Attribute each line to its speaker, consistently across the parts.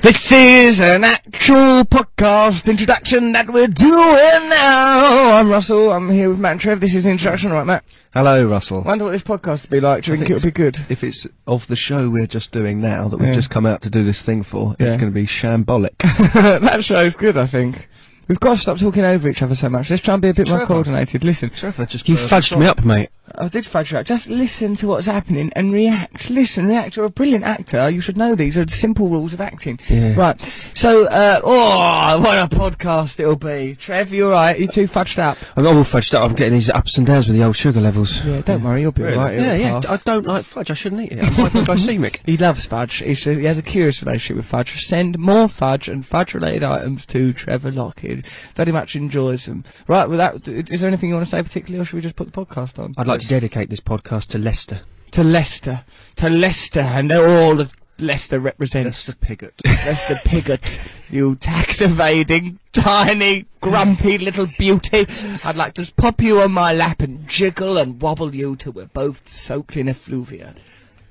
Speaker 1: This is an actual podcast introduction that we're doing now. I'm Russell. I'm here with Matt and Trev. This is the introduction, right, Matt?
Speaker 2: Hello, Russell.
Speaker 1: Wonder what this podcast would be like. Do you
Speaker 2: I
Speaker 1: think
Speaker 2: think
Speaker 1: it'll be good?
Speaker 2: If it's of the show we're just doing now that we've
Speaker 1: Yeah.
Speaker 2: just come out to do this thing for,
Speaker 1: Yeah.
Speaker 2: it's going to be shambolic.
Speaker 1: that show's good, I think. We've got to stop talking over each other so much. Let's try and be a bit more
Speaker 2: Trevor.
Speaker 1: coordinated. Listen,
Speaker 2: Trevor just
Speaker 3: You fudged me up, mate.
Speaker 1: I did fudge you up. Just listen to what's happening and react. Listen, react. You're a brilliant actor. You should know these are the simple rules of acting.
Speaker 2: Yeah.
Speaker 1: Right. So, uh, oh, what a podcast it'll be. Trev, you're right. You're too fudged up.
Speaker 3: I'm all fudged up. I'm getting these ups and downs with the old sugar levels.
Speaker 1: Yeah, don't worry. You'll be
Speaker 2: Really?
Speaker 1: alright.
Speaker 3: Yeah,
Speaker 1: it'll
Speaker 3: yeah.
Speaker 1: pass.
Speaker 3: I don't like fudge. I shouldn't eat it. I might be glycemic.
Speaker 1: He loves fudge. He's, he has a curious relationship with fudge. Send more fudge and fudge-related items to Trevor Lockheed. Very much enjoys them. Right, well, that, is there anything you want to say particularly, or should we just put the podcast on?
Speaker 3: I'd like to dedicate this podcast to Leicester.
Speaker 1: To Leicester. To Leicester, and they're all of Leicester represents.
Speaker 2: That's a pigot.
Speaker 1: Leicester Pigott, you tax-evading, tiny, grumpy little beauty. I'd like to just pop you on my lap and jiggle and wobble you till we're both soaked in effluvia.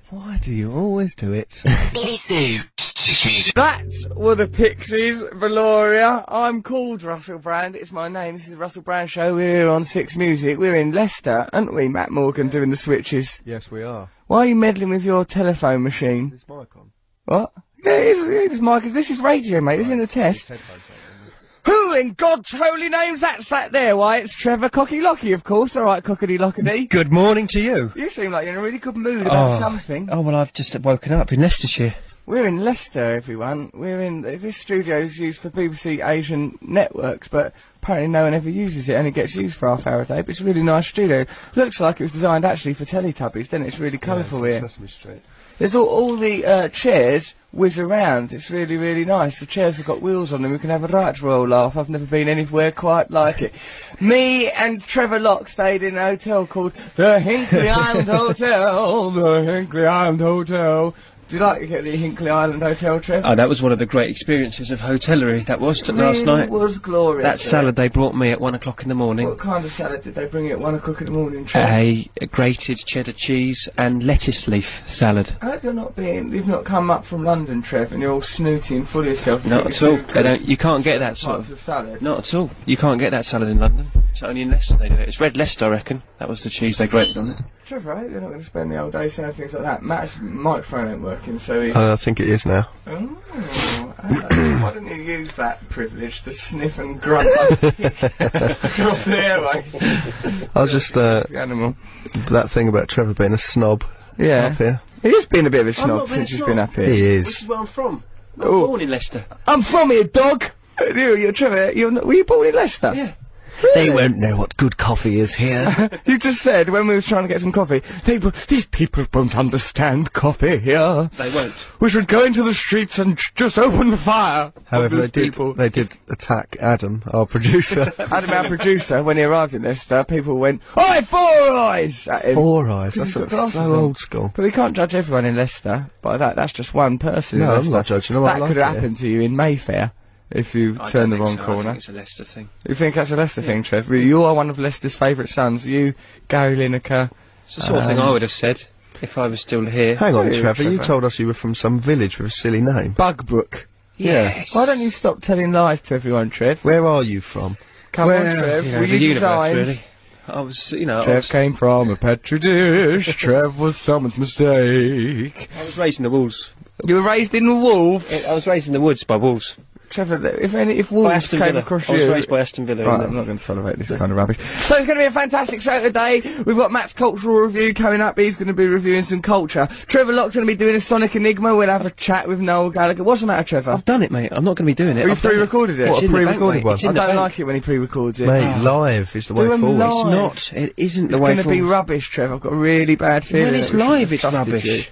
Speaker 2: Why do you always do it?
Speaker 1: That were the Pixies, Valoria. I'm called Russell Brand. It's my name. This is the Russell Brand Show. We're here on Six Music. We're in Leicester, aren't we, Matt Morgan, doing the switches?
Speaker 2: yes, we are.
Speaker 1: Why are you meddling with your telephone machine?
Speaker 2: This mic on.
Speaker 1: What? Yeah, it is, it is Mike. This is radio, mate. This isn't a test. Who in God's holy name's that sat there? Why, it's Trevor Cocky Locky, of course. All right, Cockity Lockity.
Speaker 3: Good morning to you.
Speaker 1: You seem like you're in a really good mood about
Speaker 3: Oh.
Speaker 1: something.
Speaker 3: Oh, well, I've just woken up in Leicestershire.
Speaker 1: We're in Leicester, everyone. We're in this studio is used for BBC Asian networks, but apparently no one ever uses it, and it gets used for half hour a day. But it's a really nice studio. Looks like it was designed actually for Teletubbies, then it's really colourful here.
Speaker 2: Sesame Street.
Speaker 1: There's all, all the uh, chairs whiz around. It's really really nice. The chairs have got wheels on them. We can have a right roll laugh. I've never been anywhere quite like it. Me and Trevor Locke stayed in a hotel called the Hinkley Island Hotel. The Hinkley Island Hotel. Do you like to get the Hinkley Island Hotel, Trevor?
Speaker 3: Oh, that was one of the great experiences of hotellery. That was t- last
Speaker 1: Really
Speaker 3: night.
Speaker 1: was glorious.
Speaker 3: That salad they brought me at one o'clock in the morning.
Speaker 1: What kind of salad did they bring you at one o'clock in the morning, Trevor?
Speaker 3: A grated cheddar cheese and lettuce leaf salad.
Speaker 1: I hope you're not being. You've not come up from London, Trev, and you're all snooty and full of yourself.
Speaker 3: Not at all. They don't. You can't get that sort of.
Speaker 1: Types of salad.
Speaker 3: Not at all. You can't get that salad in London. It's only in Leicester they do it. It's red Leicester, I reckon. That was the cheese they grated on it.
Speaker 1: Trevor, I hope you're not going to spend the whole day saying things like that. Matt's microphone ain't working, so he.
Speaker 2: Uh, I think it is now.
Speaker 1: Oh, uh, why didn't you use that privilege to sniff and grunt across the airway?
Speaker 2: I was just uh,
Speaker 1: The animal.
Speaker 2: that thing about Trevor being a snob
Speaker 1: Yeah.
Speaker 2: up here.
Speaker 1: He's been a bit of a
Speaker 3: not
Speaker 1: snob
Speaker 3: being a
Speaker 1: since he's
Speaker 3: snob.
Speaker 1: been up here.
Speaker 2: He
Speaker 3: This
Speaker 2: is.
Speaker 3: is where I'm from. I'm
Speaker 1: Oh.
Speaker 3: born in Leicester.
Speaker 1: I'm from here, dog! You, you, Trevor, you're not, were you born in Leicester?
Speaker 3: Yeah.
Speaker 2: They won't know what good coffee is here.
Speaker 1: You just said when we were trying to get some coffee, they w- these people won't understand coffee here.
Speaker 3: They won't.
Speaker 1: We should go into the streets and j- just open the fire. on
Speaker 2: However,
Speaker 1: these
Speaker 2: they did.
Speaker 1: people.
Speaker 2: They did attack Adam, our producer.
Speaker 1: Adam, our producer, when he arrived in Leicester, people went, "Oi, four eyes!" at him.
Speaker 2: Four eyes. That's
Speaker 1: he's got
Speaker 2: so
Speaker 1: glasses on.
Speaker 2: old school.
Speaker 1: But we can't judge everyone in Leicester by that. That's just one person. in
Speaker 2: No, I'm
Speaker 1: Leicester.
Speaker 2: not judging him. I
Speaker 1: That
Speaker 2: like
Speaker 1: could
Speaker 2: it
Speaker 1: have
Speaker 2: here.
Speaker 1: happened to you in Mayfair if you
Speaker 3: I
Speaker 1: turned the
Speaker 3: don't
Speaker 1: wrong
Speaker 3: think so. I
Speaker 1: corner.
Speaker 3: think it's a Leicester thing.
Speaker 1: You think that's a Leicester thing, Trev? You are one of Leicester's favourite sons. You, Gary Lineker.
Speaker 3: It's the sort of thing
Speaker 1: Um,
Speaker 3: I would have said if I was still here.
Speaker 2: Hang on,
Speaker 1: Hey,
Speaker 2: Trevor. You
Speaker 1: Trevor.
Speaker 2: told us you were from some village with a silly name.
Speaker 1: Bugbrook.
Speaker 3: Yes.
Speaker 1: Why don't you stop telling lies to everyone, Trev?
Speaker 2: Where are you from?
Speaker 1: Come on, Trev.
Speaker 3: you know,
Speaker 1: Will
Speaker 3: the
Speaker 1: you
Speaker 3: universe,
Speaker 1: resign?
Speaker 3: really. I was, you know, I
Speaker 1: Trev
Speaker 3: was,
Speaker 1: came from a petri dish. Trev was someone's mistake.
Speaker 3: I was raised in the wolves.
Speaker 1: You were raised in the wolves.
Speaker 3: I was raised in the woods by wolves.
Speaker 1: Trevor, if any, if
Speaker 3: By
Speaker 1: wolves
Speaker 3: Aston
Speaker 1: came
Speaker 3: Villa.
Speaker 1: across
Speaker 3: I was
Speaker 1: you.
Speaker 3: raised by Aston Villa.
Speaker 1: Right,
Speaker 3: in
Speaker 1: I'm
Speaker 3: the-
Speaker 1: not going to tolerate this kind of rubbish. So it's going to be a fantastic show today. We've got Matt's cultural review coming up. He's going to be reviewing some culture. Trevor Locke's going to be doing a Sonic Enigma. We'll have a chat with Noel Gallagher. What's the matter, Trevor?
Speaker 3: I've done it, mate. I'm not going to be doing it.
Speaker 1: Have you
Speaker 3: I've done it.
Speaker 1: pre-recorded it?
Speaker 3: It's
Speaker 1: What, a
Speaker 3: in the bank,
Speaker 2: pre-recorded
Speaker 3: mate.
Speaker 2: one?
Speaker 3: It's
Speaker 1: I
Speaker 3: in the
Speaker 1: don't
Speaker 3: bank.
Speaker 1: like it when he pre-records it.
Speaker 2: Mate, live is the way
Speaker 1: Do 'em
Speaker 2: forward.
Speaker 1: Ah. live.
Speaker 3: It's not. It isn't the
Speaker 1: It's
Speaker 3: way
Speaker 1: going to be
Speaker 3: forward.
Speaker 1: rubbish, Trevor. I've got a really bad feeling.
Speaker 3: When it's
Speaker 1: that we should
Speaker 3: live,
Speaker 1: have
Speaker 3: it's
Speaker 1: trusted
Speaker 3: rubbish.
Speaker 1: you.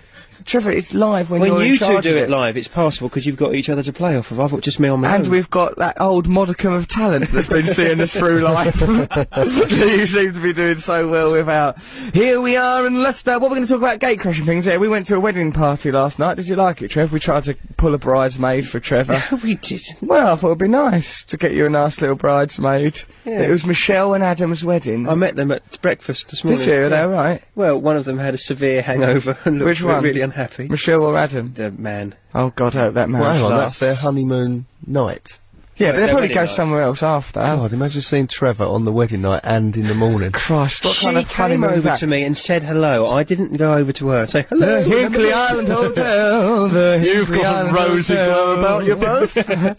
Speaker 1: Trevor, it's live when, you're
Speaker 3: When
Speaker 1: in
Speaker 3: you two
Speaker 1: charge
Speaker 3: do
Speaker 1: of
Speaker 3: it live, it's passable because you've got each other to play off of. I've got just me on my
Speaker 1: And
Speaker 3: own.
Speaker 1: we've got that old modicum of talent that's been seeing us through life. you seem to be doing so well without. Here we are in Leicester. What we're going to talk about gate crashing things here. We went to a wedding party last night. Did you like it, Trev? We tried to pull a bridesmaid for Trevor.
Speaker 3: we did.
Speaker 1: well, I thought it'd be nice to get you a nice little bridesmaid.
Speaker 3: Yeah.
Speaker 1: It was Michelle and Adam's wedding.
Speaker 3: I met them at breakfast this morning.
Speaker 1: Did you? They're right.
Speaker 3: Well, one of them had a severe hangover and looked
Speaker 1: Which one?
Speaker 3: really
Speaker 4: them happy.
Speaker 1: Michelle or Adam?
Speaker 4: The man.
Speaker 1: Oh God, I hope that man.
Speaker 2: Well, hang on,
Speaker 1: laughs.
Speaker 2: that's their honeymoon night.
Speaker 1: yeah,
Speaker 3: That's
Speaker 1: but they'll
Speaker 3: their
Speaker 1: probably
Speaker 3: wedding
Speaker 1: go
Speaker 3: night.
Speaker 1: somewhere else after.
Speaker 2: Oh, I'd imagine seeing Trevor on the wedding night and in the morning.
Speaker 1: Christ, what
Speaker 4: she
Speaker 1: kind of
Speaker 4: came
Speaker 1: honeymoon is
Speaker 4: over
Speaker 1: that?
Speaker 4: to me and said hello. I didn't go over to her and say
Speaker 1: The
Speaker 4: hello.
Speaker 1: Hinkley Island Hotel. The
Speaker 2: You've
Speaker 1: Hinkley
Speaker 2: got a
Speaker 1: Island
Speaker 2: rosy
Speaker 1: Hotel.
Speaker 2: glow about you both.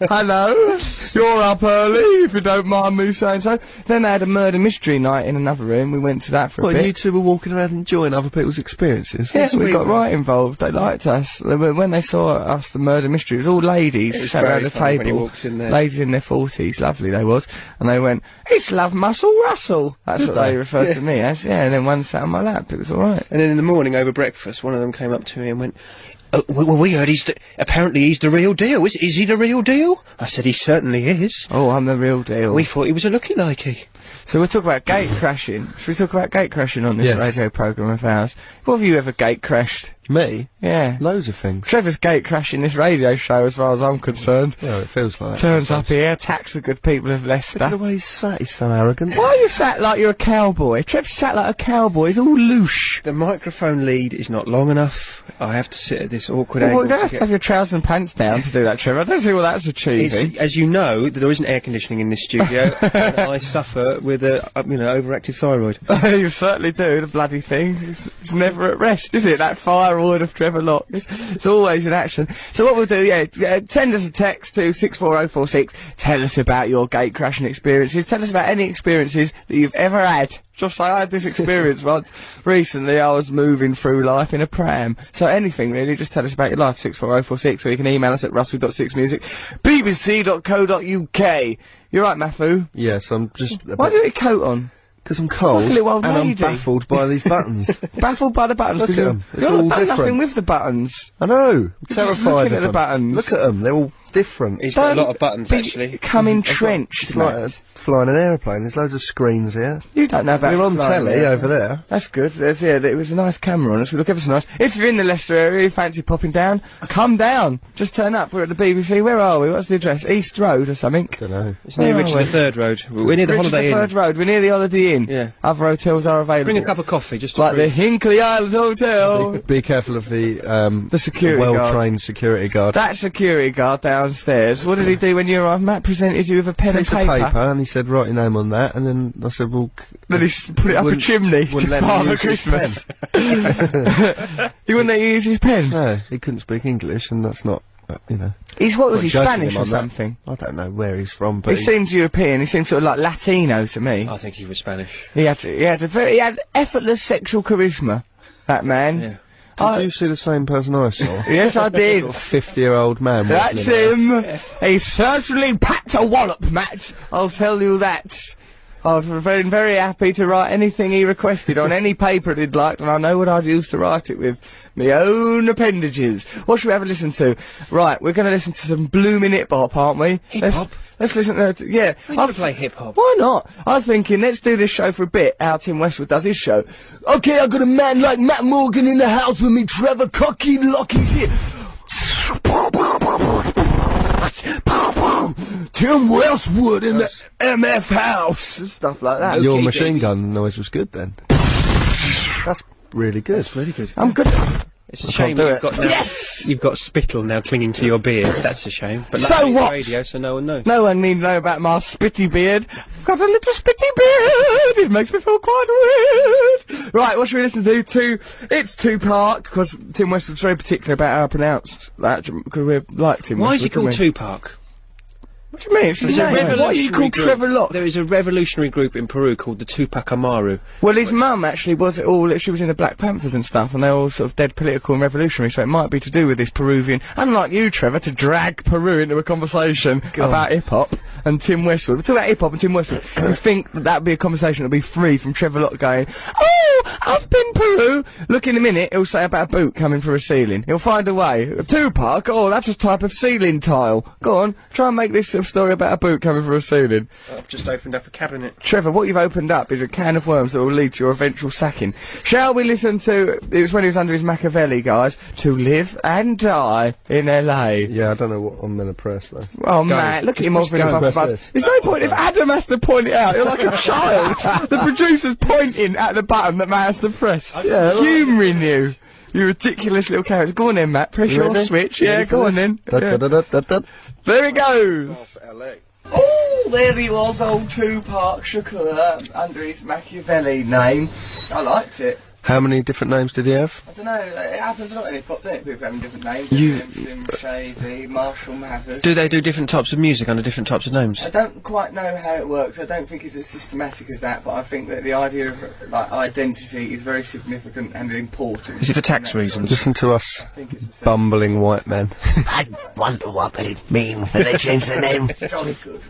Speaker 1: Hello. You're up early, if you don't mind me saying so. Then they had a murder mystery night in another room. We went to that for a
Speaker 2: Well,
Speaker 1: bit.
Speaker 2: you two were walking around enjoying other people's experiences.
Speaker 1: Yes, we,
Speaker 4: we
Speaker 1: got
Speaker 4: were.
Speaker 1: right involved. They liked us. They were- When they saw us, the murder mystery, it was all ladies
Speaker 4: It's
Speaker 1: sat around
Speaker 4: very
Speaker 1: the
Speaker 4: funny when he
Speaker 1: table.
Speaker 4: walks in there.
Speaker 1: Ladies in their forties, lovely they was, and they went, "It's Love Muscle Russell." That's what they,
Speaker 2: they?
Speaker 1: referred
Speaker 4: Yeah.
Speaker 1: to me as. Yeah, and then one sat on my lap. It was all right.
Speaker 4: And then in the morning over breakfast, one of them came up to me and went, oh, well, we heard he's the, apparently he's the real deal. Is, is he the real deal? I said, he certainly is.
Speaker 1: Oh, I'm the real deal.
Speaker 4: We thought he was a looky-likey.
Speaker 1: so we'll talk about gate crashing. Should we talk about gate crashing on this
Speaker 2: Yes.
Speaker 1: radio program of ours? What have you ever gate crashed?
Speaker 2: Me,
Speaker 1: Yeah.
Speaker 2: loads of things.
Speaker 1: Trevor's gate crashing this radio show, as far as I'm concerned.
Speaker 2: Yeah, it feels like.
Speaker 1: Turns up here, attacks the good people of
Speaker 2: Look at the
Speaker 1: Leicester.
Speaker 2: way he's sat. He's so arrogant.
Speaker 1: Why are you sat like you're a cowboy? Trev's sat like a cowboy. He's all loosh.
Speaker 4: The microphone lead is not long enough. I have to sit at this awkward
Speaker 1: Well,
Speaker 4: angle.
Speaker 1: you don't have to have your trousers and pants down to do that, Trevor. I don't see what that's achieving.
Speaker 4: It's, as you know, there isn't air conditioning in this studio, and I suffer with a uh, you know overactive thyroid.
Speaker 1: you certainly do, the bloody thing. It's, it's never at rest, is it? That firewood of Trevor Locks. It's always in action. So what we'll do, yeah, uh, send us a text to 64046. Tell us about your gate crashing experiences. Tell us about any experiences that you've ever had. Just like I had this experience once. Recently I was moving through life in a pram. So anything really, just tell us about your life, 64046, or you can email us at russell.6music, bbc.co.uk. You're right, Matthew.
Speaker 2: Yes, I'm just. A
Speaker 1: Why do you
Speaker 2: bit,
Speaker 1: get a coat on?
Speaker 2: Because I'm cold
Speaker 1: Like a little old
Speaker 2: and I'm
Speaker 1: lady.
Speaker 2: baffled by these buttons.
Speaker 1: baffled by the buttons
Speaker 2: Look
Speaker 1: because
Speaker 2: at
Speaker 1: you've
Speaker 2: 'em. It's
Speaker 1: you've
Speaker 2: all
Speaker 1: done nothing
Speaker 2: different.
Speaker 1: with the buttons.
Speaker 2: I know. I'm
Speaker 1: just
Speaker 2: terrified
Speaker 1: looking
Speaker 2: of
Speaker 1: at the
Speaker 2: them.
Speaker 1: buttons.
Speaker 2: Look at them. They're all different.
Speaker 4: He's
Speaker 1: Don't
Speaker 4: got a lot of buttons
Speaker 1: be-
Speaker 4: actually.
Speaker 1: Come entrenched,
Speaker 2: It's like
Speaker 1: mate.
Speaker 2: uh, flying an aeroplane. There's loads of screens here.
Speaker 1: You don't know about
Speaker 2: We're on
Speaker 1: flying,
Speaker 2: telly
Speaker 1: yeah.
Speaker 2: over there.
Speaker 1: That's good. There's, yeah, there was a nice camera on us. We look ever so nice. If you're in the Leicester area, you fancy popping down, come down. Just turn up. We're at the BBC. Where are we? What's the address? East Road or something.
Speaker 2: I don't know.
Speaker 4: It's near
Speaker 1: Where
Speaker 4: Richard
Speaker 1: are we?
Speaker 4: the Third Road. We're near the
Speaker 1: Richard
Speaker 4: Holiday
Speaker 1: the Third
Speaker 4: Inn.
Speaker 1: Road. We're near the Holiday Inn.
Speaker 4: Yeah.
Speaker 1: Other hotels are available.
Speaker 4: Bring a cup of coffee just to
Speaker 1: Like the
Speaker 4: prove.
Speaker 1: Hinkley Island Hotel.
Speaker 2: Be, be careful of the um,
Speaker 1: Oh. The security guard.
Speaker 2: well-trained security guard.
Speaker 1: that security guard downstairs. What did he do when you arrived? Matt presented you with a pen
Speaker 2: piece
Speaker 1: and
Speaker 2: of paper, and he said, "Write your name on that." And then I said, "Well, c-
Speaker 1: Then he s- put it up a
Speaker 2: Wouldn't-
Speaker 1: chimney
Speaker 2: wouldn't
Speaker 1: to
Speaker 2: let me
Speaker 1: Father
Speaker 2: use his
Speaker 1: Christmas. he wouldn't let you use his pen.
Speaker 2: no, he couldn't speak English, and that's not, uh, you know,
Speaker 1: He's what was
Speaker 2: Not
Speaker 1: he
Speaker 2: judging
Speaker 1: Spanish
Speaker 2: him
Speaker 1: or
Speaker 2: on that.
Speaker 1: something?
Speaker 2: I don't know where he's from,
Speaker 1: He
Speaker 2: but he- Uh.
Speaker 1: seemed European. He seemed sort of like Latino to me.
Speaker 3: I think he was Spanish.
Speaker 1: He had he had a very he had effortless sexual charisma. That man.
Speaker 3: Yeah.
Speaker 2: did
Speaker 1: I-
Speaker 2: you see the same person I saw?
Speaker 1: Yes, I did.
Speaker 2: Fifty-year-old man. waddling
Speaker 1: That's
Speaker 2: around.
Speaker 1: him. He certainly packed a wallop, Matt. I'll tell you that. I've been very happy to write anything he requested on any paper he'd liked, and I know what I'd use to write it with. My own appendages. What should we have a listen to? Right, we're going to listen to some bloomin' hip hop, aren't we? Hip
Speaker 4: hop?
Speaker 1: Let's, let's listen to yeah.
Speaker 4: We
Speaker 1: I've-
Speaker 4: to play hip hop.
Speaker 1: why not? I'm thinking, let's do this show for a bit. How Tim Westwood does his show. Okay, I've got a man like Matt Morgan in the house with me, Trevor Cocky Lockie's here. Tim Westwood in the MF house. and Stuff like that.
Speaker 2: Your
Speaker 4: Okay,
Speaker 2: machine
Speaker 4: Davey.
Speaker 2: gun noise was good then. That's really good.
Speaker 3: really good.
Speaker 1: I'm good.
Speaker 4: It's a shame
Speaker 1: do
Speaker 4: you've
Speaker 1: it.
Speaker 4: got now,
Speaker 1: Yes!
Speaker 4: you've got spittle now clinging to your beard. That's a shame. But
Speaker 1: So
Speaker 4: luckily it's
Speaker 1: what?
Speaker 4: Radio, so no one knows.
Speaker 1: No one need know about my spitty beard. I've got a little spitty beard. It makes me feel quite weird. Right, what should we listen to? Two, it's two Park because Tim Westwood's very particular about how I pronounced that because we like Tim.
Speaker 4: Why is he
Speaker 1: Westwood,
Speaker 4: called
Speaker 1: don't we?
Speaker 4: Tupac?
Speaker 1: What do you mean? It's his
Speaker 4: There's a
Speaker 1: name.
Speaker 4: revolutionary
Speaker 1: Why are you called
Speaker 4: group.
Speaker 1: Trevor Locke?
Speaker 4: There is a revolutionary group in Peru called the Tupac Amaru.
Speaker 1: Well, his mum actually was all. She was in the Black Panthers and stuff, and they're all sort of dead political and revolutionary. So it might be to do with this Peruvian. Unlike you, Trevor, to drag Peru into a conversation about hip hop and Tim Westwood. We talk about hip hop and Tim Westwood. you think that would be a conversation that'd be free from Trevor Lott going, "Oh, I've been Peru." Look in a minute, he'll say about a boot coming through a ceiling. He'll find a way. Tupac. Oh, that's a type of ceiling tile. Go on, try and make this sort of story about a boot coming through a ceiling.
Speaker 4: I've just opened up a cabinet.
Speaker 1: Trevor, what you've opened up is a can of worms that will lead to your eventual sacking. Shall we listen to, it was when he was under his Machiavelli, guys, to live and die in LA.
Speaker 2: Yeah, I don't know what I'm gonna press though.
Speaker 1: Oh, Matt, look at
Speaker 2: Just
Speaker 1: him
Speaker 2: press
Speaker 1: offering up
Speaker 2: go.
Speaker 1: above.
Speaker 2: Press
Speaker 1: There's
Speaker 2: this.
Speaker 1: no point if Adam has to point it out. You're like a child. The producer's pointing at the button that Matt has to press.
Speaker 2: Yeah,
Speaker 1: Humouring you. You ridiculous little character. Go on then, Matt. Press
Speaker 2: You
Speaker 1: your
Speaker 2: ready?
Speaker 1: switch.
Speaker 2: You
Speaker 1: Yeah,
Speaker 2: ready for
Speaker 1: go on
Speaker 2: this?
Speaker 1: then.
Speaker 2: Dun,
Speaker 1: Yeah.
Speaker 2: dun, dun, dun, dun,
Speaker 1: There he goes.
Speaker 2: dun.
Speaker 1: Oh, there he was, old Tupac Shakur, under his Machiavelli name. I liked it.
Speaker 2: How many different names did he have?
Speaker 1: I don't know, it happens a lot in hip hop, don't it? People having different names.
Speaker 3: You-
Speaker 1: Eminem, Slim Shady, Marshall Mathers.
Speaker 3: Do they do different types of music under different types of names?
Speaker 1: I don't quite know how it works. I don't think it's as systematic as that, but I think that the idea of like identity is very significant and important.
Speaker 3: Is it for tax
Speaker 1: And that-
Speaker 3: reasons?
Speaker 2: Listen to us,
Speaker 1: I think it's the same.
Speaker 2: bumbling white men.
Speaker 5: I wonder what they mean when they change their name.
Speaker 1: Jolly good.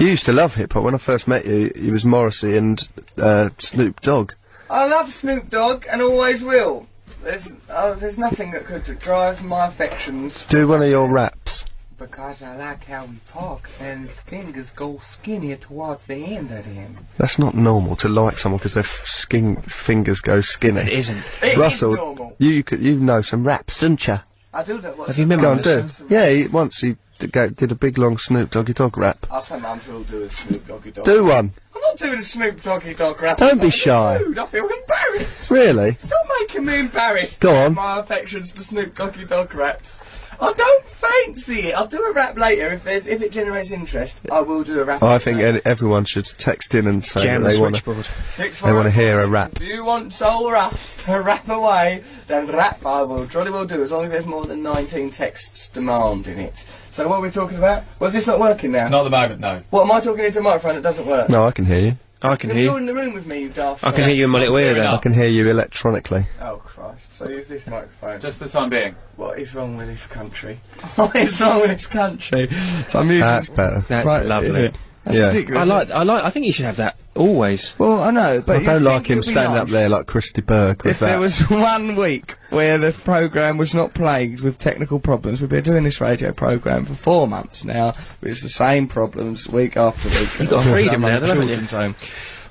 Speaker 2: You used to love hip hop. When I first met you, you was Morrissey and uh, Snoop Dogg.
Speaker 1: I love Snoop Dogg and always will. There's uh, there's nothing that could drive my affections
Speaker 2: Do one of your raps.
Speaker 1: because I like how he talks and his fingers go skinnier towards the end of him.
Speaker 2: That's not normal to like someone because their f- skin fingers go
Speaker 3: It
Speaker 2: skinny.
Speaker 3: isn't.
Speaker 1: It is
Speaker 2: Russell,
Speaker 1: normal.
Speaker 2: you could you know some raps, don't you?
Speaker 1: I do that. What's
Speaker 3: Have you remembered
Speaker 2: Go and do. Yeah, he, once he d- go, did a big long Snoop Doggy Dog rap.
Speaker 1: I'll say, Mum, she'll do a Snoop Doggy Dog.
Speaker 2: Do one.
Speaker 1: I'm not doing a Snoop Doggy Dog rap.
Speaker 2: Don't be
Speaker 1: I'm
Speaker 2: shy.
Speaker 1: rude. I feel embarrassed.
Speaker 2: Really?
Speaker 1: Stop making me embarrassed.
Speaker 2: Go on.
Speaker 1: My affections for Snoop Doggy Dog raps. I don't fancy it. I'll do a rap later if there's if it generates interest. I will do a rap.
Speaker 2: Oh, I think any, everyone should text in and say
Speaker 3: Jam
Speaker 2: that
Speaker 3: the
Speaker 2: they want to.
Speaker 3: switchboard.
Speaker 1: Six
Speaker 2: They wanna hear a rap.
Speaker 1: If you want soul raps to rap away, then rap I will. Jolly well do, as long as there's more than 19 texts demand in it. So what are we talking about? Well, is this not working now?
Speaker 6: Not at the moment, no.
Speaker 1: What, am I talking into a microphone that doesn't work?
Speaker 2: No, I can hear you.
Speaker 3: I can
Speaker 1: You're
Speaker 3: hear you.
Speaker 1: in the room with me, you daft
Speaker 3: I can hear you in my little ear
Speaker 2: I
Speaker 3: there.
Speaker 2: can hear you electronically.
Speaker 1: Oh, Christ. So use this microphone.
Speaker 6: Just for the time being.
Speaker 1: What is wrong with this country? what is wrong with this country? So I'm using...
Speaker 2: That's better.
Speaker 3: That's
Speaker 1: Right, is
Speaker 3: lovely.
Speaker 1: it? That's
Speaker 2: yeah.
Speaker 1: ridiculous.
Speaker 3: I like, I like, I think you should have that always.
Speaker 1: Well, I know, but
Speaker 2: I don't like him standing up there like Christy Burke with
Speaker 1: If there
Speaker 2: that.
Speaker 1: was one week where the program was not plagued with technical problems, we've been doing this radio program for four months now. But it's the same problems week after week. You've
Speaker 3: got freedom now, though, haven't you?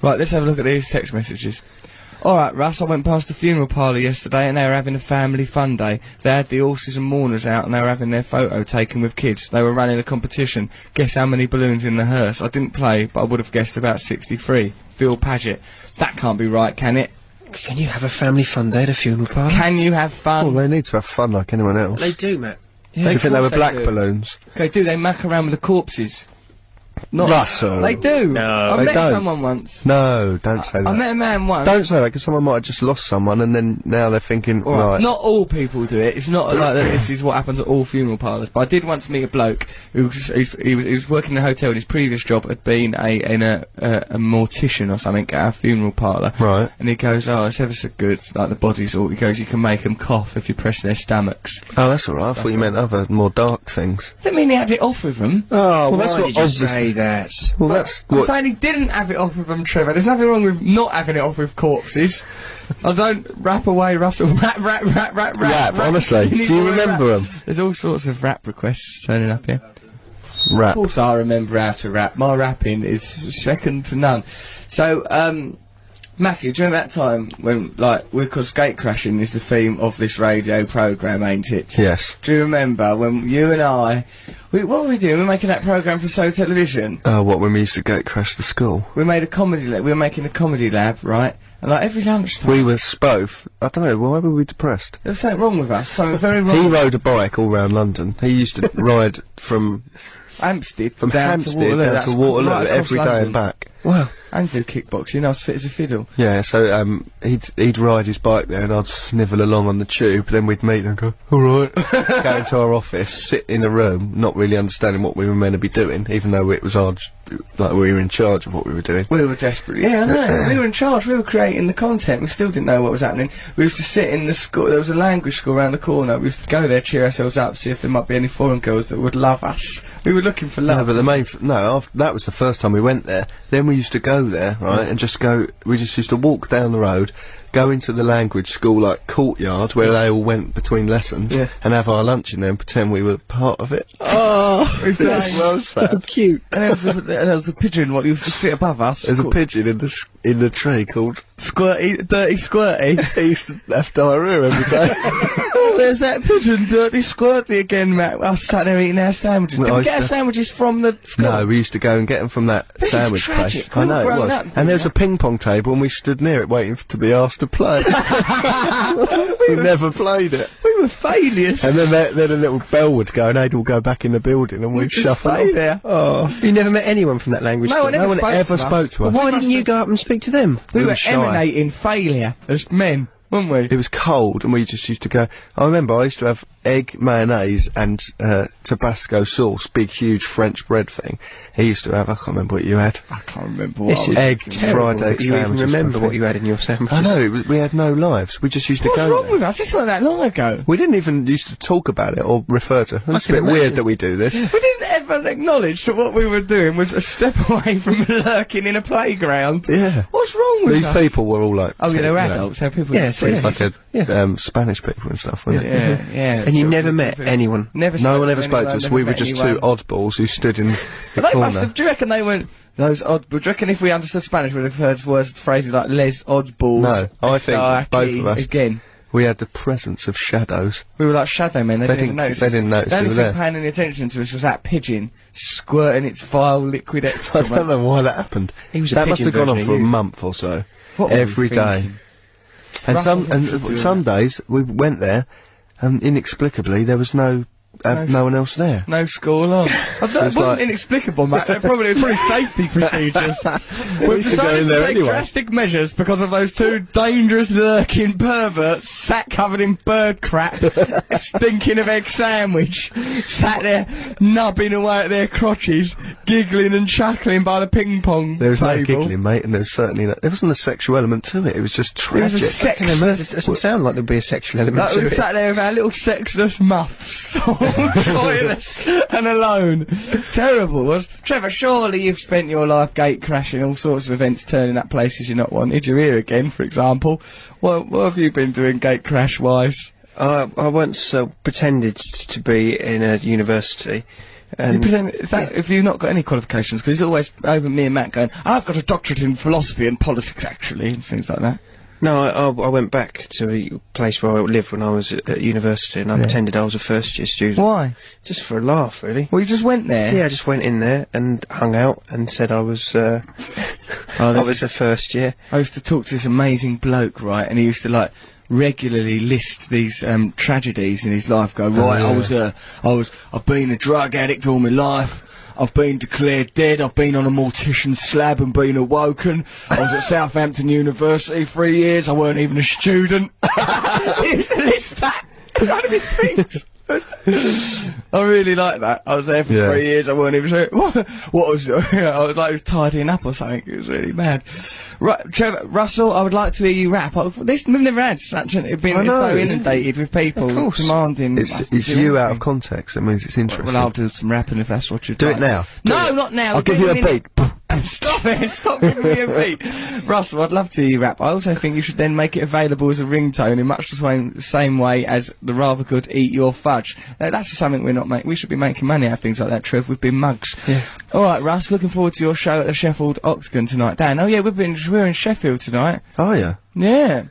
Speaker 1: Right, let's have a look at these text messages. All right, Russ. I went past the funeral parlour yesterday, and they were having a family fun day. They had the horses and mourners out, and they were having their photo taken with kids. They were running a competition. Guess how many balloons in the hearse? I didn't play, but I would have guessed about 63. Phil Paget. That can't be right, can it?
Speaker 3: Can you have a family fun day at a funeral party?
Speaker 1: Can you have fun?
Speaker 2: Well, Oh, they need to have fun like anyone else.
Speaker 3: They do, Matt.
Speaker 2: do you
Speaker 1: Of
Speaker 2: think they were
Speaker 1: course
Speaker 2: black
Speaker 1: do.
Speaker 2: balloons?
Speaker 1: They do. They muck around with the corpses. Not
Speaker 2: Russell.
Speaker 1: They do.
Speaker 3: No,
Speaker 1: I
Speaker 2: they
Speaker 1: met
Speaker 2: don't.
Speaker 1: someone once.
Speaker 2: No, don't say that.
Speaker 1: I met a man once.
Speaker 2: Don't say that because someone might have just lost someone and then now they're thinking,
Speaker 1: All right.
Speaker 2: right.
Speaker 1: Not all people do it. It's not like that this is what happens at all funeral parlours. But I did once meet a bloke who was, he was, he was, he was working in a hotel and his previous job had been a in a, a, a mortician or something at a funeral parlour.
Speaker 2: Right.
Speaker 1: And he goes, oh, it's ever so good. Like the bodies all. He goes, you can make them cough if you press their stomachs.
Speaker 2: Oh, that's alright. I thought you meant other more dark things.
Speaker 1: I didn't mean he had it off with them.
Speaker 2: Oh, well, that's
Speaker 3: Why
Speaker 2: what
Speaker 3: did you
Speaker 2: obviously-
Speaker 3: say that?
Speaker 2: Well, that's
Speaker 1: I'm
Speaker 2: what.
Speaker 1: saying he didn't have it off with them, Trevor. There's nothing wrong with not having it off with corpses. I don't rap away, Russell. Rap, rap, rap, rap, rap.
Speaker 2: Rap, honestly.
Speaker 1: Any
Speaker 2: Do you
Speaker 1: more
Speaker 2: remember
Speaker 1: rap?
Speaker 2: 'em?
Speaker 1: There's all sorts of rap requests turning up here. Of
Speaker 2: Rap.
Speaker 1: course, I remember how to rap. My rapping is second to none. So, um, Matthew, during that time when, like, because gate crashing is the theme of this radio program, ain't it?
Speaker 2: Yes.
Speaker 1: Do you remember when you and I, we, what were we doing? We were making that program for So Television.
Speaker 2: Oh, what when we used to gate crash the school?
Speaker 1: We made a comedy. Lab. We were making a comedy lab, right? And like every lunchtime,
Speaker 2: We were both. I don't know. Why were we depressed?
Speaker 1: there was something wrong with us. Something very wrong.
Speaker 2: He
Speaker 1: with
Speaker 2: rode a bike all round London. He used to ride from
Speaker 1: Hampstead
Speaker 2: from
Speaker 1: down to
Speaker 2: Hampstead
Speaker 1: Waterloo,
Speaker 2: down
Speaker 1: That's
Speaker 2: to Waterloo
Speaker 1: right across
Speaker 2: every day
Speaker 1: London.
Speaker 2: and back.
Speaker 3: Well,
Speaker 1: And did kickboxing. I was fit as a fiddle.
Speaker 2: Yeah, so um, he'd he'd ride his bike there, and I'd snivel along on the tube. Then we'd meet and go, all right, go into our office, sit in a room, not really understanding what we were meant to be doing, even though it was our j- like we were in charge of what we were doing.
Speaker 1: We were desperate. Yeah, I know. we were in charge. We were creating the content. We still didn't know what was happening. We used to sit in the school. There was a language school around the corner. We used to go there, cheer ourselves up, see if there might be any foreign girls that would love us. We were looking for
Speaker 2: No,
Speaker 1: love.
Speaker 2: but the main f- no, after, that was the first time we went there. Then we used to go there,
Speaker 1: Mm.
Speaker 2: right, and just go. We just used to walk down the road, go into the language school like courtyard where they all went between lessons,
Speaker 1: Yeah.
Speaker 2: and have our lunch in there and pretend we were part of it.
Speaker 1: oh, we played.
Speaker 2: well sad.
Speaker 1: cute. And there was a, there was a pigeon. What used to sit above us.
Speaker 2: There's a
Speaker 1: called-
Speaker 2: pigeon in the s- in the tree called
Speaker 1: Squirty, dirty squirty.
Speaker 2: He used to have diarrhea every day.
Speaker 1: Oh, there's that pigeon, dirty squirty again, Matt. I was sat there eating our sandwiches.
Speaker 2: Well,
Speaker 1: Did
Speaker 2: I
Speaker 1: we get our
Speaker 2: used to-
Speaker 1: sandwiches from the school?
Speaker 2: No, we used to go and get them from that
Speaker 1: This is
Speaker 2: sandwich
Speaker 1: tragic.
Speaker 2: place.
Speaker 1: We're
Speaker 2: I know
Speaker 1: all
Speaker 2: it
Speaker 1: grown
Speaker 2: was.
Speaker 1: up,
Speaker 2: and
Speaker 1: you
Speaker 2: there was
Speaker 1: know.
Speaker 2: a ping pong table, and we stood near it waiting to be asked to play. we never played it.
Speaker 1: We were failures.
Speaker 2: And then that, then a little bell would go, and they'd all go back in the building, and we'd shuffle.
Speaker 1: Stay
Speaker 2: off.
Speaker 1: there.
Speaker 4: Oh, you never met anyone from that language.
Speaker 1: No,
Speaker 4: school.
Speaker 1: I never
Speaker 2: No one
Speaker 1: spoke to
Speaker 2: ever
Speaker 1: us.
Speaker 2: spoke to
Speaker 4: Well,
Speaker 2: us.
Speaker 4: why didn't you go up and speak to them?
Speaker 1: We
Speaker 2: We
Speaker 1: were
Speaker 2: were shy.
Speaker 1: emanating failure as men, weren't we?
Speaker 2: It was cold, and we just used to go. I remember I used to have egg mayonnaise and uh, Tabasco sauce, big huge French bread thing. He used to have. I can't remember what you had.
Speaker 1: I can't remember what
Speaker 4: This
Speaker 1: I was
Speaker 4: is
Speaker 2: egg fried
Speaker 4: that
Speaker 2: egg
Speaker 4: you even
Speaker 2: sandwiches,
Speaker 4: remember
Speaker 2: I
Speaker 4: what
Speaker 2: think.
Speaker 4: you had in your sandwiches.
Speaker 2: I know it was, we had no lives. We just used to
Speaker 1: What's
Speaker 2: go.
Speaker 1: wrong
Speaker 2: there.
Speaker 1: with us? This wasn't that long ago.
Speaker 2: We didn't even used to talk about it or refer to. It's a
Speaker 4: can
Speaker 2: bit
Speaker 4: imagine.
Speaker 2: weird that we do this.
Speaker 1: We didn't ever acknowledge that what we were doing was a step away from lurking in a playground.
Speaker 2: Yeah.
Speaker 1: What's wrong with
Speaker 2: These
Speaker 1: us?
Speaker 2: people were all like.
Speaker 1: Oh, yeah,
Speaker 2: you
Speaker 1: they were
Speaker 2: know,
Speaker 1: adults. They were people.
Speaker 4: Yeah, so
Speaker 2: It's like a
Speaker 4: Yeah.
Speaker 2: um, Spanish people and stuff.
Speaker 1: yeah,
Speaker 2: Wasn't it?
Speaker 1: yeah, yeah.
Speaker 4: And you
Speaker 1: So
Speaker 4: never
Speaker 1: we-
Speaker 4: met
Speaker 1: we-
Speaker 4: anyone.
Speaker 1: Never.
Speaker 2: No one
Speaker 1: spoke
Speaker 2: ever spoke to
Speaker 1: anyone,
Speaker 2: us.
Speaker 1: never
Speaker 2: We were
Speaker 1: met
Speaker 2: just
Speaker 1: anyone.
Speaker 2: two oddballs who stood in the
Speaker 1: But they
Speaker 2: corner.
Speaker 1: must have. Do you reckon they went? Those odd. Do you reckon if we understood Spanish, we'd have heard words, phrases like "les oddballs"?
Speaker 2: No, I think
Speaker 1: "estar
Speaker 2: both
Speaker 1: aquí
Speaker 2: of us-
Speaker 1: Again,
Speaker 2: We had the presence of shadows.
Speaker 1: we were like shadow men. They,
Speaker 2: They
Speaker 1: didn't,
Speaker 2: didn't-
Speaker 1: notice.
Speaker 2: they
Speaker 1: us.
Speaker 2: didn't notice
Speaker 1: The only
Speaker 2: we were
Speaker 1: thing
Speaker 2: there.
Speaker 1: paying any attention to us was that pigeon squirting its vile liquid
Speaker 2: I don't
Speaker 1: excrement.
Speaker 2: know why that happened.
Speaker 4: He was a
Speaker 2: that must
Speaker 4: pigeon
Speaker 2: have gone
Speaker 4: version
Speaker 2: on
Speaker 4: of
Speaker 2: for a
Speaker 4: you.
Speaker 2: month or so.
Speaker 1: What were we
Speaker 2: every day.
Speaker 1: thinking?
Speaker 2: And
Speaker 1: Russell
Speaker 2: some and
Speaker 1: Henry
Speaker 2: uh,
Speaker 1: doing
Speaker 2: some days we went there, and inexplicably there was no uh,
Speaker 1: No
Speaker 2: no,
Speaker 1: s-
Speaker 2: one else there.
Speaker 1: No school on. I don't, it
Speaker 2: it's
Speaker 1: wasn't
Speaker 2: like-
Speaker 1: inexplicable, mate. They're probably, they're probably safety procedures. We've
Speaker 2: used to go
Speaker 1: decided
Speaker 2: in
Speaker 1: to
Speaker 2: there
Speaker 1: take
Speaker 2: anyway.
Speaker 1: drastic measures because of those two dangerous lurking perverts sat covered in bird crap, stinking of egg sandwich, sat there nubbing away at their crotches, giggling and chuckling by the ping pong
Speaker 2: There was
Speaker 1: table.
Speaker 2: no giggling, mate, and there was certainly no, there wasn't a sexual element to it. It was just
Speaker 1: It was
Speaker 2: tragic.
Speaker 1: a
Speaker 4: It
Speaker 1: sexless.
Speaker 4: doesn't sound like there'd be a sexual element
Speaker 1: Like
Speaker 4: to
Speaker 1: we
Speaker 4: it.
Speaker 1: sat there with our little sexless muffs, all joyless and alone. Terrible. Was Trevor? Surely you've spent your life gate crashing all sorts of events, turning up places you're not wanted. You're here again, for example. What, what have you been doing gate crash wise?
Speaker 4: I, I once uh, pretended to be in a university,
Speaker 1: You
Speaker 4: and
Speaker 1: pretend, is that, If you've not got any qualifications, because it's always over me and Matt going, I've got a doctorate in philosophy and politics actually, and things like that.
Speaker 4: no, I, I, I went back to a place where I lived when I was at, at university, and I pretended I was a first year student,
Speaker 1: Why?
Speaker 4: just for a laugh, really.
Speaker 1: Well, you just went there.
Speaker 4: Yeah, I just went in there and hung out and said I was uh,
Speaker 1: Oh,
Speaker 4: I
Speaker 1: that's-
Speaker 4: was a first year.
Speaker 1: I used to talk to this amazing bloke, right, and he used to like regularly list these um, tragedies in his life. Go right, I was a, I was, I've been a drug addict all my life. I've been declared dead. I've been on a mortician's slab and been awoken. I was at Southampton University three years. I weren't even a student. he used to list that as one of his things. I really like that. I was there for
Speaker 2: Yeah.
Speaker 1: three years. I weren't even sure what, what was. I was like, I was tidying up or something. It was really mad. Right, Trevor Russell, I would like to hear you rap. I, this we've never had such an. It's been
Speaker 2: I
Speaker 1: it's so
Speaker 2: know, isn't it?
Speaker 1: inundated with people
Speaker 4: course.
Speaker 1: demanding. us
Speaker 2: It's
Speaker 1: to
Speaker 2: it's
Speaker 1: do
Speaker 2: you out
Speaker 1: anything.
Speaker 2: of context. It means it's interesting.
Speaker 1: Well, I'll do some rapping if that's what you
Speaker 2: Do it now.
Speaker 1: No, not now.
Speaker 2: I'll
Speaker 1: We've
Speaker 2: give
Speaker 1: got
Speaker 2: you a
Speaker 1: minute.
Speaker 2: beat.
Speaker 1: Stop it! Stop giving me a beat, Russell. I'd love to hear you rap. I also think you should then make it available as a ringtone in much the same, same way as the rather good "Eat Your Fudge." Uh, that's something we're not making. We should be making money out of things like that, Trev. We've been mugs. All right, Russ. Looking forward to your show at the Sheffield Octagon tonight, Dan. Oh yeah, we've been we're in Sheffield tonight.
Speaker 2: Oh yeah.
Speaker 1: Yeah.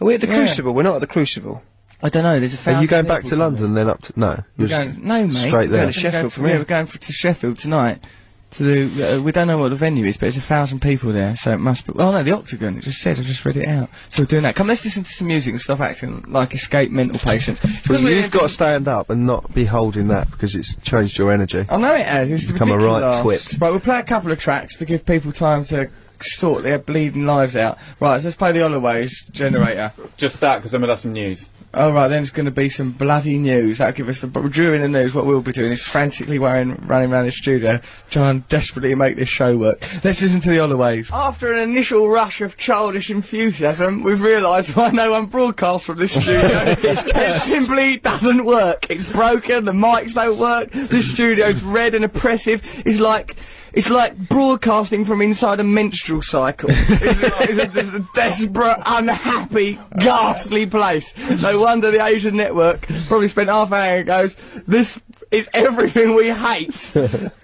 Speaker 4: Are we at the
Speaker 1: Yeah.
Speaker 4: Crucible? We're not at the Crucible.
Speaker 1: I don't know. There's a.
Speaker 2: Are
Speaker 1: Thousand
Speaker 2: you going back
Speaker 1: people
Speaker 2: to London then up to no?
Speaker 1: We're
Speaker 2: You're just-
Speaker 1: going, no, mate.
Speaker 2: straight
Speaker 1: We're
Speaker 2: there.
Speaker 1: going to Sheffield from here. We're going for, to Sheffield tonight. To the, uh, we don't know what the venue is, but there's a thousand people there, so it must be. Oh no, the Octagon. It just said. I just read it out. So we're doing that. Come, let's listen to some music and stop acting like escaped mental patients. It's 'cause
Speaker 2: Well,
Speaker 1: we're-
Speaker 2: you've got to stand up and not be holding that because it's changed your energy.
Speaker 1: I know it has. It's
Speaker 2: Become a
Speaker 1: ridiculous.
Speaker 2: right twit.
Speaker 1: Right, we'll play a couple of tracks to give people time to sort their bleeding lives out. Right, so let's play the Holloway's generator.
Speaker 6: Just that, because then we'll have some news.
Speaker 1: All right, then it's going to be some bloody news. That'll give us the. But during the news, what we'll be doing is frantically running, running around the studio, trying desperately to make this show work. Let's listen to the Holloways. After an initial rush of childish enthusiasm, we've realised why no one broadcasts from this studio. it simply doesn't work. It's broken. The mics don't work. This studio's red and oppressive. It's like It's like broadcasting from inside a menstrual cycle. it's, like- it's a, it's a desperate, unhappy, ghastly place. No wonder the Asian network probably spent half an hour and goes, this is everything we hate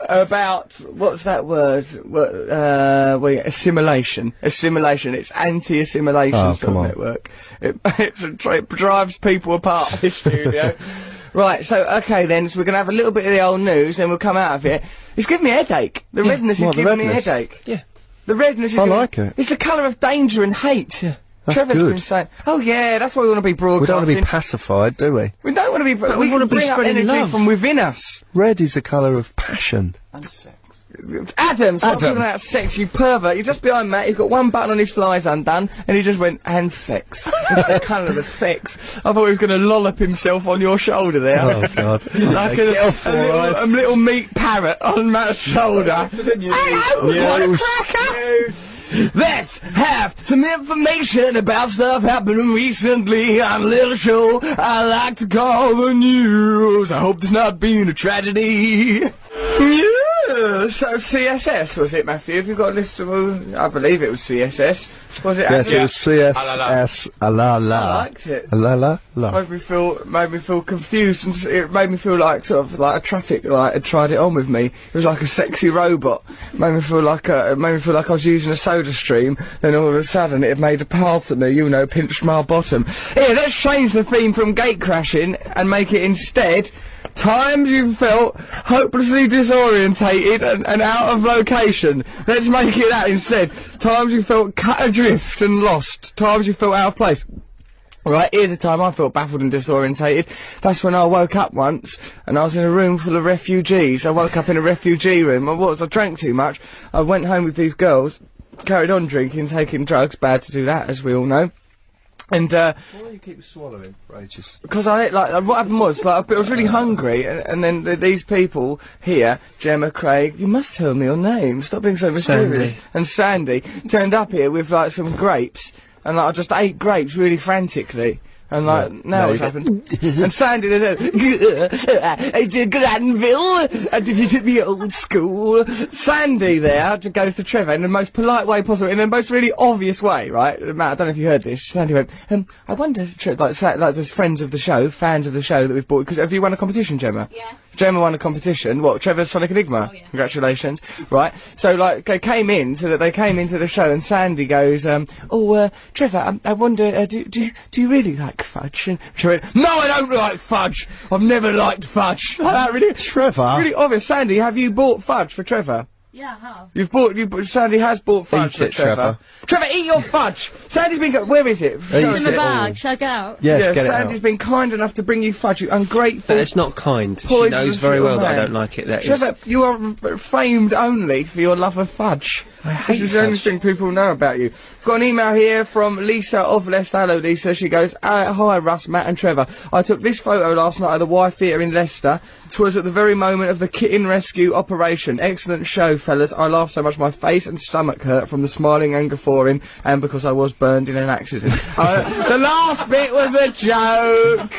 Speaker 1: about, what's that word? What, uh, we, assimilation. Assimilation. It's anti-assimilation
Speaker 2: Oh,
Speaker 1: sort
Speaker 2: come
Speaker 1: of
Speaker 2: on.
Speaker 1: network. It, it's a, dri- it drives people apart, this studio. Right, so okay then, so we're gonna have a little bit of the old news, then we'll come out of here. It's giving me a headache. The redness
Speaker 2: What,
Speaker 1: is
Speaker 2: the
Speaker 1: giving me a
Speaker 2: redness?
Speaker 1: headache.
Speaker 3: Yeah.
Speaker 1: The redness is
Speaker 2: I
Speaker 1: giving-
Speaker 2: like it.
Speaker 1: It's the colour of danger and hate.
Speaker 2: That's
Speaker 1: Trevor's
Speaker 2: good.
Speaker 1: been saying, "Oh yeah, that's why we want to be
Speaker 2: We
Speaker 1: broadcasting.
Speaker 2: don't want to be pacified, do we?
Speaker 1: we don't want to be. But
Speaker 3: we
Speaker 1: can
Speaker 3: wanna be
Speaker 1: bring up
Speaker 3: spreading
Speaker 1: energy
Speaker 3: love.
Speaker 1: from within us."
Speaker 2: Red is the colour of passion.
Speaker 1: Adam, stop
Speaker 2: Adam.
Speaker 1: talking about sex, you pervert. You're just behind Matt. You've got one button on his flies undone, and he just went, and sex. It's the colour of the sex. I thought he was going to lollop himself on your shoulder there.
Speaker 2: Oh, God.
Speaker 1: like a,
Speaker 2: Get off
Speaker 1: a
Speaker 2: for
Speaker 1: little,
Speaker 2: us.
Speaker 1: a little meat parrot on Matt's shoulder. Hello,
Speaker 2: Yeah,
Speaker 1: what
Speaker 2: it
Speaker 1: a
Speaker 2: was-
Speaker 1: cracker! Let's have some information about stuff happening recently on a little show I like to call the news. I hope there's not been a tragedy. Yeah, so CSS was it, Matthew? Have you got a list of? uh, I believe it was CSS. Was it?
Speaker 2: Yes,
Speaker 1: Andrew?
Speaker 2: it was CFS. A Ah, la
Speaker 1: I Oh,
Speaker 2: la.
Speaker 1: liked it
Speaker 2: A la la la.
Speaker 1: made me feel made me feel confused and s- it made me feel like sort of like a traffic light had tried it on with me. It was like a sexy robot. Made me feel like a, it made me feel like I was using a soda stream. Then all of a sudden it had made a path at me. You know, pinched my bottom. Here, let's change the theme from gate crashing and make it instead. Times you've felt hopelessly disorientated and, and out of location. Let's make it that instead. Times you felt cut adrift and lost. Times you felt out of place. Right, here's a time I felt baffled and disorientated. That's when I woke up once, and I was in a room full of refugees. I woke up in a refugee room. and What was I drank too much? I went home with these girls, carried on drinking, taking drugs. Bad to do that, as we all know. And uh,
Speaker 2: Why do you keep swallowing for ages?
Speaker 1: because I like like, what happened was like I was really hungry, and, and then th these people here, Gemma, Craig, you must tell me your name. Stop being so mysterious.
Speaker 3: Sandy.
Speaker 1: And Sandy turned up here with like some grapes, and like, I just ate grapes really frantically. And like now
Speaker 2: No,
Speaker 1: it's
Speaker 2: you-
Speaker 1: happened. and Sandy they said, "I did Granville, and did you took me old school?" Sandy there j- goes to Trevor in the most polite way possible, in the most really obvious way, right? Matt, I don't know if you heard this. Sandy went, um, "I wonder, Trev, like, Sa- like, there's friends of the show, fans of the show that we've bought. Because have you won a competition, Gemma?
Speaker 7: Yeah.
Speaker 1: Gemma won a competition. What? Trevor Sonic Enigma.
Speaker 7: Oh, yeah.
Speaker 1: Congratulations. Right. So like they came in, so that they came into the show, and Sandy goes, um, "Oh, uh, Trevor, um, I wonder, uh, do do you- do you really like fudge?" And Trevor, went, "No, I don't like fudge. I've never liked fudge." Like that really.
Speaker 2: Trevor.
Speaker 1: Really obvious, Sandy. Have you bought fudge for Trevor?
Speaker 7: Yeah, I have.
Speaker 1: You've bought. You have Sandy has bought fudge
Speaker 2: Eat
Speaker 1: for
Speaker 2: it,
Speaker 1: Trevor. Trevor, eat your fudge. Sandy's been. Go- Where is it? Show
Speaker 2: Eat
Speaker 1: us
Speaker 7: In the
Speaker 2: it.
Speaker 7: bag, shall I go out?
Speaker 2: Yes,
Speaker 1: yeah,
Speaker 2: get it
Speaker 1: Sandy's
Speaker 2: out.
Speaker 1: been kind enough to bring you fudge. You ungrateful.
Speaker 3: That's not kind. She
Speaker 1: Poisonous
Speaker 3: knows very
Speaker 1: little
Speaker 3: well that I
Speaker 1: man.
Speaker 3: don't like it. That is.
Speaker 1: Trevor, you are r- famed only for your love of fudge. this is the only thing people know about you. Got an email here from Lisa of Leicester. Hello, Lisa. She goes, uh, Hi, Russ, Matt, and Trevor. I took this photo last night at the Y Theatre in Leicester. 'Twas at the very moment of the kitten rescue operation. Excellent show, fellas. I laughed so much my face and stomach hurt from the smiling Angophorin and because I was burned in an accident. Uh, the last bit was a joke.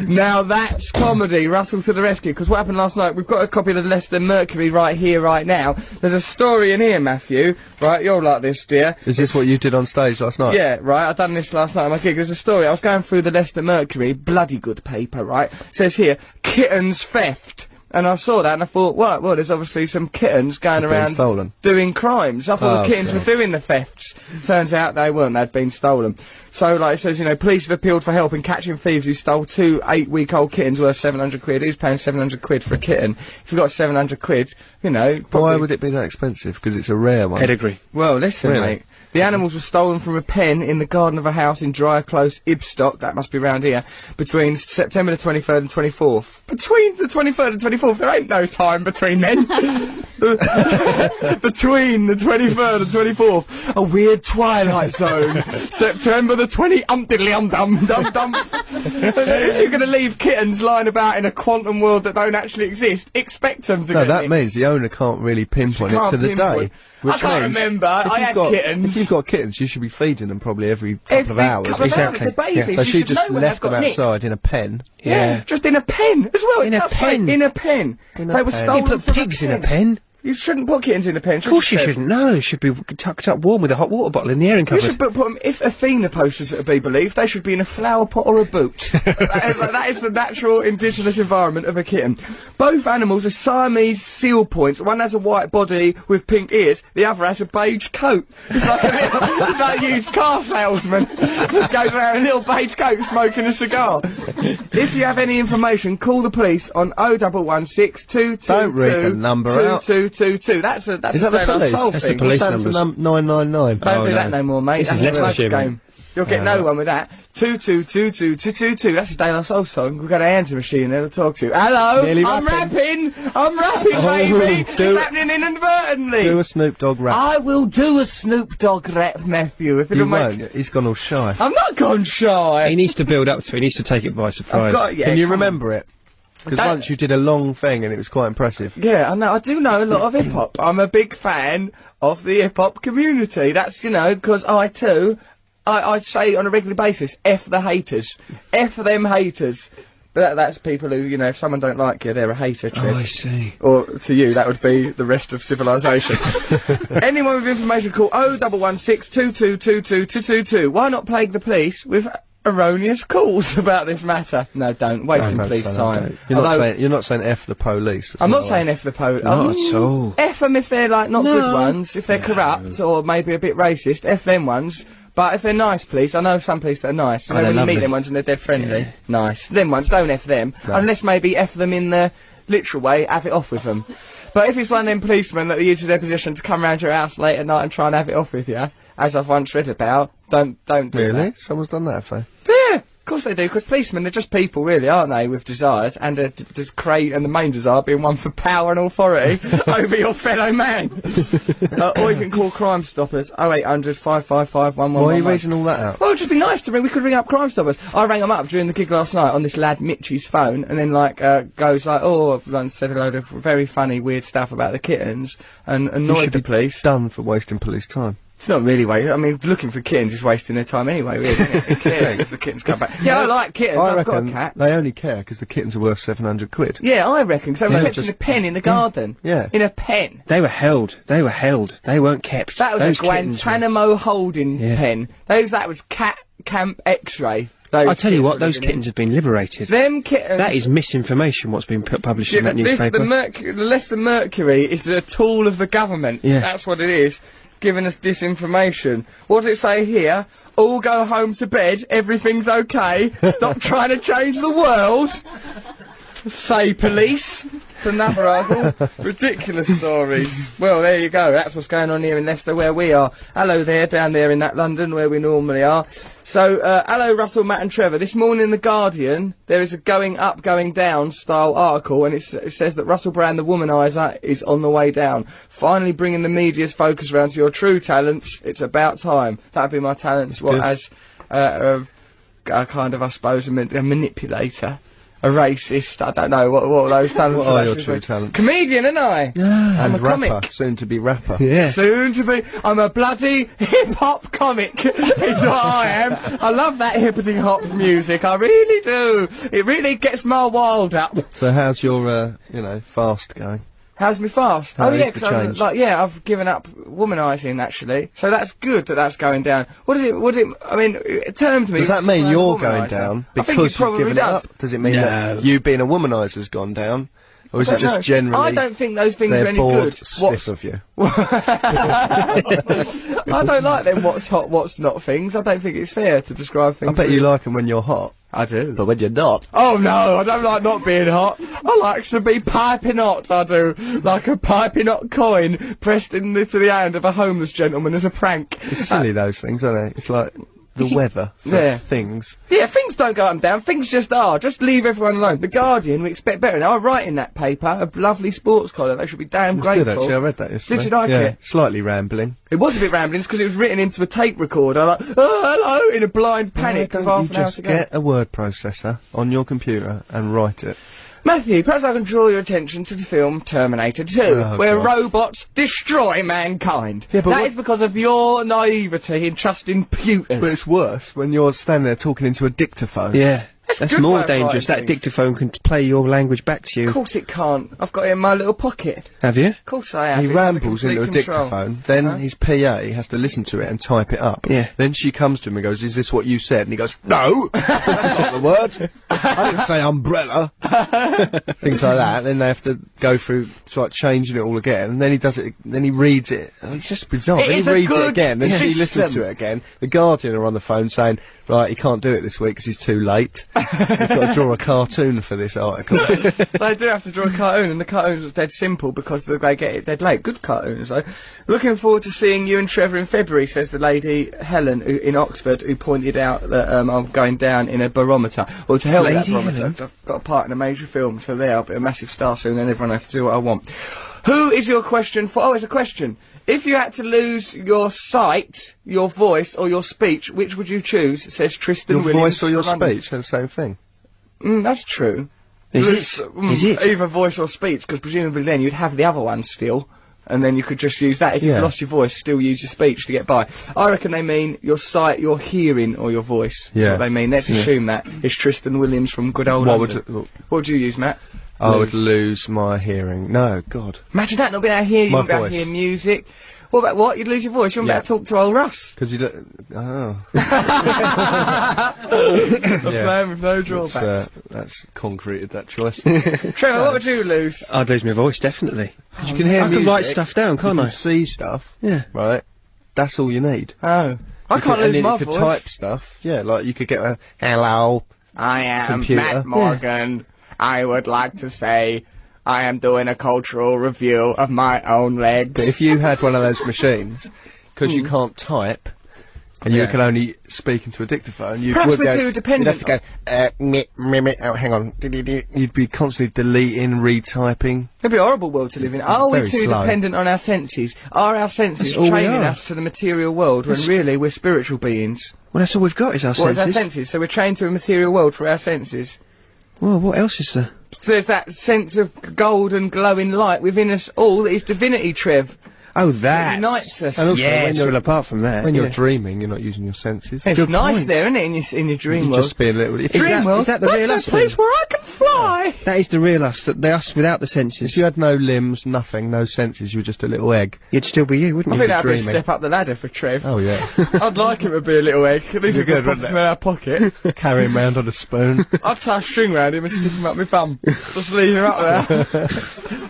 Speaker 1: Now that's comedy. Russell to the rescue. Because what happened last night? We've got a copy of the Leicester Mercury right here, right now. There's a story in here, Matthew. Right, you're like this, dear.
Speaker 2: Is this what you did on stage last night?
Speaker 1: Yeah, right. I done this last night at my gig. There's a story. I was going through the Leicester Mercury, bloody good paper, right? It says here, kittens theft. And I saw that and I thought, right, well, there's obviously some kittens going
Speaker 2: Being
Speaker 1: around
Speaker 2: stolen.
Speaker 1: doing crimes. I thought
Speaker 2: Oh,
Speaker 1: the kittens
Speaker 2: God.
Speaker 1: were doing the thefts. Turns out they weren't. They'd been stolen. So, like it says, you know, police have appealed for help in catching thieves who stole two eight-week-old kittens worth 700 quid. Who's paying 700 quid for a kitten? If you've got 700 quid, you know,
Speaker 2: Why
Speaker 1: probably-
Speaker 2: would it be that expensive? Because it's a rare one.
Speaker 3: Pedigree.
Speaker 1: well, listen,
Speaker 2: Really?
Speaker 1: mate. The animals were stolen from a pen in the garden of a house in Dry Close, Ibstock, that must be round here, between September the 23rd and 24th. Between the 23rd and 24th? There ain't no time between then. between the 23rd and 24th. A weird twilight zone. September the 20 um diddly um dum dum dum. You're going to leave kittens lying about in a quantum world that don't actually exist. Expect them to
Speaker 2: No,
Speaker 1: get
Speaker 2: that
Speaker 1: nicked.
Speaker 2: means the owner can't really pinpoint
Speaker 1: She
Speaker 2: it to
Speaker 1: can't
Speaker 2: the
Speaker 1: pinpoint.
Speaker 2: day. which
Speaker 1: I can't
Speaker 2: means
Speaker 1: remember.
Speaker 2: if
Speaker 1: I
Speaker 2: you've
Speaker 1: had
Speaker 2: got-
Speaker 1: kittens.
Speaker 2: If you've got kittens, you should be feeding them probably every couple
Speaker 1: Every
Speaker 2: of hours.
Speaker 1: couple of
Speaker 3: Exactly.
Speaker 1: hours, they're babies.
Speaker 2: So
Speaker 1: You
Speaker 2: she
Speaker 1: should
Speaker 2: just
Speaker 1: know when
Speaker 2: left
Speaker 1: they've
Speaker 2: them
Speaker 1: got nicked.
Speaker 2: outside in a pen.
Speaker 1: Yeah.
Speaker 3: Yeah.
Speaker 1: just in a pen as well.
Speaker 3: In a
Speaker 1: That's right,
Speaker 3: pen.
Speaker 1: in a pen. they were
Speaker 2: pen.
Speaker 1: stolen
Speaker 3: Put
Speaker 1: from
Speaker 3: pigs in a pen.
Speaker 1: You shouldn't put kittens in a pen.
Speaker 4: Of course you shouldn't. No, they should be tucked up warm with a hot water bottle in the airing
Speaker 1: You
Speaker 4: cupboard.
Speaker 1: should put, put 'em- if Athena posters are to be believed, they should be in a flower pot or a boot. that, is, that is the natural indigenous environment of a kitten. Both animals are Siamese seal points. One has a white body with pink ears, the other has a beige coat. It's like a, little, it's like a used car salesman. Just goes around in a little beige coat smoking a cigar. if you have any information, call the police on 0116
Speaker 2: Don't read the number out.
Speaker 1: 2222. That's a, that's
Speaker 2: Is
Speaker 1: a
Speaker 2: that the
Speaker 1: Stellar
Speaker 2: police?
Speaker 1: Soul
Speaker 4: That's the
Speaker 1: thing.
Speaker 4: police
Speaker 2: What's that for
Speaker 4: numbers.
Speaker 2: num- 999?
Speaker 1: Don't do that no more, mate.
Speaker 4: This
Speaker 1: That's
Speaker 4: is
Speaker 1: a
Speaker 4: Leicestershire,
Speaker 1: rubbish game. You'll get
Speaker 2: Uh,
Speaker 1: no one with that. Two two two two two two two. That's a De La Soul song. We've got an answer machine there to talk to. Hello,
Speaker 2: Nearly
Speaker 1: I'm rapping. I'm rapping,
Speaker 2: Oh,
Speaker 1: baby.
Speaker 2: do-
Speaker 1: it's happening inadvertently.
Speaker 2: Do a Snoop Dogg rap.
Speaker 1: I will do a Snoop Dogg rap, Matthew. If it'll
Speaker 2: you
Speaker 1: make.
Speaker 2: won't. He's gone all shy.
Speaker 1: I'm not gone
Speaker 4: He
Speaker 1: shy.
Speaker 4: needs to build up to it. He needs to take it by surprise.
Speaker 1: got- yeah,
Speaker 2: Can you
Speaker 1: come
Speaker 2: remember it? Because
Speaker 1: Don't-
Speaker 2: once you did a long thing and it was quite impressive.
Speaker 1: Yeah, I know. I do know a lot of hip hop. I'm a big fan of the hip hop community. That's you know because I too, I, I say on a regular basis, f the haters, f them haters. But that, that's people who you know if someone don't like you, they're a hater. Trev.
Speaker 2: Oh,
Speaker 4: see.
Speaker 1: Or to you, that would be the rest of civilization. Anyone with information, call 0116 2222222. Why not plague the police with erroneous calls about this matter? No, don't. Wasting
Speaker 2: Don't
Speaker 1: police
Speaker 2: say that,
Speaker 1: time.
Speaker 2: don't. You're, not
Speaker 1: Although-
Speaker 2: saying, you're not saying F the police.
Speaker 1: I'm not saying F the po. um,
Speaker 4: Not at all.
Speaker 1: F them if they're like not good ones, if they're corrupt or maybe a bit racist. F them ones. But if they're nice police, I know some police that are nice. You know,
Speaker 4: they're
Speaker 1: when you meet
Speaker 4: lovely.
Speaker 1: them ones and they're dead friendly. Nice. Them ones, don't F them. Unless maybe F them in the literal way, have it off with them. But if it's one of them policemen that uses their position to come round your house late at night and try and have it off with you, as I've once read about, don't, don't do that.
Speaker 2: Really? Someone's done that, have they?
Speaker 1: Yeah, of course they do, because policemen are just people, really, aren't they, with desires, and a d- does create, and the main desire being one for power and authority over your fellow man. uh, or you can call Crime Stoppers 0800 555
Speaker 2: Why are you reading all that out?
Speaker 1: well, it'd just be nice to ring. We could ring up Crime Stoppers. I rang them up during the gig last night on this lad Mitchy's phone, and then like uh, goes like, "Oh, I've done- said a load of very funny, weird stuff about the kittens and annoyed the police."
Speaker 2: Done for wasting police time.
Speaker 1: It's not really wasting. I mean, looking for kittens is wasting their time anyway. Really, isn't it? Who cares if the kittens come back? Yeah, I like kittens.
Speaker 2: I
Speaker 1: I've got
Speaker 2: reckon
Speaker 1: a cat.
Speaker 2: they only care because the kittens are worth 700 quid.
Speaker 1: Yeah, I reckon. So
Speaker 2: Yeah,
Speaker 1: I kept
Speaker 2: just-
Speaker 1: in a pen in the garden.
Speaker 2: Yeah.
Speaker 1: In a pen.
Speaker 4: They were held. They were held. They weren't kept.
Speaker 1: That was
Speaker 4: Those
Speaker 1: a
Speaker 4: kittens were-
Speaker 1: Guantanamo holding
Speaker 4: Yeah.
Speaker 1: pen. Those that was cat camp X-ray.
Speaker 4: I tell you what,
Speaker 1: were
Speaker 4: those
Speaker 1: living in.
Speaker 4: kittens have been liberated.
Speaker 1: Them kittens.
Speaker 4: That is misinformation. What's been pu- published
Speaker 1: Yeah,
Speaker 4: in that
Speaker 1: but this,
Speaker 4: newspaper?
Speaker 1: the, merc- the less the mercury is the tool of the government.
Speaker 4: Yeah.
Speaker 1: That's what it is, giving us disinformation. What does it say here? All go home to bed, everything's okay, stop trying to change the world. Say police. It's another article. Ridiculous stories. Well, there you go. That's what's going on here in Leicester, where we are. Hello there, down there in that London, where we normally are. So, uh, hello Russell, Matt and Trevor. This morning in The Guardian, there is a going up, going down style article and it's, it says that Russell Brand, the womaniser, is on the way down. Finally bringing the media's focus round to your true talents. It's about time. That'd be my talents, what,
Speaker 2: good.
Speaker 1: as, uh, uh, a kind of, I suppose, a, ma- a manipulator. A racist, I don't know, what, what are those talents
Speaker 2: What are
Speaker 1: that
Speaker 2: your
Speaker 1: should
Speaker 2: true
Speaker 1: be?
Speaker 2: talents?
Speaker 1: Comedian, ain't I?
Speaker 2: and
Speaker 1: a
Speaker 2: rapper,
Speaker 1: comic.
Speaker 2: soon to be rapper.
Speaker 4: yeah.
Speaker 1: Soon to be, I'm a bloody hip hop comic. is what I am. I love that hippity hop music. I really do. It really gets my wild up.
Speaker 2: So how's your, uh, you know, fast going?
Speaker 1: How's me fast?
Speaker 2: How
Speaker 1: oh
Speaker 2: is
Speaker 1: yeah,
Speaker 2: the
Speaker 1: 'cause I'm
Speaker 2: change?
Speaker 1: like yeah, I've given up womanising actually. So that's good that that's going down. What does it? What does it? I mean, it termed me.
Speaker 2: Does that
Speaker 1: as
Speaker 2: mean
Speaker 1: a
Speaker 2: you're
Speaker 1: womaniser.
Speaker 2: going down
Speaker 1: I
Speaker 2: because
Speaker 1: think it
Speaker 2: you've
Speaker 1: probably
Speaker 2: given
Speaker 1: does.
Speaker 2: it up? Does it mean that you being a womaniser's gone down? Or is
Speaker 1: I
Speaker 2: it
Speaker 1: don't
Speaker 2: just
Speaker 1: know.
Speaker 2: generally
Speaker 1: I don't think those things
Speaker 2: they're
Speaker 1: are any
Speaker 2: bored
Speaker 1: good.
Speaker 2: stiff
Speaker 1: What's
Speaker 2: of you?
Speaker 1: I don't like them what's hot, what's not things. I don't think it's fair to describe things.
Speaker 2: I bet you like 'em when you're hot,
Speaker 1: I do.
Speaker 2: but when you're not,
Speaker 1: Oh no, I don't like not being hot. I like to be piping hot. I do like a piping hot coin pressed into the hand of a homeless gentleman as a prank. Uh,
Speaker 2: it's silly those things, aren't they? It's like the weather for
Speaker 1: Yeah.
Speaker 2: things.
Speaker 1: Yeah, things don't go up and down. Things just are. Just leave everyone alone. The Guardian, we expect better. Now, I write in that paper a lovely sports column. They should be damn
Speaker 2: It's
Speaker 1: grateful.
Speaker 2: good actually. I read that yesterday.
Speaker 1: you like
Speaker 2: yeah,
Speaker 1: it?
Speaker 2: Slightly rambling.
Speaker 1: It was a bit rambling because it was written into a tape recorder. Like, oh, hello, in a blind panic
Speaker 2: Why
Speaker 1: of
Speaker 2: don't
Speaker 1: half
Speaker 2: you
Speaker 1: an hour
Speaker 2: just
Speaker 1: to go.
Speaker 2: get a word processor on your computer and write it?
Speaker 1: Matthew, perhaps I can draw your attention to the film Terminator 2,
Speaker 2: Oh,
Speaker 1: where
Speaker 2: God.
Speaker 1: robots destroy mankind. That
Speaker 2: Yeah,
Speaker 1: is
Speaker 2: but what-
Speaker 1: because of your naivety in trusting
Speaker 2: But
Speaker 1: computers.
Speaker 2: it's worse when you're standing there talking into a dictaphone.
Speaker 4: Yeah. That's
Speaker 1: good way
Speaker 4: more
Speaker 1: of writing
Speaker 4: dangerous. That
Speaker 1: things.
Speaker 4: dictaphone can play your language back to
Speaker 1: Of
Speaker 4: you.
Speaker 1: course it can't. I've got it in my little pocket.
Speaker 4: Have you?
Speaker 1: Of course I have.
Speaker 2: He
Speaker 1: It's under
Speaker 2: rambles into a
Speaker 1: complete control.
Speaker 2: dictaphone. Then
Speaker 1: Uh-huh.
Speaker 2: his PA has to listen to it and type it up.
Speaker 4: Yeah.
Speaker 2: Then she comes to him and goes, "Is this what you said?" And he goes, "No, that's not the word. I didn't say umbrella." Things like that. Then they have to go through like changing it all again. And then he does it. Then he reads it. And It's just bizarre.
Speaker 1: It
Speaker 2: then
Speaker 1: is
Speaker 2: he
Speaker 1: a
Speaker 2: reads it
Speaker 1: good
Speaker 2: again. Then she
Speaker 1: system.
Speaker 2: listens to it again. The Guardian are on the phone saying, "Right, he can't do it this week because he's too late. We've got to draw a cartoon for this article."
Speaker 1: they do have to draw a cartoon, and the cartoons are dead simple because they get it dead late. Good cartoons. though. looking forward to seeing you and Trevor in February, says the lady Helen who, in Oxford, who pointed out that um, I'm going down in a barometer. Well, to hell with that
Speaker 4: Lady
Speaker 1: barometer.
Speaker 4: Helen?
Speaker 1: 'cause I've got a part in a major film, so there I'll be a massive star soon, and everyone will have to do what I want. Who is your question for? Oh, it's a question. If you had to lose your sight, your voice, or your speech, which would you choose? Says Tristan.
Speaker 2: your
Speaker 1: Williams
Speaker 2: voice or your
Speaker 1: from London.
Speaker 2: speech are the same thing.
Speaker 1: Mm, that's true.
Speaker 4: Is it?
Speaker 2: um,
Speaker 1: Mm,
Speaker 4: Is it?
Speaker 1: Either voice or speech, because presumably then you'd have the other one still, and then you could just use that. If
Speaker 2: Yeah.
Speaker 1: you've lost your voice, still use your speech to get by. I reckon they mean your sight, your hearing, or your voice. That's
Speaker 2: Yeah.
Speaker 1: what they mean. Let's assume that. It's Tristan Williams from good old
Speaker 2: What
Speaker 1: London.
Speaker 2: would look,
Speaker 1: What would you use, Matt?
Speaker 2: I
Speaker 4: Oh,
Speaker 2: would lose my hearing. No, God,
Speaker 1: Imagine that, not being able to hear you,
Speaker 2: My
Speaker 1: not being able to
Speaker 2: voice.
Speaker 1: hear music. What about what? You'd lose your voice, you wouldn't
Speaker 2: Yeah.
Speaker 1: be able to talk to old Russ.
Speaker 2: because you don't. Oh,
Speaker 1: A
Speaker 2: Yeah.
Speaker 1: plan with no
Speaker 2: that's,
Speaker 1: drawbacks.
Speaker 2: uh, that's concreted that choice.
Speaker 1: Trevor, what would you lose?
Speaker 4: I'd lose my voice definitely.
Speaker 2: you can hear
Speaker 4: I can
Speaker 2: music,
Speaker 4: write stuff down,
Speaker 2: you
Speaker 4: can't
Speaker 2: can
Speaker 4: I?
Speaker 2: see stuff,
Speaker 4: Yeah.
Speaker 2: right? That's all you need.
Speaker 1: Oh. I
Speaker 2: You
Speaker 1: can't
Speaker 2: could- and
Speaker 1: lose
Speaker 2: then
Speaker 1: my
Speaker 2: you could
Speaker 1: voice.
Speaker 2: type stuff. Yeah, like you could get a hello.
Speaker 1: I am
Speaker 2: Computer. Yeah.
Speaker 1: Matt Morgan. I would like to say I am doing a cultural review of my own legs.
Speaker 2: But if you had one of those machines, because you can't type. And you
Speaker 1: Yeah.
Speaker 2: can only speak into a dictaphone. You
Speaker 1: Perhaps
Speaker 2: would
Speaker 1: we're
Speaker 2: go-
Speaker 1: too
Speaker 2: You'd have
Speaker 1: dependent
Speaker 2: to go, uh, meh, meh, meh, oh, hang on. You'd be constantly deleting, retyping.
Speaker 1: It'd be a horrible world to live in. Are we
Speaker 2: Very
Speaker 1: too
Speaker 2: slow.
Speaker 1: dependent on our senses? Are our senses
Speaker 4: all we
Speaker 1: training
Speaker 4: are.
Speaker 1: us to the material world when really we're spiritual beings?
Speaker 4: Well, that's all we've got is our
Speaker 1: What is our
Speaker 4: senses.
Speaker 1: senses? So we're trained to a material world through our senses.
Speaker 4: well, what else is there?
Speaker 1: So there's that sense of golden glowing light within us all that is divinity, Trev.
Speaker 4: Oh, that.
Speaker 1: unites us.
Speaker 2: And also when
Speaker 4: Yes.
Speaker 2: you're-
Speaker 4: Well, apart from that,
Speaker 2: When
Speaker 4: yeah.
Speaker 2: you're dreaming, you're not using your senses.
Speaker 1: It's
Speaker 4: Good
Speaker 1: nice
Speaker 4: point.
Speaker 1: there, isn't it, in your, s- in your dream
Speaker 2: You
Speaker 1: world?
Speaker 2: just be a little. If,
Speaker 4: Dream
Speaker 2: you had,
Speaker 4: world? Is that the
Speaker 1: That's
Speaker 4: real
Speaker 1: a
Speaker 4: us then?
Speaker 1: place where I can fly!
Speaker 4: that is the real us. That the us without the senses.
Speaker 2: if you had no limbs, nothing, no senses, you were just a little egg.
Speaker 4: You'd still be you, wouldn't
Speaker 1: I
Speaker 4: you?
Speaker 1: think that'd be a
Speaker 2: dreaming.
Speaker 1: step up the ladder for Trev.
Speaker 2: Oh yeah,
Speaker 1: I'd like him to be a little egg. At least we could pop him in our pocket.
Speaker 2: carry him round on a spoon.
Speaker 1: I'd tie a string round him and stick him up my bum. Just leave him up there.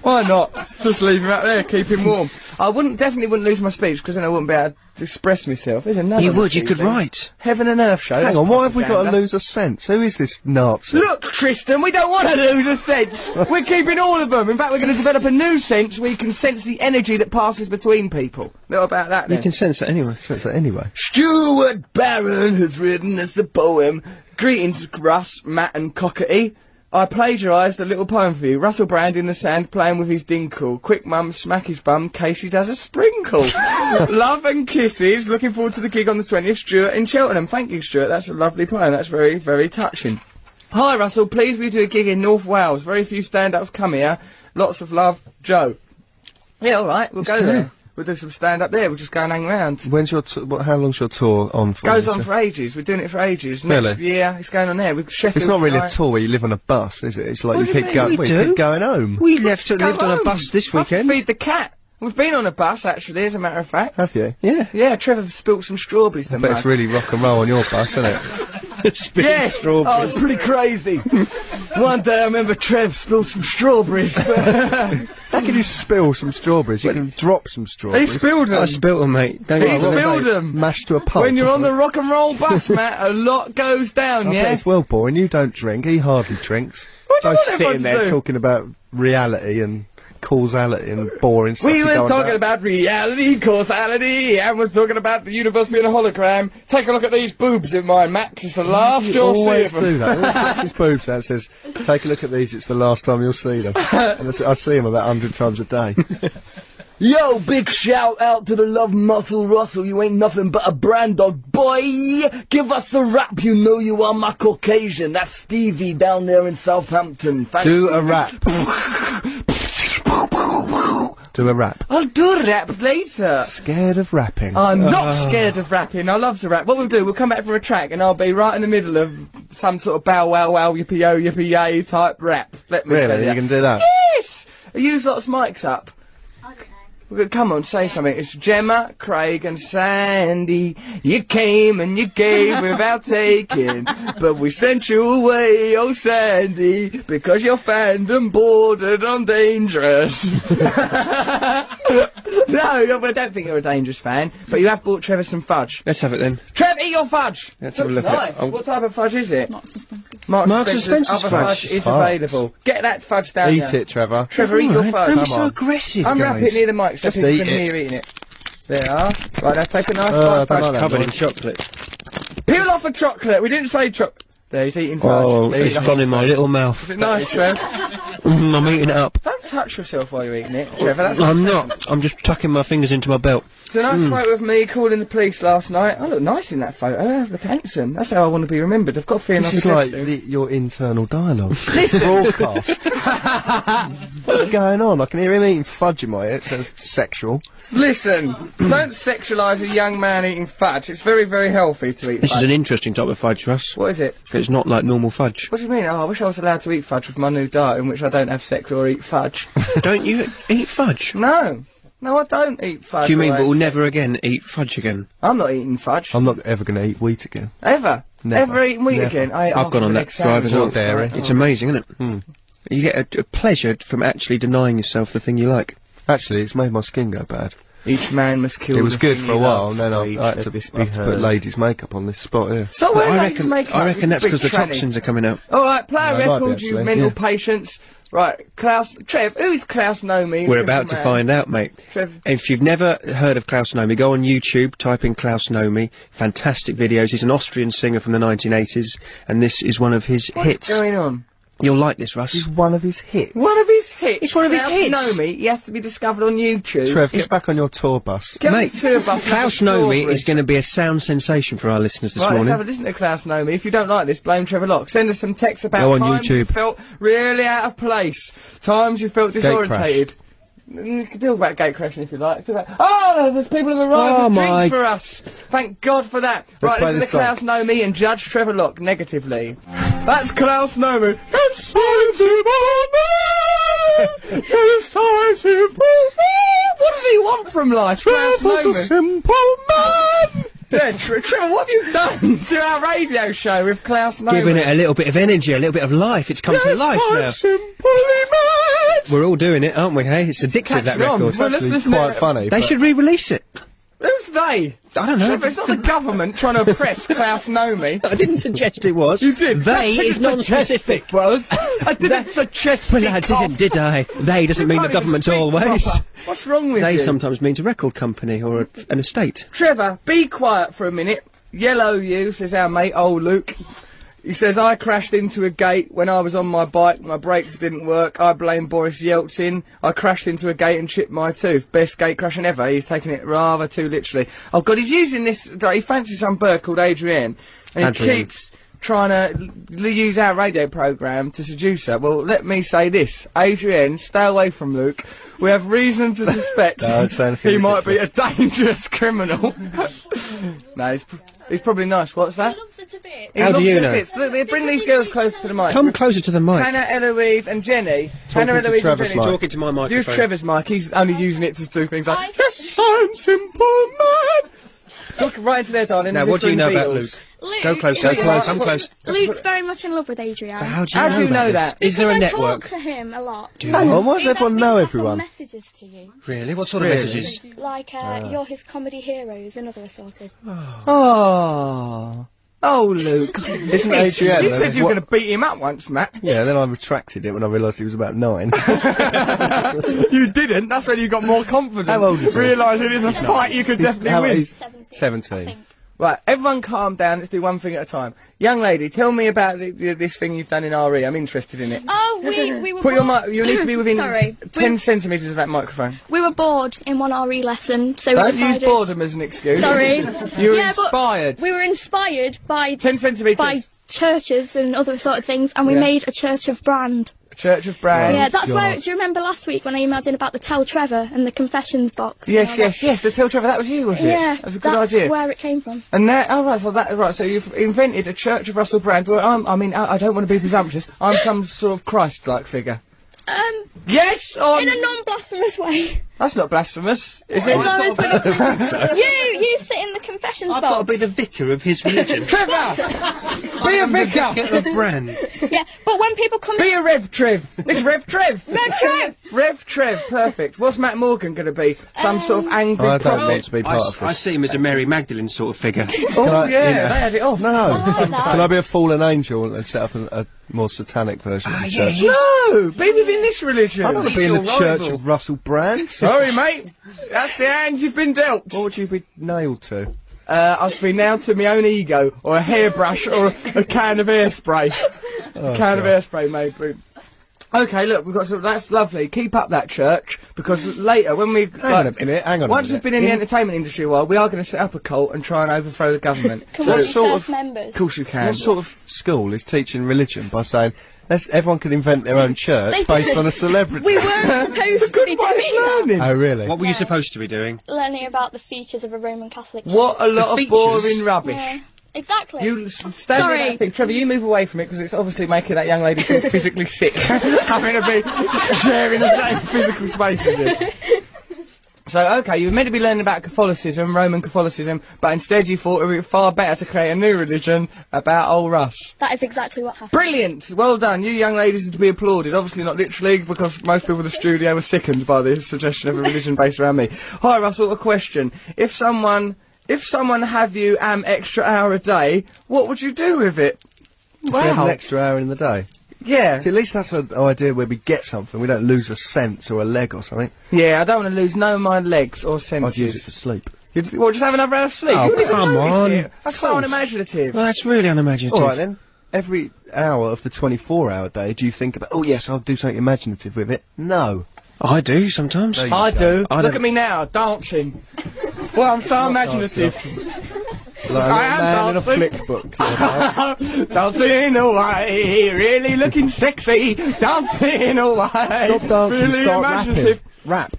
Speaker 1: Why not? Just leave him up there, keep him warm. I wouldn't, definitely wouldn't lose my speech because then I wouldn't be able to express myself. There's another.
Speaker 4: You would. You could
Speaker 1: thing.
Speaker 4: write.
Speaker 1: Heaven and Earth show.
Speaker 2: Hang
Speaker 1: that's
Speaker 2: on, why have we got to
Speaker 1: propaganda.
Speaker 2: lose a sense? Who is this Nazi?
Speaker 1: Look, Tristan, we don't want to lose a sense. We're keeping all of them. In fact, we're going to develop a new sense where you can sense the energy that passes between people. Know about that?
Speaker 4: You
Speaker 1: then?
Speaker 4: can sense that anyway.
Speaker 2: Sense that anyway.
Speaker 1: Stuart Barron has written us a poem. Greetings, Russ, Matt, and Cockatee. I plagiarised a little poem for you. Russell Brand in the sand playing with his dinkle. Quick mum, smack his bum. Casey does a sprinkle. Love and kisses. Looking forward to the gig on the 20th. Stuart in Cheltenham. Thank you, Stuart. That's a lovely poem. That's very, very touching. Hi, Russell. Please, we do a gig in North Wales. Very few stand-ups come here. Lots of love, Joe. Yeah, all right. We'll go there. We'll do some stand-up there. We'll just go and hang round
Speaker 2: When's your t- what, how long's your tour on for?
Speaker 1: goes on for ages. We're doing it for ages. Next
Speaker 2: Really?
Speaker 1: year, it's going on there with Sheffield.
Speaker 2: It's not really a
Speaker 1: tonight.
Speaker 2: tour where you live on a bus, is it? It's like
Speaker 1: What
Speaker 2: you
Speaker 1: do you
Speaker 2: keep
Speaker 1: mean?
Speaker 2: going.
Speaker 4: We
Speaker 2: well, you
Speaker 4: do.
Speaker 2: keep going home.
Speaker 4: We left
Speaker 1: Go
Speaker 4: lived on a
Speaker 1: home.
Speaker 4: bus this
Speaker 1: Have to
Speaker 4: weekend.
Speaker 1: Feed the cat. We've been on a bus actually, as a matter of fact.
Speaker 2: Have you?
Speaker 4: Yeah.
Speaker 1: Yeah, Trevor spilt some strawberries. Then
Speaker 2: But it's really rock and roll on your bus, isn't it?
Speaker 4: Spitting
Speaker 1: Yeah. Oh,
Speaker 4: strawberries.
Speaker 1: it's pretty crazy. One day I remember Trev spilled some strawberries. he
Speaker 2: How can you spill some strawberries? You can drop some strawberries.
Speaker 1: spilled
Speaker 4: I
Speaker 1: them.
Speaker 4: spilt them, mate. Don't
Speaker 1: He
Speaker 4: worry.
Speaker 1: spilled them.
Speaker 2: Mashed to a pulp.
Speaker 1: When you're
Speaker 2: or
Speaker 1: on the
Speaker 2: something.
Speaker 1: rock and roll bus, Matt, a lot goes down,
Speaker 2: I bet
Speaker 1: yeah?
Speaker 2: it's well boring. You don't drink. He hardly drinks.
Speaker 1: What do you
Speaker 2: Both
Speaker 1: want everyone
Speaker 2: sitting
Speaker 1: to
Speaker 2: there
Speaker 1: do?
Speaker 2: talking about reality and causality and boring stuff.
Speaker 1: We
Speaker 2: you
Speaker 1: were
Speaker 2: go on
Speaker 1: talking about reality, causality, and we're talking about the universe being a hologram. Take a look at these boobs in mine, Max. It's the last
Speaker 2: You
Speaker 1: you'll see
Speaker 2: always
Speaker 1: of them.
Speaker 2: do that. He Always puts his boobs out and says, "Take a look at these. It's the last time you'll see them." And I s- I see him about hundred times a day.
Speaker 1: Yo, big shout out to the love muscle Russell. You ain't nothing but a brand dog, boy. Give us a rap. You know you are my Caucasian. That's Stevie down there in Southampton. Thanks.
Speaker 2: Do a rap. Do a rap.
Speaker 1: I'll do rap later.
Speaker 2: Scared of rapping.
Speaker 1: Oh, I'm not scared of rapping. I love to rap. What we'll do, we'll come back for a track, and I'll be right in the middle of some sort of bow wow wow yippee yo yippee yay type rap. Let me tell
Speaker 2: really?
Speaker 1: you.
Speaker 2: You can do that?
Speaker 1: Yes! Use lots of mics up. Well, Come on, say something. It's Gemma, Craig, and Sandy. You came and you gave without taking, but we sent you away, oh Sandy, because you're fanned and bordered on dangerous. no, I don't think you're a dangerous fan, but you have bought Trevor some fudge.
Speaker 3: Let's have it then.
Speaker 1: Trev, eat your fudge.
Speaker 3: Let's have a
Speaker 1: Looks
Speaker 3: look at-
Speaker 1: nice.
Speaker 3: I'll-
Speaker 1: What type of fudge is it? Marks,
Speaker 3: Marks and Spencer's
Speaker 1: other
Speaker 3: fudge.
Speaker 1: fudge, is
Speaker 2: Fudge.
Speaker 1: available. Get that fudge down
Speaker 2: Eat
Speaker 1: there.
Speaker 2: it, Trevor.
Speaker 1: Trevor, eat your
Speaker 3: Alright,
Speaker 1: fudge.
Speaker 3: Don't
Speaker 2: Come
Speaker 3: be so
Speaker 2: on.
Speaker 3: aggressive,
Speaker 1: I'm wrapping
Speaker 3: guys.
Speaker 1: near the mic so
Speaker 2: Just
Speaker 1: people
Speaker 2: eat
Speaker 1: can
Speaker 2: it.
Speaker 1: hear eating it. There you are. Right, now take a nice bite.
Speaker 2: Uh, I don't
Speaker 3: That's
Speaker 2: like
Speaker 3: covered in
Speaker 2: that
Speaker 3: chocolate.
Speaker 1: Peel off a chocolate. We didn't say chocolate. There, he's
Speaker 4: Oh,
Speaker 1: eating fudge.
Speaker 2: Oh,
Speaker 3: it's gone in my little mouth.
Speaker 1: Is it nice, Trev?
Speaker 3: Mm, I'm eating it up.
Speaker 1: Don't touch yourself while you're eating it, Trevor. That's
Speaker 3: I'm not. I'm just tucking my fingers into my belt.
Speaker 1: it's a
Speaker 2: Mm.
Speaker 1: nice photo of me calling the police last night. I look nice in that photo. I look handsome. That's how I want to be remembered. I've got a feeling
Speaker 2: This is
Speaker 1: I'll
Speaker 2: like
Speaker 1: like
Speaker 2: the, your internal dialogue.
Speaker 1: Listen.
Speaker 2: Broadcast. What's going on? I can hear him eating fudge in my ear. It sounds sexual.
Speaker 1: Listen, don't sexualise a young man eating fudge. It's very, very healthy to eat
Speaker 3: This is
Speaker 1: fudge.
Speaker 3: an interesting type of fudge for us.
Speaker 1: What is it?
Speaker 3: It's not like normal fudge.
Speaker 1: What do you mean? Oh, I wish I was allowed to eat fudge with my new diet in which I don't have sex or eat fudge.
Speaker 3: Don't you eat fudge?
Speaker 1: No. No, I don't eat fudge.
Speaker 3: Do you mean
Speaker 1: always.
Speaker 3: but we'll never again eat fudge again?
Speaker 1: I'm not eating fudge.
Speaker 2: I'm not ever going to eat wheat again.
Speaker 1: ever.
Speaker 2: Never.
Speaker 1: Ever eaten wheat
Speaker 2: Never.
Speaker 1: again. I,
Speaker 3: I've
Speaker 1: oh,
Speaker 3: gone on
Speaker 1: the
Speaker 3: that
Speaker 1: next sandwich.
Speaker 3: drive as well.
Speaker 2: Not dairy.
Speaker 1: Mm.
Speaker 3: It's amazing, isn't it?
Speaker 2: Hmm.
Speaker 3: You get a, a pleasure from actually denying yourself the thing you like.
Speaker 2: Actually, it's made my skin go bad.
Speaker 1: Each man must kill
Speaker 2: it
Speaker 1: the
Speaker 2: was good
Speaker 1: thing
Speaker 2: for a
Speaker 1: he
Speaker 2: while,
Speaker 1: loves.
Speaker 2: and then I,
Speaker 1: Each
Speaker 2: I had
Speaker 1: of
Speaker 2: to,
Speaker 1: this
Speaker 2: I had to put
Speaker 1: heard.
Speaker 2: ladies' makeup on this spot here.
Speaker 1: So
Speaker 3: But
Speaker 1: where
Speaker 3: I
Speaker 1: are these
Speaker 3: reckon,
Speaker 1: make
Speaker 3: I reckon that's because the toxins are coming out.
Speaker 1: Alright, play a
Speaker 2: No, it might be,
Speaker 1: record, you
Speaker 2: actually.
Speaker 1: mental
Speaker 3: Yeah.
Speaker 1: patients. Right, Klaus, Trev, who is Klaus Nomi? He's
Speaker 3: We're
Speaker 1: a
Speaker 3: about to
Speaker 1: man.
Speaker 3: find out, mate.
Speaker 1: Trev,
Speaker 3: If you've never heard of Klaus Nomi, go on YouTube, type in Klaus Nomi. Fantastic videos. He's an Austrian singer from the 1980s, and this is one of his
Speaker 1: what's
Speaker 3: hits.
Speaker 1: going on?
Speaker 3: You'll like this, Russ.
Speaker 2: It's one of his hits.
Speaker 1: One of his hits.
Speaker 3: It's one of his
Speaker 1: Klaus
Speaker 3: hits.
Speaker 1: Nomi, he has to be discovered on YouTube.
Speaker 2: Trev, get back on your tour bus.
Speaker 1: Get
Speaker 3: Mate,
Speaker 1: the two of us.
Speaker 3: Klaus
Speaker 1: Nomi
Speaker 3: Nomi is going to be a sound sensation for our listeners this
Speaker 1: right,
Speaker 3: morning.
Speaker 1: let's have a listen to Klaus Nomi. If you don't like this, blame Trevor Locke. Send us some texts about
Speaker 3: Go on
Speaker 1: times you
Speaker 3: YouTube.
Speaker 1: felt really out of place, times you felt disorientated. Mm, You can talk about gate crashing if you like. Talk about, oh, there's people have arrived
Speaker 3: Oh,
Speaker 1: with
Speaker 3: my-
Speaker 1: drinks for us. Thank God for that. right,
Speaker 2: play
Speaker 1: listen
Speaker 2: this
Speaker 1: to Klaus Nomi and judge Trevor Locke negatively. That's Klaus Nomi. It's time to move on. It's time to move on. What does he want from life, Klaus Nomi?
Speaker 2: simple man!
Speaker 1: Yeah, Tre- Trevor, what have you done to our radio show with Klaus Nomi?
Speaker 3: Giving it a little bit of energy, a little bit of life. It's come to life now. We're all doing it, aren't we? Hey, it's addictive that
Speaker 1: catching on.
Speaker 3: record.
Speaker 1: Well, let's
Speaker 2: It's
Speaker 1: listen to
Speaker 2: quite
Speaker 1: it.
Speaker 2: funny.
Speaker 3: They
Speaker 2: but
Speaker 3: should re-release it.
Speaker 1: Who's they?
Speaker 3: I don't know.
Speaker 1: Trevor, it's not the government trying to oppress Klaus Nomi.
Speaker 3: I didn't suggest it was.
Speaker 1: You did. I
Speaker 3: They
Speaker 1: didn't
Speaker 3: is non-specific.
Speaker 1: Well, I didn't suggest
Speaker 3: Well, I didn't, did I? They doesn't mean the government always.
Speaker 1: What's wrong with
Speaker 3: They
Speaker 1: you?
Speaker 3: sometimes means a record company or a, an estate.
Speaker 1: Trevor, be quiet for a minute. Yellow you, says our mate old Luke. He says, I crashed into a gate when I was on my bike. My brakes didn't work. I blame Boris Yeltsin. I crashed into a gate and chipped my tooth. Best gate crashing ever. He's taking it rather too literally. Oh, God, he's using this. He fancies some bird called Adrienne. And
Speaker 3: Adrienne.
Speaker 1: he keeps trying to l- use our radio program to seduce her. Well, let me say this. Adrienne, stay away from Luke. We have reason to suspect
Speaker 2: No, it's sounding
Speaker 1: he might be a
Speaker 2: ridiculous.
Speaker 1: dangerous criminal. no, he's, pr- he's probably nice. What's that?
Speaker 7: He loves it a bit.
Speaker 1: He
Speaker 3: How do
Speaker 1: loves
Speaker 3: you
Speaker 1: your
Speaker 3: know?
Speaker 1: bits. Look, they bring these girls closer to the mic.
Speaker 3: Come closer to the mic.
Speaker 1: Hannah Eloise and Jenny. Hannah
Speaker 2: to
Speaker 1: Eloise and
Speaker 2: Trevor's
Speaker 1: Jenny.
Speaker 2: mic.
Speaker 1: Talk-
Speaker 3: Talking to my microphone.
Speaker 1: Use Trevor's mic. He's only using it to do things
Speaker 7: I-
Speaker 1: like yes, I'm simple man. Talk right into their darling.
Speaker 3: Now,
Speaker 1: as
Speaker 3: what
Speaker 1: if
Speaker 3: do you know
Speaker 1: they're
Speaker 3: about
Speaker 1: Beatles.
Speaker 3: Luke?
Speaker 7: Luke,
Speaker 3: Go close, go
Speaker 7: Luke-
Speaker 3: close, come close.
Speaker 7: Luke's very much in love with Adrian.
Speaker 3: How do you
Speaker 1: How
Speaker 3: know,
Speaker 1: do you
Speaker 3: about
Speaker 1: know
Speaker 3: this?
Speaker 1: that?
Speaker 3: Is there a
Speaker 7: Because I
Speaker 3: network?
Speaker 7: talk to him a lot.
Speaker 3: Do you
Speaker 2: Well, why does
Speaker 7: He's
Speaker 2: everyone
Speaker 7: asked me
Speaker 2: know
Speaker 7: to pass on
Speaker 2: everyone?
Speaker 7: messages to you.
Speaker 3: Really? What sort
Speaker 1: Really?
Speaker 3: of messages?
Speaker 7: Like, uh, you're his comedy heroes and other assorted.
Speaker 1: Oh. Oh, Luke.
Speaker 2: Ah. Isn't Adrienne?
Speaker 1: you said you were
Speaker 2: what-
Speaker 1: going to beat him up once, Matt.
Speaker 2: Yeah, then I retracted it when I realised he was about nine.
Speaker 1: you didn't. That's when you got more confident.
Speaker 2: How old is he?
Speaker 1: Realising it's a fight you could
Speaker 2: He's-
Speaker 1: definitely
Speaker 2: how-
Speaker 1: win.
Speaker 2: he's
Speaker 7: 17. I
Speaker 2: seventeen.
Speaker 7: think.
Speaker 1: Right, everyone calm down. Let's do one thing at a time. Young lady, tell me about the, the, this thing you've done in RE. I'm interested in it.
Speaker 7: Oh, we, we were
Speaker 1: Put your
Speaker 7: bored.
Speaker 1: mic. You need to be within
Speaker 7: Sorry.
Speaker 1: s- ten centimetres of that microphone.
Speaker 7: We were bored in one RE lesson, so we
Speaker 1: Don't use
Speaker 7: decided...
Speaker 1: boredom as an excuse.
Speaker 7: Sorry.
Speaker 1: You're
Speaker 7: yeah,
Speaker 1: inspired.
Speaker 7: But we were inspired by
Speaker 1: Ten centimetres.
Speaker 7: by churches and other sort of things, and we
Speaker 1: Yeah. Oh,
Speaker 7: made a church of brand.
Speaker 1: A Church of Brand.
Speaker 7: yeah, that's why. Do you remember last week when I emailed in about the Tell Trevor and the confessions box? and all
Speaker 1: Yes,
Speaker 7: that?
Speaker 1: yes, yes. The Tell Trevor, that was you, was it?
Speaker 7: Yeah,
Speaker 1: that was a good
Speaker 7: that's
Speaker 1: idea.
Speaker 7: where it came from.
Speaker 1: And now, oh right, so that right, so you've invented a Church of Russell Brand. Well, I'm, I mean, I, I don't want to be presumptuous. I'm some sort of Christ-like figure.
Speaker 7: Um,
Speaker 1: Yes, on.
Speaker 7: in a non-blasphemous way.
Speaker 1: That's not blasphemous, is
Speaker 7: As
Speaker 1: it?
Speaker 7: long as we're- you, you sit in the confessions
Speaker 4: I've got to
Speaker 7: box.
Speaker 4: be the vicar of his religion.
Speaker 1: Trevor, be a vicar.
Speaker 4: Vicar of Brand.
Speaker 7: Yeah, but when people come
Speaker 1: Be a Rev Trev. It's Rev Trev.
Speaker 7: No, true.
Speaker 1: Rev Trev, perfect. What's Matt Morgan going to be? Some sort
Speaker 4: Um,
Speaker 1: of angry.
Speaker 2: Oh, I don't
Speaker 1: protest-
Speaker 2: want to be
Speaker 4: I,
Speaker 2: part
Speaker 4: s-
Speaker 2: of
Speaker 4: I
Speaker 2: this.
Speaker 4: see him as a Mary Magdalene sort of figure.
Speaker 1: Oh yeah,
Speaker 2: I-
Speaker 1: Oh,
Speaker 2: you know.
Speaker 1: they had it off.
Speaker 2: No.
Speaker 7: I like that.
Speaker 2: Can I be a fallen angel and set up a, a more satanic version of the church?
Speaker 1: No, be within this religion.
Speaker 2: I don't want to be in the
Speaker 4: your
Speaker 2: church
Speaker 4: rival.
Speaker 2: of Russell Brand.
Speaker 1: Sorry, mate. That's the hand you've been dealt.
Speaker 2: what would you be nailed to?
Speaker 1: Uh, I've been now to my own ego, or a hairbrush, or a, a can of hairspray.
Speaker 2: Oh,
Speaker 1: a can of hairspray, maybe. Okay, look, we've got some. That's lovely. Keep up that church, because later when we
Speaker 2: Hang on a minute, hang on a
Speaker 1: once we've
Speaker 2: minute.
Speaker 1: been in the entertainment industry a while, we are going to set up a cult and try and overthrow the government.
Speaker 7: Can
Speaker 2: What
Speaker 7: we be
Speaker 2: sort
Speaker 7: first
Speaker 2: of
Speaker 7: members?
Speaker 1: of course you can.
Speaker 2: What sort of school is teaching religion by saying let's everyone can invent their own
Speaker 7: They
Speaker 2: church based
Speaker 7: did.
Speaker 2: on a celebrity?
Speaker 7: We weren't supposed to be doing that.
Speaker 1: learning?
Speaker 2: oh really?
Speaker 4: What were you supposed to be doing?
Speaker 7: Learning about the features of a Roman Catholic. church.
Speaker 1: What a lot of
Speaker 4: features.
Speaker 1: boring rubbish.
Speaker 7: Yeah, exactly.
Speaker 1: You l- stand in
Speaker 7: Sorry.
Speaker 1: that thing. Trevor, you move away from it because it's obviously making that young lady feel physically sick. Having to be sharing the same physical space as you. So, okay, you were meant to be learning about Catholicism, Roman Catholicism, but instead you thought it would be far better to create a new religion about old Russ.
Speaker 7: That is exactly what happened.
Speaker 1: Brilliant! Well done. You young ladies are to be applauded. Obviously not literally, because most people in the studio were sickened by the suggestion of a religion based around me. Hi Russell, a question. If someone, if someone have you an extra hour a day, what would you do with it?
Speaker 2: We have an
Speaker 1: Wow.
Speaker 2: extra hour in the day.
Speaker 1: Yeah.
Speaker 2: See, at least that's an idea where we get something. We don't lose a sense or a leg or something.
Speaker 1: Yeah, I don't want to lose no of my legs or senses.
Speaker 2: I'd use it for sleep.
Speaker 1: You'd, what, just have another hour of sleep?
Speaker 2: Oh,
Speaker 1: you wouldn't even
Speaker 2: come
Speaker 1: notice
Speaker 2: on.
Speaker 1: it. That's so
Speaker 2: Course.
Speaker 1: unimaginative.
Speaker 4: Well, that's really unimaginative.
Speaker 2: All right then. Every hour of the 24-hour day, do you think about? Oh yes, I'll do something imaginative with it. No.
Speaker 4: I do sometimes.
Speaker 2: There you
Speaker 1: I
Speaker 2: go.
Speaker 1: do.
Speaker 4: I
Speaker 1: Look
Speaker 4: don't-
Speaker 1: at me now, dancing. well, I'm so imaginative.
Speaker 2: Like a little
Speaker 1: I am
Speaker 2: man in a
Speaker 1: dancing.
Speaker 2: flick book. Yeah,
Speaker 1: dancing away, really looking sexy, dancing away.
Speaker 2: Stop dancing,
Speaker 1: really
Speaker 2: start
Speaker 1: imaginative.
Speaker 2: rapping. Rap.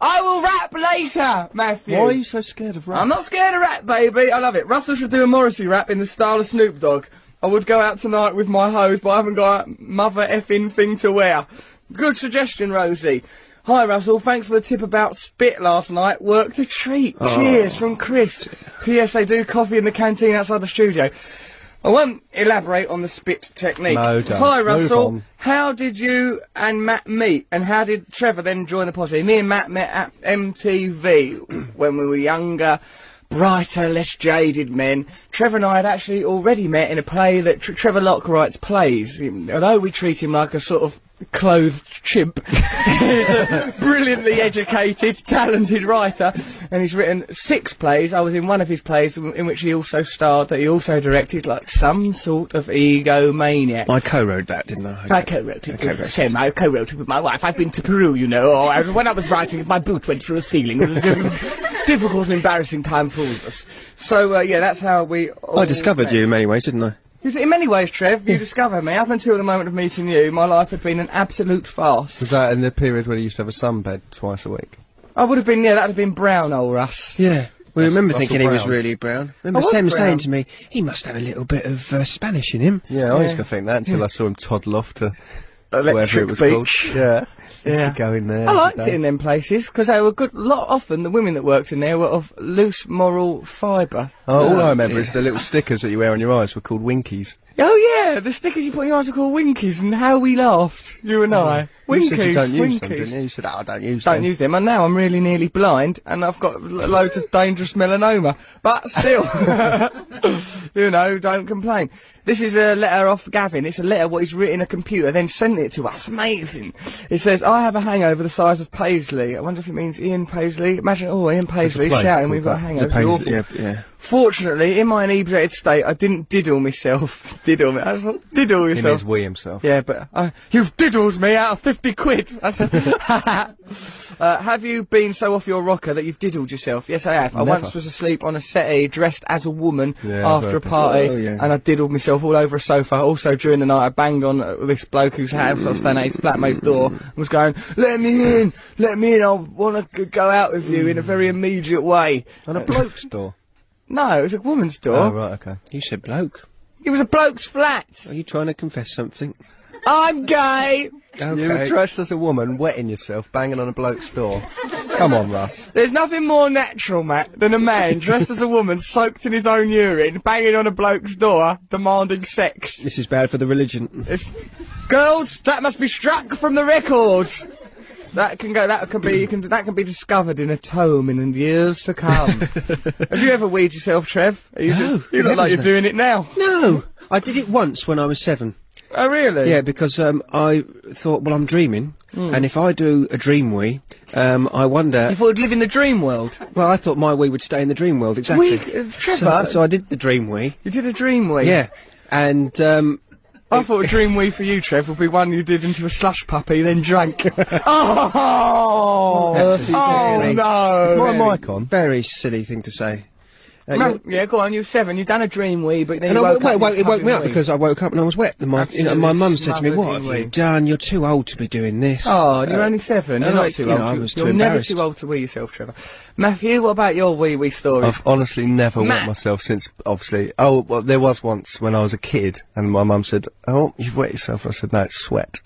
Speaker 1: I will rap later, Matthew.
Speaker 2: Why are you so scared of rap?
Speaker 1: I'm not scared of rap, baby. I love it. Russell should do a Morrissey rap in the style of Snoop Dogg. I would go out tonight with my hose, but I haven't got a mother effing thing to wear. Good suggestion, Rosie. Hi, Russell. Thanks for the tip about spit last night. Worked a treat.
Speaker 2: Oh.
Speaker 1: Cheers from Chris. P.S. They do coffee in the canteen outside the studio. I won't elaborate on the spit technique.
Speaker 2: No, don't.
Speaker 1: Hi,
Speaker 2: Move
Speaker 1: Russell.
Speaker 2: on.
Speaker 1: How did you and Matt meet, and how did Trevor then join the posse? Me and Matt met at MTV when we were younger, brighter, less jaded men. Trevor and I had actually already met in a play that Tr- Trevor Locke writes plays. Although we treat him like a sort of clothed chimp, he's a brilliantly educated, talented writer, and he's written six plays. I was in one of his plays in in which he also starred, that he also directed, like some sort of egomaniac.
Speaker 4: I co-wrote that, didn't I?
Speaker 2: Oh,
Speaker 1: I co-wrote it with Sam. I co-wrote it with my wife. I've been to Peru, you know. Or I, when I was writing, it, my boot went through a ceiling. It was a diff- difficult, and embarrassing time for all of us. So uh, yeah, that's how we. all
Speaker 4: I discovered
Speaker 1: met.
Speaker 4: you in many ways, didn't I?
Speaker 1: You d- In many ways, Trev, you discovered me. Up until the moment of meeting you, my life had been an absolute farce.
Speaker 2: Was that in the period when he used to have a sunbed twice a week?
Speaker 1: I would have been yeah, that'd have been brown, old Russ.
Speaker 4: Yeah. We
Speaker 2: Russell-
Speaker 4: remember
Speaker 2: Russell
Speaker 4: thinking he was
Speaker 2: Brown.
Speaker 4: really brown. Remember
Speaker 1: I was
Speaker 4: Sam
Speaker 1: brown.
Speaker 4: saying to me, he must have a little bit of uh, Spanish in him.
Speaker 2: Yeah, I
Speaker 1: Yeah.
Speaker 2: used to think that until I saw him toddle off to wherever
Speaker 1: Electric
Speaker 2: it was
Speaker 1: Beach.
Speaker 2: called. Yeah,
Speaker 1: Yeah.
Speaker 2: yeah. go in there.
Speaker 1: I
Speaker 2: every
Speaker 1: liked
Speaker 2: day.
Speaker 1: it in them places because they were good. Lot often the women that worked in there were of loose moral fibre.
Speaker 2: Oh, all I remember
Speaker 4: dear.
Speaker 2: is the little stickers that you wear on your eyes were called Winkies.
Speaker 1: Oh yeah, the stickers you put in your eyes are called Winkies, and how we laughed, you and I. Winkies,
Speaker 2: you said you don't use them,
Speaker 1: Winkies.
Speaker 2: didn't you? You said, oh, I don't use
Speaker 1: don't
Speaker 2: them.
Speaker 1: use them, and now I'm really nearly blind, and I've got l- loads of dangerous melanoma. But still, you know, don't complain. This is a letter off Gavin. It's a letter what he's written in a computer, then sent it to us. Amazing. It says, "I have a hangover the size of Paisley." I wonder if it means Ian Paisley. Imagine, oh, Ian Paisley
Speaker 2: place
Speaker 1: shouting,
Speaker 2: called
Speaker 1: "We've got a
Speaker 2: that.
Speaker 1: hangover." It'd be awful.
Speaker 4: yeah.
Speaker 1: Fortunately, in my inebriated state, I didn't diddle myself. diddle me. I was like, diddle
Speaker 2: In
Speaker 1: yourself.
Speaker 2: his wee himself.
Speaker 1: Yeah, but I, you've diddled me out of 50 quid. I said, uh, have you been so off your rocker that you've diddled yourself? Yes, I have. I
Speaker 2: Never.
Speaker 1: once was asleep on a settee dressed as a woman
Speaker 2: Yeah, I've
Speaker 1: after a
Speaker 2: heard this.
Speaker 1: party
Speaker 4: Oh, yeah.
Speaker 1: and I diddled myself all over a sofa. Also, during the night, I banged on uh, this bloke whose house I was staying at his flatmate's door and was going, let me in, let me in, I want to go out with you in a very immediate way.
Speaker 2: On a bloke's door.
Speaker 1: No, it was a woman's door.
Speaker 2: Oh, right, okay.
Speaker 4: You said bloke.
Speaker 1: It was a bloke's flat.
Speaker 4: Are you trying to confess something?
Speaker 1: I'm gay.
Speaker 4: Okay.
Speaker 2: You were dressed as a woman, wetting yourself, banging on a bloke's door. Come on, Russ.
Speaker 1: There's nothing more natural, Matt, than a man dressed as a woman, soaked in his own urine, banging on a bloke's door, demanding sex.
Speaker 4: this is bad for the religion.
Speaker 1: It's- girls, that must be struck from the record. That can go. That can be. You can. That can be discovered in a tome in the years to come. Have you ever weed yourself, Trev? Are you
Speaker 4: No,
Speaker 1: just- you look like you're
Speaker 4: never.
Speaker 1: doing it now.
Speaker 4: No, I did it once when I was seven.
Speaker 1: Oh, really?
Speaker 4: Yeah, because um, I thought, well, I'm dreaming,
Speaker 1: Hmm.
Speaker 4: and if I do a dream wee, um, I wonder.
Speaker 1: You thought you'd live in the dream world.
Speaker 4: well, I thought my wee would stay in the dream world exactly.
Speaker 1: Wee- uh,
Speaker 4: so,
Speaker 1: Trevor,
Speaker 4: so I did the dream wee.
Speaker 1: you did a dream weed.
Speaker 4: Yeah, and um,
Speaker 1: I thought a dream wee for you, Trev, would be one you did into a slush puppy, then drank. oh,
Speaker 4: That's
Speaker 1: oh
Speaker 4: very-
Speaker 1: no!
Speaker 2: Is my mic on?
Speaker 4: very silly thing to say. Uh,
Speaker 1: No,
Speaker 4: you-
Speaker 1: yeah, go on. You're seven. You've done a dream wee, but then
Speaker 4: And
Speaker 1: you
Speaker 4: I,
Speaker 1: woke
Speaker 4: wait,
Speaker 1: up
Speaker 4: wait,
Speaker 1: and
Speaker 4: it
Speaker 1: you're
Speaker 4: woke me up
Speaker 1: fucking
Speaker 4: because I woke up and I was wet. And my, you know, my
Speaker 1: Absolutely
Speaker 4: mum said to me,
Speaker 1: smothered
Speaker 4: "What
Speaker 1: in
Speaker 4: have you
Speaker 1: wheat."
Speaker 4: done? You're too old to be doing this."
Speaker 1: Oh, and you're
Speaker 4: Uh,
Speaker 1: only seven. You're
Speaker 4: and
Speaker 1: not
Speaker 4: I-
Speaker 1: too
Speaker 4: you
Speaker 1: old.
Speaker 4: know, I
Speaker 1: to-
Speaker 4: was too
Speaker 1: you're never
Speaker 4: embarrassed.
Speaker 1: too old to wee yourself, Trevor. Matthew, what about your wee wee stories?
Speaker 2: I've honestly never
Speaker 1: Matt.
Speaker 2: wet myself since, obviously. Oh, well, there was once when I was a kid, and my mum said, "Oh, you've wet yourself." I said, "No, it's sweat."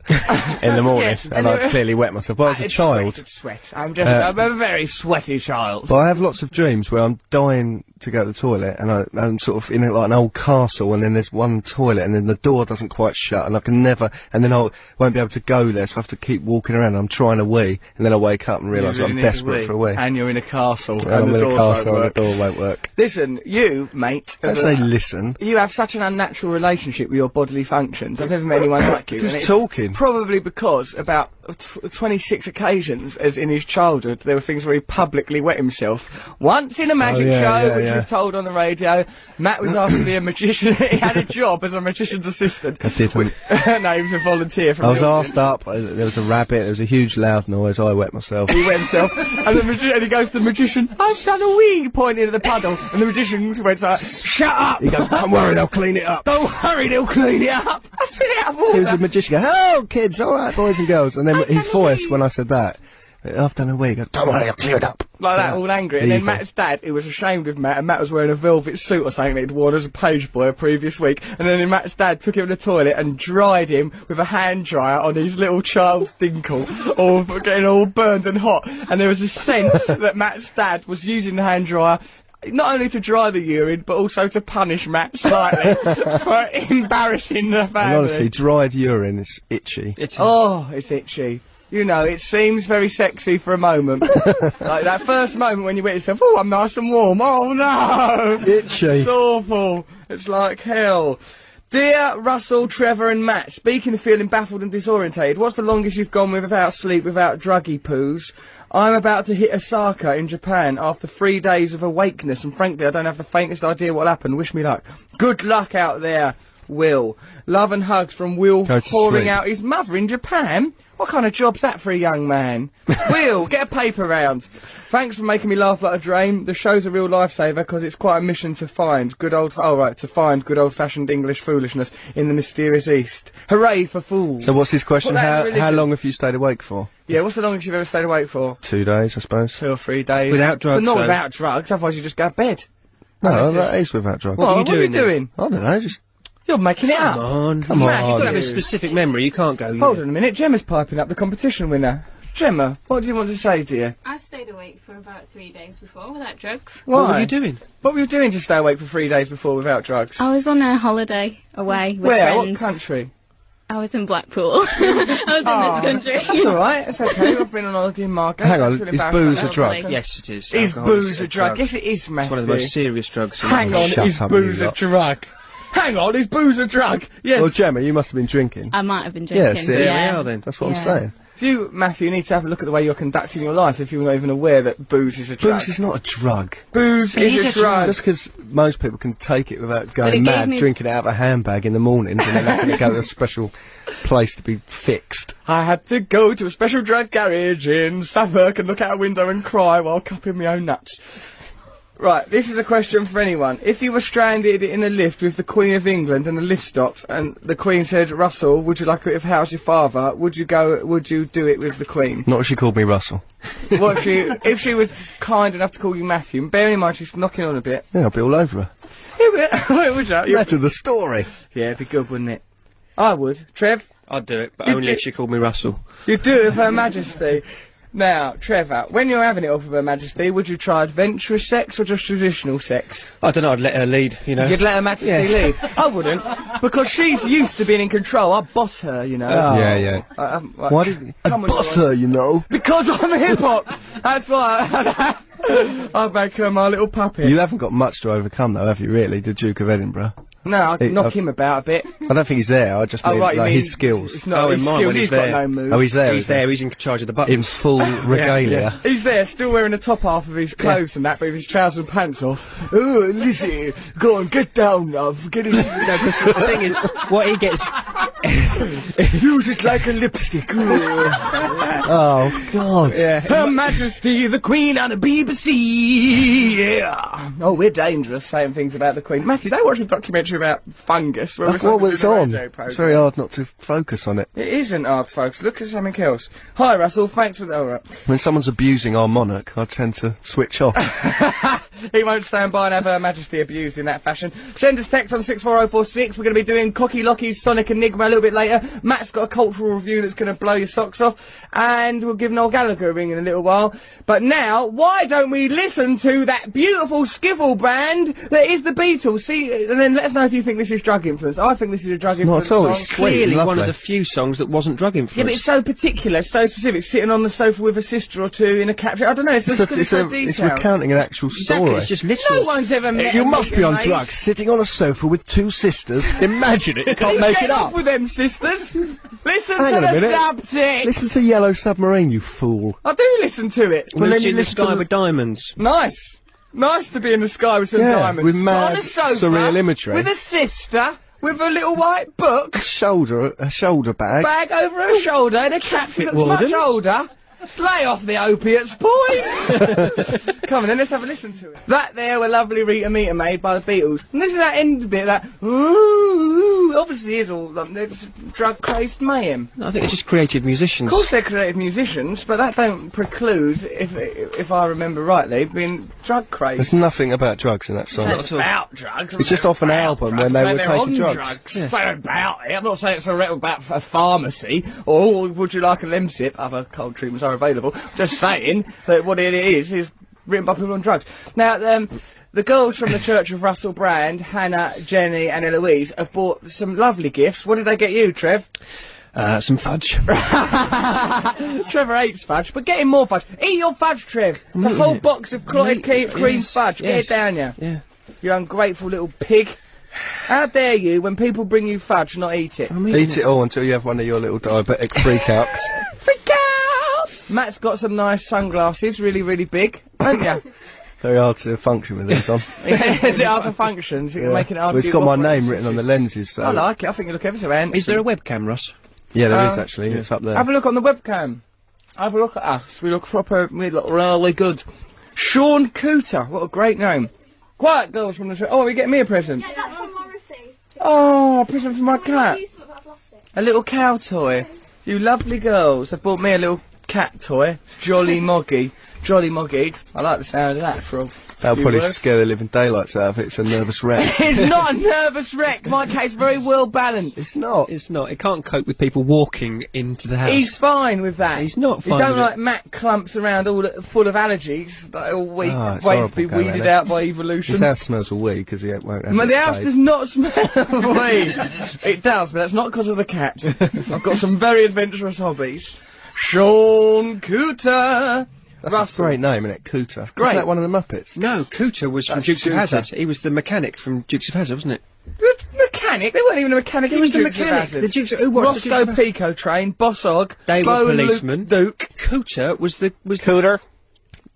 Speaker 2: in the morning,
Speaker 1: Yes,
Speaker 2: and
Speaker 1: and you-
Speaker 2: I've clearly wet myself. But I was a
Speaker 1: It's
Speaker 2: child,
Speaker 1: Sweat, it's sweat. I'm just.
Speaker 2: Uh,
Speaker 1: I'm a very sweaty child.
Speaker 2: but I have lots of dreams where I'm dying to go to the toilet, and I, I'm sort of in like an old castle, and then there's one toilet, and then the door doesn't quite shut, and I can never, and then I won't be able to go there, so I have to keep walking around. I'm trying to wee, and then I wake up and realise
Speaker 1: You really
Speaker 2: I'm
Speaker 1: need to
Speaker 2: desperate for a wee.
Speaker 1: And you're in a castle,
Speaker 2: And
Speaker 1: and
Speaker 2: I'm
Speaker 1: the
Speaker 2: in a
Speaker 1: doors
Speaker 2: castle,
Speaker 1: won't
Speaker 2: and
Speaker 1: work.
Speaker 2: the door won't work.
Speaker 1: Listen, you, mate.
Speaker 2: Don't
Speaker 1: have
Speaker 2: say
Speaker 1: a-
Speaker 2: listen.
Speaker 1: you have such an unnatural relationship with your bodily functions. I've never met anyone like you. and
Speaker 2: Just
Speaker 1: it's
Speaker 2: talking.
Speaker 1: Probably because about t- 26 occasions, as in his childhood, there were things where he publicly wet himself. Once in a magic
Speaker 2: Oh, yeah,
Speaker 1: show,
Speaker 2: yeah,
Speaker 1: which
Speaker 2: yeah.
Speaker 1: we've told on the radio, Matt was asked to be a magician. he had a job as a magician's assistant.
Speaker 2: I didn't.
Speaker 1: no, he was a volunteer. From
Speaker 2: I was
Speaker 1: the
Speaker 2: asked up. uh, There was a rabbit. There was a huge loud noise. I wet myself.
Speaker 1: he wet himself, and, the magi- and he goes to the magician, I've done a wee, pointing at the puddle, and the magician went like, shut up!
Speaker 2: He goes, "Don't worry, they'll clean it up."
Speaker 1: Don't worry, they'll clean it up. I spit it out of
Speaker 2: He
Speaker 1: order.
Speaker 2: was a magician. Go, oh, kids, all right, boys and girls. And then
Speaker 7: I've
Speaker 2: his
Speaker 7: done a
Speaker 2: voice
Speaker 7: wee.
Speaker 2: when I said that, I've done a wee. He goes, "Don't worry, I'll clear it up."
Speaker 1: like that, all angry. And then
Speaker 2: Evil.
Speaker 1: Matt's dad, who was ashamed of Matt, and Matt was wearing a velvet suit or something that he'd worn as a page boy a previous week. And then Matt's dad took him to the toilet and dried him with a hand dryer on his little child's dinkle, all getting all burned and hot. And there was a sense that Matt's dad was using the hand dryer. Not only to dry the urine, but also to punish Matt slightly for embarrassing the
Speaker 2: And
Speaker 1: family.
Speaker 2: honestly, dried urine is itchy.
Speaker 4: it is-
Speaker 1: Oh, it's itchy. You know, it seems very sexy for a moment. like that first moment when you wet yourself, oh, I'm nice and warm. Oh no!
Speaker 2: Itchy.
Speaker 1: It's awful. It's like hell. Dear Russell, Trevor and Matt, speaking of feeling baffled and disorientated, what's the longest you've gone without sleep, without druggy poos? I'm about to hit Osaka in Japan after three days of awakeness, and frankly, I don't have the faintest idea what'll happen. Wish me luck. Good luck out there, Will. Love and hugs from Will
Speaker 2: Go to
Speaker 1: pouring
Speaker 2: sleep.
Speaker 1: out his mother in Japan. What kind of job's that for a young man? Will, get a paper round. Thanks for making me laugh like a drain. The show's a real lifesaver because it's quite a mission to find good old. Oh right, to find good old-fashioned English foolishness in the mysterious East. Hooray for fools!
Speaker 2: So what's his question?
Speaker 1: Put that in
Speaker 2: How,
Speaker 1: religion.
Speaker 2: how long have you stayed awake for?
Speaker 1: yeah, what's the longest you've ever stayed awake for?
Speaker 2: Two days, I suppose.
Speaker 1: Two or three days.
Speaker 4: Without drugs,
Speaker 1: But not
Speaker 4: though.
Speaker 1: without drugs. Otherwise, you just go to bed.
Speaker 2: No,
Speaker 1: Unless
Speaker 2: that is without drugs.
Speaker 1: What,
Speaker 4: are you
Speaker 1: what are you
Speaker 4: doing then?
Speaker 1: doing?
Speaker 2: I don't know. Just
Speaker 1: You're making it
Speaker 4: come
Speaker 1: up.
Speaker 4: on,
Speaker 2: Come
Speaker 4: Matt, You've got
Speaker 2: on.
Speaker 4: to have a
Speaker 1: You.
Speaker 4: specific memory. You can't go.
Speaker 1: Hold on a minute. Gemma's piping up the competition winner. Gemma, what do you want to say to you?
Speaker 8: I stayed awake for about three days before without drugs.
Speaker 1: Why?
Speaker 4: What were you doing?
Speaker 1: What were you doing to stay awake for three days before without drugs?
Speaker 8: I was on a holiday away with
Speaker 1: Where?
Speaker 8: friends.
Speaker 1: What country?
Speaker 8: I was in Blackpool. I was
Speaker 1: Oh,
Speaker 8: in this
Speaker 1: That's
Speaker 8: country.
Speaker 1: all right. It's okay. I've been on holiday in Margate.
Speaker 2: Hang on,
Speaker 1: I feel
Speaker 2: is
Speaker 1: embarrassed
Speaker 2: booze
Speaker 1: about
Speaker 2: a
Speaker 1: that.
Speaker 2: drug?
Speaker 4: Yes, it is. Oh,
Speaker 1: Is
Speaker 4: Alcohol
Speaker 1: booze a drug? Yes, it is,
Speaker 4: It's
Speaker 1: Matthew.
Speaker 4: one of the most serious drugs. in the
Speaker 1: Hang
Speaker 4: world.
Speaker 1: on,
Speaker 2: Shut
Speaker 1: is
Speaker 2: up,
Speaker 1: booze
Speaker 2: you
Speaker 1: a
Speaker 2: lot.
Speaker 1: drug? Hang on, is booze a drug? Yes.
Speaker 2: Well, Gemma, you must have been drinking.
Speaker 8: I might have been
Speaker 2: Yeah,
Speaker 8: drinking.
Speaker 2: see, there we are then. That's what
Speaker 8: Yeah.
Speaker 2: I'm saying.
Speaker 1: If you, Matthew, you need to have a look at the way you're conducting your life if you're not even aware that booze is a drug.
Speaker 2: Booze is not a drug.
Speaker 1: Booze is a drug.
Speaker 2: Just because most people can take it without
Speaker 8: it
Speaker 2: going
Speaker 8: gave
Speaker 2: mad,
Speaker 8: me-
Speaker 2: drinking it out of a handbag in the morning, and then having to go to a special place to be fixed.
Speaker 1: I had to go to a special drug garage in Southwark and look out a window and cry while cupping my own nuts. Right, this is a question for anyone. If you were stranded in a lift with the Queen of England and the lift stopped and the Queen said, Russell, would you like to if how's your father? Would you go would you do it with the Queen?
Speaker 2: Not if she called me Russell.
Speaker 1: what if she if she was kind enough to call you Matthew, and bearing in mind she's knocking on a bit.
Speaker 2: Yeah, I'll be all over her.
Speaker 1: would you? You-
Speaker 2: That's the story.
Speaker 1: Yeah, it'd be good, wouldn't it? I would. Trev?
Speaker 3: I'd do it, but
Speaker 1: You
Speaker 3: only
Speaker 1: do-
Speaker 3: if she called me Russell.
Speaker 1: You do with Her Majesty. Now, Trevor, when you're having it off with Her Majesty, would you try adventurous sex or just traditional sex?
Speaker 3: I don't know. I'd let her lead. You
Speaker 2: Uh,
Speaker 3: know.
Speaker 1: You'd let Her Majesty lead. I wouldn't, because she's used to being in control. I boss her, you know.
Speaker 2: Yeah, yeah.
Speaker 1: I- I'm- I-
Speaker 2: Oh, Why did I
Speaker 1: Someone
Speaker 2: boss
Speaker 1: tried.
Speaker 2: her, you know?
Speaker 1: Because I'm hip hop. That's why. I, would make her my little puppet.
Speaker 2: You haven't got much to overcome, though, have you? Really, the Duke of Edinburgh.
Speaker 1: no, I'd
Speaker 2: Hey,
Speaker 1: knock
Speaker 2: I've-
Speaker 1: him about a bit.
Speaker 2: I don't think he's there. I just
Speaker 1: Oh
Speaker 2: mean
Speaker 1: right, you
Speaker 2: like
Speaker 1: mean
Speaker 2: his skills.
Speaker 1: It's not
Speaker 3: Oh, in
Speaker 1: his
Speaker 3: mine,
Speaker 1: skills.
Speaker 3: when he's
Speaker 1: got
Speaker 3: there.
Speaker 1: no move.
Speaker 2: oh, he's there.
Speaker 3: He's
Speaker 2: is he?
Speaker 3: there. He's in charge of the buttons.
Speaker 2: in full regalia.
Speaker 1: He's there, still wearing the top half of his clothes and that, but with his trousers and pants off. Ooh, Lizzie, go on, get down, love. Get it.
Speaker 3: the thing is, what he gets.
Speaker 1: Use it like a lipstick. Ooh.
Speaker 2: Oh God!
Speaker 1: Her Majesty, the Queen on the BBC. Yeah. Oh, we're dangerous saying things about the Queen. Matthew, they watched a documentary about fungus. When we
Speaker 2: That's what
Speaker 1: was
Speaker 2: it's
Speaker 1: doing the
Speaker 2: on.
Speaker 1: radio programme.
Speaker 2: It's very hard not to focus on it.
Speaker 1: It isn't art, folks. Look at something else. Hi, Russell. Thanks for the. All right.
Speaker 2: When someone's abusing our monarch, I tend to switch off.
Speaker 1: he won't stand by and have Her Majesty abused in that fashion. Send us text on 64046. We're going to be doing Cocky Lockie's Sonic Enigma a little bit later. Matt's got a cultural review that's going to blow your socks off. And we'll give Noel Gallagher a ring in a little while. But now, why don't we listen to that beautiful skiffle band that is the Beatles? See, and then let us know if you think this is drug influence. I think this is a drug influence
Speaker 2: at all,
Speaker 1: song.
Speaker 2: it's sweet.
Speaker 3: Clearly, one
Speaker 2: lovely.
Speaker 3: of the few songs that wasn't drug
Speaker 1: Yeah, but it's
Speaker 3: influenced.
Speaker 1: so particular, so specific. Sitting on the sofa with a sister or two in a capture. I don't know. It's,
Speaker 2: it's,
Speaker 1: just
Speaker 2: a,
Speaker 1: 'cause it's,
Speaker 2: it's,
Speaker 1: so
Speaker 2: a, it's
Speaker 1: detailed.
Speaker 2: recounting an actual
Speaker 3: Exactly,
Speaker 2: story.
Speaker 3: it's just
Speaker 1: No
Speaker 3: literal.
Speaker 1: one's ever met.
Speaker 2: you
Speaker 1: a
Speaker 2: must be on
Speaker 1: mate.
Speaker 2: drugs, sitting on a sofa with two sisters. Imagine it. You can't make
Speaker 1: Get
Speaker 2: it
Speaker 1: off
Speaker 2: up.
Speaker 1: with them sisters. Listen
Speaker 2: Hang
Speaker 1: to
Speaker 2: on a
Speaker 1: the
Speaker 2: minute.
Speaker 1: subject.
Speaker 2: Listen to Yellow Submarine, you fool.
Speaker 1: I do listen to it.
Speaker 2: Well, then
Speaker 3: Lucy
Speaker 2: you
Speaker 3: in the
Speaker 2: listen to
Speaker 3: sky
Speaker 2: the-
Speaker 3: with diamonds.
Speaker 1: Nice. Nice to be in the sky with some
Speaker 2: Yeah,
Speaker 1: diamonds.
Speaker 2: with mad
Speaker 1: on a sofa,
Speaker 2: surreal imagery.
Speaker 1: With a sister, with a little white book,
Speaker 2: Shoulder, a shoulder bag.
Speaker 1: bag over her shoulder, and a chap who looks much older. Lay off the opiates, boys! Come on, then let's have a listen to it. That there were lovely Rita Meter made by the Beatles. And this is that end bit, that ooh, obviously is all um, it's drug-crazed mayhem.
Speaker 3: I think it's just creative musicians.
Speaker 1: Of course, they're creative musicians, but that don't preclude, if if I remember rightly, being drug crazy.
Speaker 2: There's nothing about drugs in that song.
Speaker 3: Not at all.
Speaker 1: About drugs.
Speaker 2: It's just off an album when they were taking drugs.
Speaker 1: Saying about it. I'm not saying it's a record about f- a pharmacy or would you like a Lemsip? Other cold treatments are available. Just saying that what it is is written by people on drugs. Now, um, the girls from the Church of Russell Brand, Hannah, Jenny, and Eloise, have bought some lovely gifts. What did they get you, Trev?
Speaker 3: Uh, some fudge.
Speaker 1: Trevor hates fudge, but get him more fudge. Eat your fudge, Trev. It's a whole box of clotted ca- cream
Speaker 3: yes,
Speaker 1: fudge. Get
Speaker 3: yes.
Speaker 1: it down you.
Speaker 3: Yeah.
Speaker 1: You ungrateful little pig. How dare you, when people bring you fudge, not eat it.
Speaker 2: Eat it all until you have one of your little diabetic freakouts.
Speaker 1: Freak out! Matt's got some nice sunglasses, really, really big, haven't you?
Speaker 2: Very hard to function with these on.
Speaker 1: Is it hard to function? Is it
Speaker 2: Yeah.
Speaker 1: making it hard
Speaker 2: Well,
Speaker 1: to
Speaker 2: it's
Speaker 1: do
Speaker 2: got my
Speaker 1: awkward?
Speaker 2: name written on the lenses. So.
Speaker 1: I like it. I think you look ever so handsome.
Speaker 3: Is there a webcam, Ross?
Speaker 2: Yeah, there is
Speaker 1: Uh,
Speaker 2: actually. It's up there.
Speaker 1: Have a look on the webcam. Have a look at us. We look proper. We look really good. Sean Cooter. What a great name. Quiet girls from the show. Oh, are you getting me a present?
Speaker 7: Yeah, that's from Morrissey.
Speaker 1: Oh, a present for my cat.
Speaker 7: I've lost it.
Speaker 1: A little cow toy. You lovely girls have bought me a little cat toy. Jolly Moggy. Jolly Moggy. I like the sound of that frog.
Speaker 2: That'll
Speaker 1: few
Speaker 2: probably
Speaker 1: words.
Speaker 2: scare the living daylights out of it. It's a nervous wreck.
Speaker 1: It's not a nervous wreck. My cat is very well balanced.
Speaker 2: it's not.
Speaker 3: It's not. It can't cope with people walking into the house.
Speaker 1: He's fine with that.
Speaker 3: He's not
Speaker 1: You
Speaker 3: fine
Speaker 1: don't
Speaker 3: with
Speaker 1: like
Speaker 3: it.
Speaker 1: Matt clumps around all full of allergies, like all week,
Speaker 2: Ah, it's
Speaker 1: waiting to be
Speaker 2: horrible, Gary,
Speaker 1: weeded
Speaker 2: that.
Speaker 1: out by evolution.
Speaker 2: His house smells of wee because he won't have
Speaker 1: But
Speaker 2: it
Speaker 1: the house
Speaker 2: spayed.
Speaker 1: does not smell of weed. it does, but that's not because of the cat. I've got some very adventurous hobbies. Sean Cooter.
Speaker 2: That's
Speaker 1: Russell.
Speaker 2: a great name, isn't it? Cooter. Isn't
Speaker 1: great.
Speaker 2: that one of the Muppets?
Speaker 3: No, Cooter was from
Speaker 1: That's
Speaker 3: Dukes
Speaker 1: Cooter.
Speaker 3: of Hazard. He was the mechanic from Dukes of Hazard, wasn't it?
Speaker 1: It's mechanic. They weren't even a mechanic.
Speaker 9: Who
Speaker 1: they
Speaker 9: was
Speaker 1: were
Speaker 9: the
Speaker 1: Dukes of
Speaker 9: mechanic?
Speaker 1: Hazzard.
Speaker 9: The Dukes- who was the Dukes
Speaker 1: Roscoe
Speaker 9: of Hazzard?
Speaker 1: Pico Train, Bossog,
Speaker 4: They were
Speaker 1: Bo and Luke
Speaker 4: policemen.
Speaker 1: Duke.
Speaker 4: Cooter was the was the-
Speaker 2: Cooter.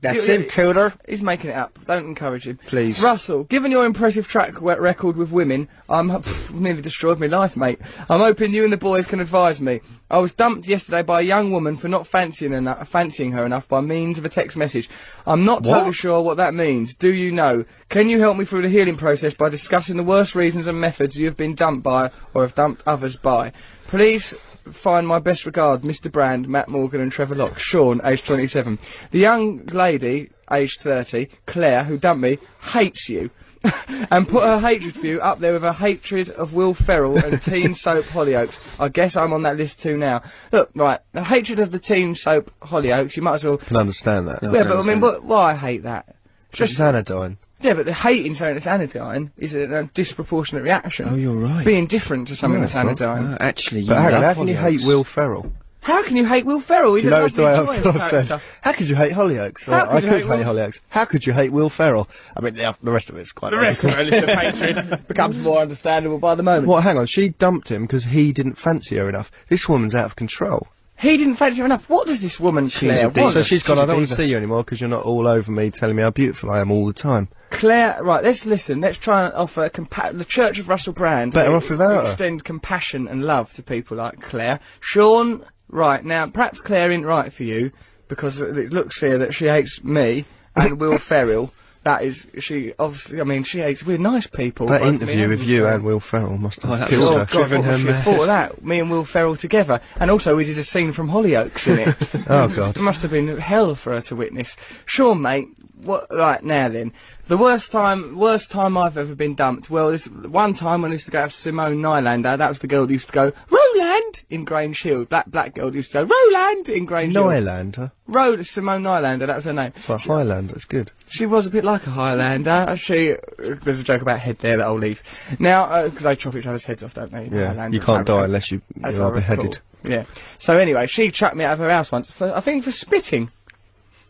Speaker 4: That's
Speaker 1: You-
Speaker 4: him, Cooter.
Speaker 1: He's making it up. Don't encourage him.
Speaker 4: Please.
Speaker 1: Russell, given your impressive track w- record with women, I'm pff, nearly destroyed my life, mate. I'm hoping you and the boys can advise me. I was dumped yesterday by a young woman for not fancying enough, fancying her enough by means of a text message. I'm not totally sure what that means. Do you know? Can you help me through the healing process by discussing the worst reasons and methods you have been dumped by or have dumped others by? Please find my best regards, Mr. Brand, Matt Morgan, and Trevor Locke. Sean, age 27. The young lady, age 30, Claire, who dumped me, hates you. and put her hatred for you up there with her hatred of Will Ferrell and Teen Soap Hollyoaks. I guess I'm on that list too now. Look, right, the hatred of the Teen Soap Hollyoaks, you might as well.
Speaker 2: Can understand that.
Speaker 1: yeah, but I mean, what, why hate that?
Speaker 2: Just anodyne.
Speaker 1: Yeah, but the hating something that's anodyne is a, a disproportionate reaction.
Speaker 4: Oh, you're right.
Speaker 1: Being different to something
Speaker 2: No,
Speaker 1: that's
Speaker 2: it's not.
Speaker 1: anodyne.
Speaker 4: Uh, actually, you
Speaker 2: But hang on,
Speaker 4: love
Speaker 2: how can you hate
Speaker 4: Hollyoaks.
Speaker 2: Will Ferrell?
Speaker 1: How can you hate Will Ferrell? He's
Speaker 2: You
Speaker 1: a
Speaker 2: know,
Speaker 1: lovely,
Speaker 2: it's the way I've
Speaker 1: joyous
Speaker 2: sort of
Speaker 1: character.
Speaker 2: said, how could you hate Hollyoaks?
Speaker 1: How
Speaker 2: Well, I
Speaker 1: could you
Speaker 2: could hate,
Speaker 1: hate Will-
Speaker 2: Hollyoaks. How could you hate Will Ferrell? I mean, the, the rest of it's quite.
Speaker 1: The rest of it, the hatred becomes more understandable by the moment.
Speaker 2: Well, hang on, she dumped him because he didn't fancy her enough. This woman's out of control.
Speaker 1: He didn't fancy her enough. What does this woman Claire want?
Speaker 2: So she's gone,
Speaker 4: She's a
Speaker 2: I don't want
Speaker 4: diva.
Speaker 2: to see you anymore because you're not all over me telling me how beautiful I am all the time.
Speaker 1: Claire, right? Let's listen. Let's try and offer compa- the Church of Russell Brand.
Speaker 2: Better
Speaker 1: e-
Speaker 2: off without her.
Speaker 1: Extend compassion and love to people like Claire. Sean, right now, perhaps Claire isn't right for you because it looks here that she hates me and Will Ferrell. That is, she obviously. I mean, she hates. We're nice people.
Speaker 2: That
Speaker 1: but-
Speaker 2: interview with you and Will Ferrell must have
Speaker 4: that
Speaker 2: killed
Speaker 1: Oh,
Speaker 2: her.
Speaker 1: God, what would she have thought of that? Me and Will Ferrell together. And also, we did a scene from Hollyoaks in it.
Speaker 2: Oh God.
Speaker 1: It must have been hell for her to witness. Sure, mate. What, right now then, the worst time, worst time I've ever been dumped. Well, this one time when I used to go out with Simone Nylander, that was the girl that used to go Roland in Grange Hill. That black girl that used to go Roland in Grange Hill.
Speaker 2: Nylander?
Speaker 1: Roland, Simone Nylander, that was her name.
Speaker 2: Well, Highlander, it's good.
Speaker 1: She was a bit like a Highlander. She, there's a joke about head there that I'll leave. Now, because they chop each other's heads off, don't they?
Speaker 2: Yeah,
Speaker 1: Highlanders,
Speaker 2: you can't die
Speaker 1: apparently.
Speaker 2: unless you,
Speaker 1: As
Speaker 2: you
Speaker 1: I
Speaker 2: are
Speaker 1: recall.
Speaker 2: beheaded.
Speaker 1: Yeah. So anyway, she chucked me out of her house once for, I think, for spitting.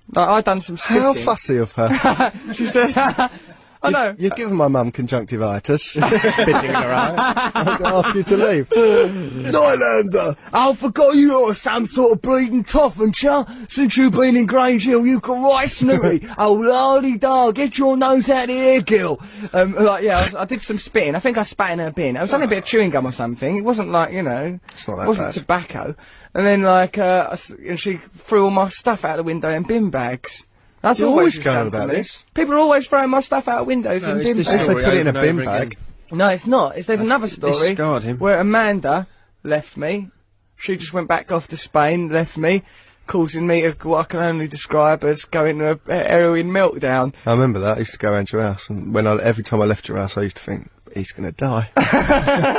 Speaker 1: Like, I done some spitting.
Speaker 2: How fussy of her.
Speaker 1: she said, "I know."
Speaker 2: You've given my mum conjunctivitis. Spitting in her eye. I'm going to ask you to leave. Nylander!
Speaker 1: I forgot you're some sort of bleeding tough and char. Since you've been in Grange Hill, you can right snooty. oh, lardy dar, get your nose out of here, Gil. Um, like, yeah, I, was- I did some spitting. I think I spat in her bin. I was only a bit of chewing gum or something. It wasn't like, you know,
Speaker 2: It's not
Speaker 1: it
Speaker 2: that
Speaker 1: wasn't
Speaker 2: bad.
Speaker 1: tobacco. And then, like, uh, I s- and she threw all my stuff out the window in bin bags. That's
Speaker 2: You're
Speaker 1: always
Speaker 2: always
Speaker 1: done
Speaker 2: going
Speaker 1: to
Speaker 2: about
Speaker 1: me.
Speaker 2: this.
Speaker 1: People are always throwing my stuff out of windows in
Speaker 4: it's
Speaker 1: bin
Speaker 4: this
Speaker 1: bags.
Speaker 2: Unless they
Speaker 4: Story
Speaker 2: put it in a
Speaker 4: over and
Speaker 2: bin
Speaker 4: over
Speaker 2: bag.
Speaker 1: No, it's not. It's, there's another story
Speaker 4: This scarred him.
Speaker 1: where Amanda left me. She just went back off to Spain, left me, causing me a, what I can only describe as going to a a heroin meltdown.
Speaker 2: I remember that. I used to go around your house, and when I, every time I left your house, I used to think, he's going to die.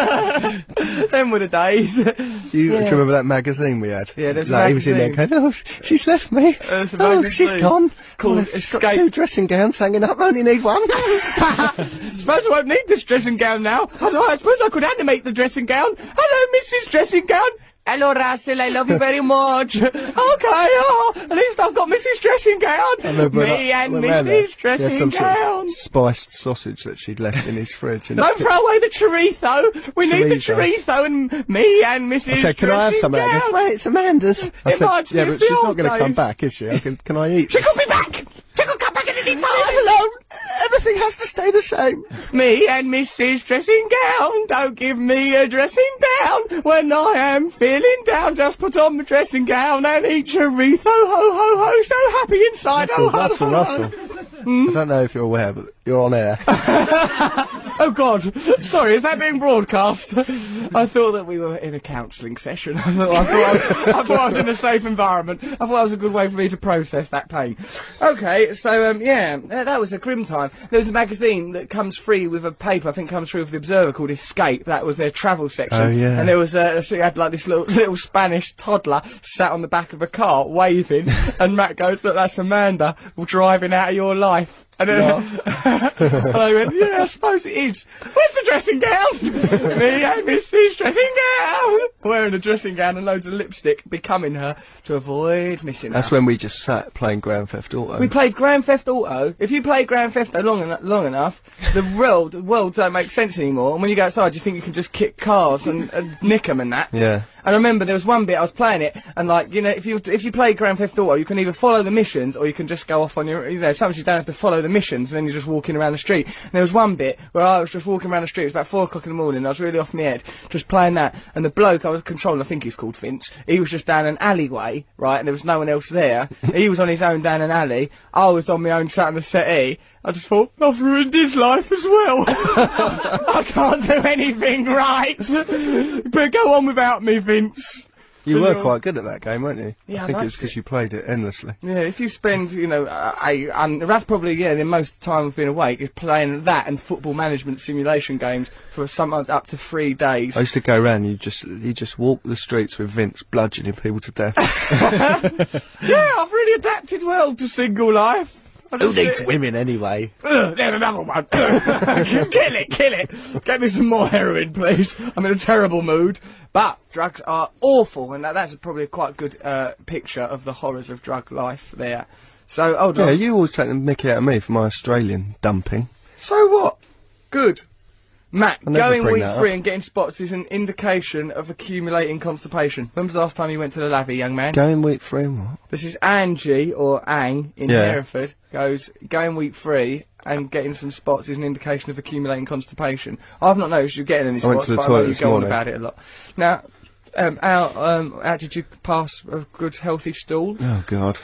Speaker 1: Them were the days.
Speaker 2: You,
Speaker 1: Yeah.
Speaker 2: Do you remember that magazine we had?
Speaker 1: Yeah, there's a
Speaker 2: like, he was in there
Speaker 1: magazine.
Speaker 2: going, oh, sh- she's left me.
Speaker 1: There's a
Speaker 2: oh,
Speaker 1: magazine
Speaker 2: she's gone.
Speaker 1: called
Speaker 2: oh, she's got
Speaker 1: Escape.
Speaker 2: two dressing gowns hanging up. I only need one.
Speaker 1: suppose I won't need this dressing gown now. I, know, I suppose I could animate the dressing gown. Hello, Mrs. Dressing Gown. Hello, Russell. I love you very much. okay, oh, at least I've got Mrs. Dressing Gown.
Speaker 2: remember
Speaker 1: Me
Speaker 2: that-
Speaker 1: and
Speaker 2: when we had
Speaker 1: Mrs.
Speaker 2: that, uh, he had
Speaker 1: Dressing
Speaker 2: some sort of
Speaker 1: Gown.
Speaker 2: spiced sausage that she'd left in his fridge. And
Speaker 1: Don't throw away the chorizo. We need the
Speaker 2: Chorizo.
Speaker 1: chorizo and me and Mrs.
Speaker 2: I said, can I have some of that? He goes,
Speaker 1: Dressing Gown.
Speaker 2: well, it's Amanda's. I
Speaker 1: It
Speaker 2: said,
Speaker 1: reminds me
Speaker 2: yeah,
Speaker 1: of
Speaker 2: but
Speaker 1: the
Speaker 2: she's not
Speaker 1: old
Speaker 2: going to come
Speaker 1: days."
Speaker 2: back, is she? I can, can I eat?
Speaker 1: She could be back. She could come back at any time.
Speaker 2: alone. Everything has to stay the same.
Speaker 1: me and Mrs. Dressing Gown. Don't give me a dressing down when I am feeling down. Just put on my dressing gown and eat chorizo. Ho ho ho. So happy inside.
Speaker 2: Russell,
Speaker 1: oh, ho,
Speaker 2: Russell,
Speaker 1: ho, ho.
Speaker 2: Russell.
Speaker 1: Hmm?
Speaker 2: I don't know if you're aware, but you're on air.
Speaker 1: Oh God! Sorry, is that being broadcast? I thought that we were in a counselling session. I thought I, thought I, I thought I was in a safe environment. I thought it was a good way for me to process that pain. Okay, so um, yeah, that, that was a grim time. There was a magazine that comes free with a paper. I think comes free with the Observer called Escape. That was their travel section.
Speaker 2: Oh, yeah.
Speaker 1: And there was a so you had like this little little Spanish toddler sat on the back of a car waving, and Matt goes, "Look, that's Amanda driving out of your life." And then, and I went, yeah, I suppose it is. Where's the dressing gown? Me, ABC's dressing gown! Wearing a dressing gown and loads of lipstick, becoming her to avoid missing
Speaker 2: That's
Speaker 1: her.
Speaker 2: when we just sat playing Grand Theft Auto.
Speaker 1: We played Grand Theft Auto. If you play Grand Theft Auto long, eno- long enough, the world, the world don't make sense anymore. And when you go outside, you think you can just kick cars and, and nick them and that.
Speaker 2: yeah.
Speaker 1: And I remember there was one bit I was playing it, and like you know, if you if you play Grand Theft Auto, you can either follow the missions or you can just go off on your you know. Sometimes you don't have to follow the missions, and then you're just walking around the street. And there was one bit where I was just walking around the street. It was about four o'clock in the morning. I was really off my head, just playing that. And the bloke I was controlling, I think he's called Vince. He was just down an alleyway, right, and there was no one else there. he was on his own down an alley. I was on my own sat on the settee. I just thought, I've ruined his life as well. I can't do anything right. but go on without me, Vince.
Speaker 2: You were
Speaker 1: Hello.
Speaker 2: quite good at that game, weren't you?
Speaker 1: Yeah, I
Speaker 2: I think it's
Speaker 1: liked
Speaker 2: because you played it endlessly.
Speaker 1: Yeah, if you spend, you know, uh, I, um, that's probably, yeah, the most time I've been awake is playing that and football management simulation games for sometimes up to three days.
Speaker 2: I used to go round. You just you just walk the streets with Vince bludgeoning people to death.
Speaker 1: yeah, I've really adapted well to single life. I just-
Speaker 2: women anyway?
Speaker 1: Ugh, there's another one. kill it, kill it. Get me some more heroin, please. I'm in a terrible mood. But drugs are awful, and that, that's probably quite a good uh, picture of the horrors of drug life there. So, hold on.
Speaker 2: Yeah, you always take the Mickey out of me for my Australian dumping.
Speaker 1: So what? Good. Matt,
Speaker 2: I'll never
Speaker 1: going
Speaker 2: bring
Speaker 1: week
Speaker 2: that up.
Speaker 1: three and getting spots is an indication of accumulating constipation. When was the last time you went to the lavvy, young man?
Speaker 2: Going week three and what?
Speaker 1: This is Angie, or Ang, in
Speaker 2: Yeah.
Speaker 1: Hereford, goes, going week three and getting some spots is an indication of accumulating constipation. I've not noticed you getting any
Speaker 2: I went
Speaker 1: spots,
Speaker 2: to the
Speaker 1: but I
Speaker 2: toilet
Speaker 1: know you
Speaker 2: this
Speaker 1: go
Speaker 2: morning.
Speaker 1: on about it a lot. Now, um, how, um, how did you pass a good, healthy stool?
Speaker 2: Oh God.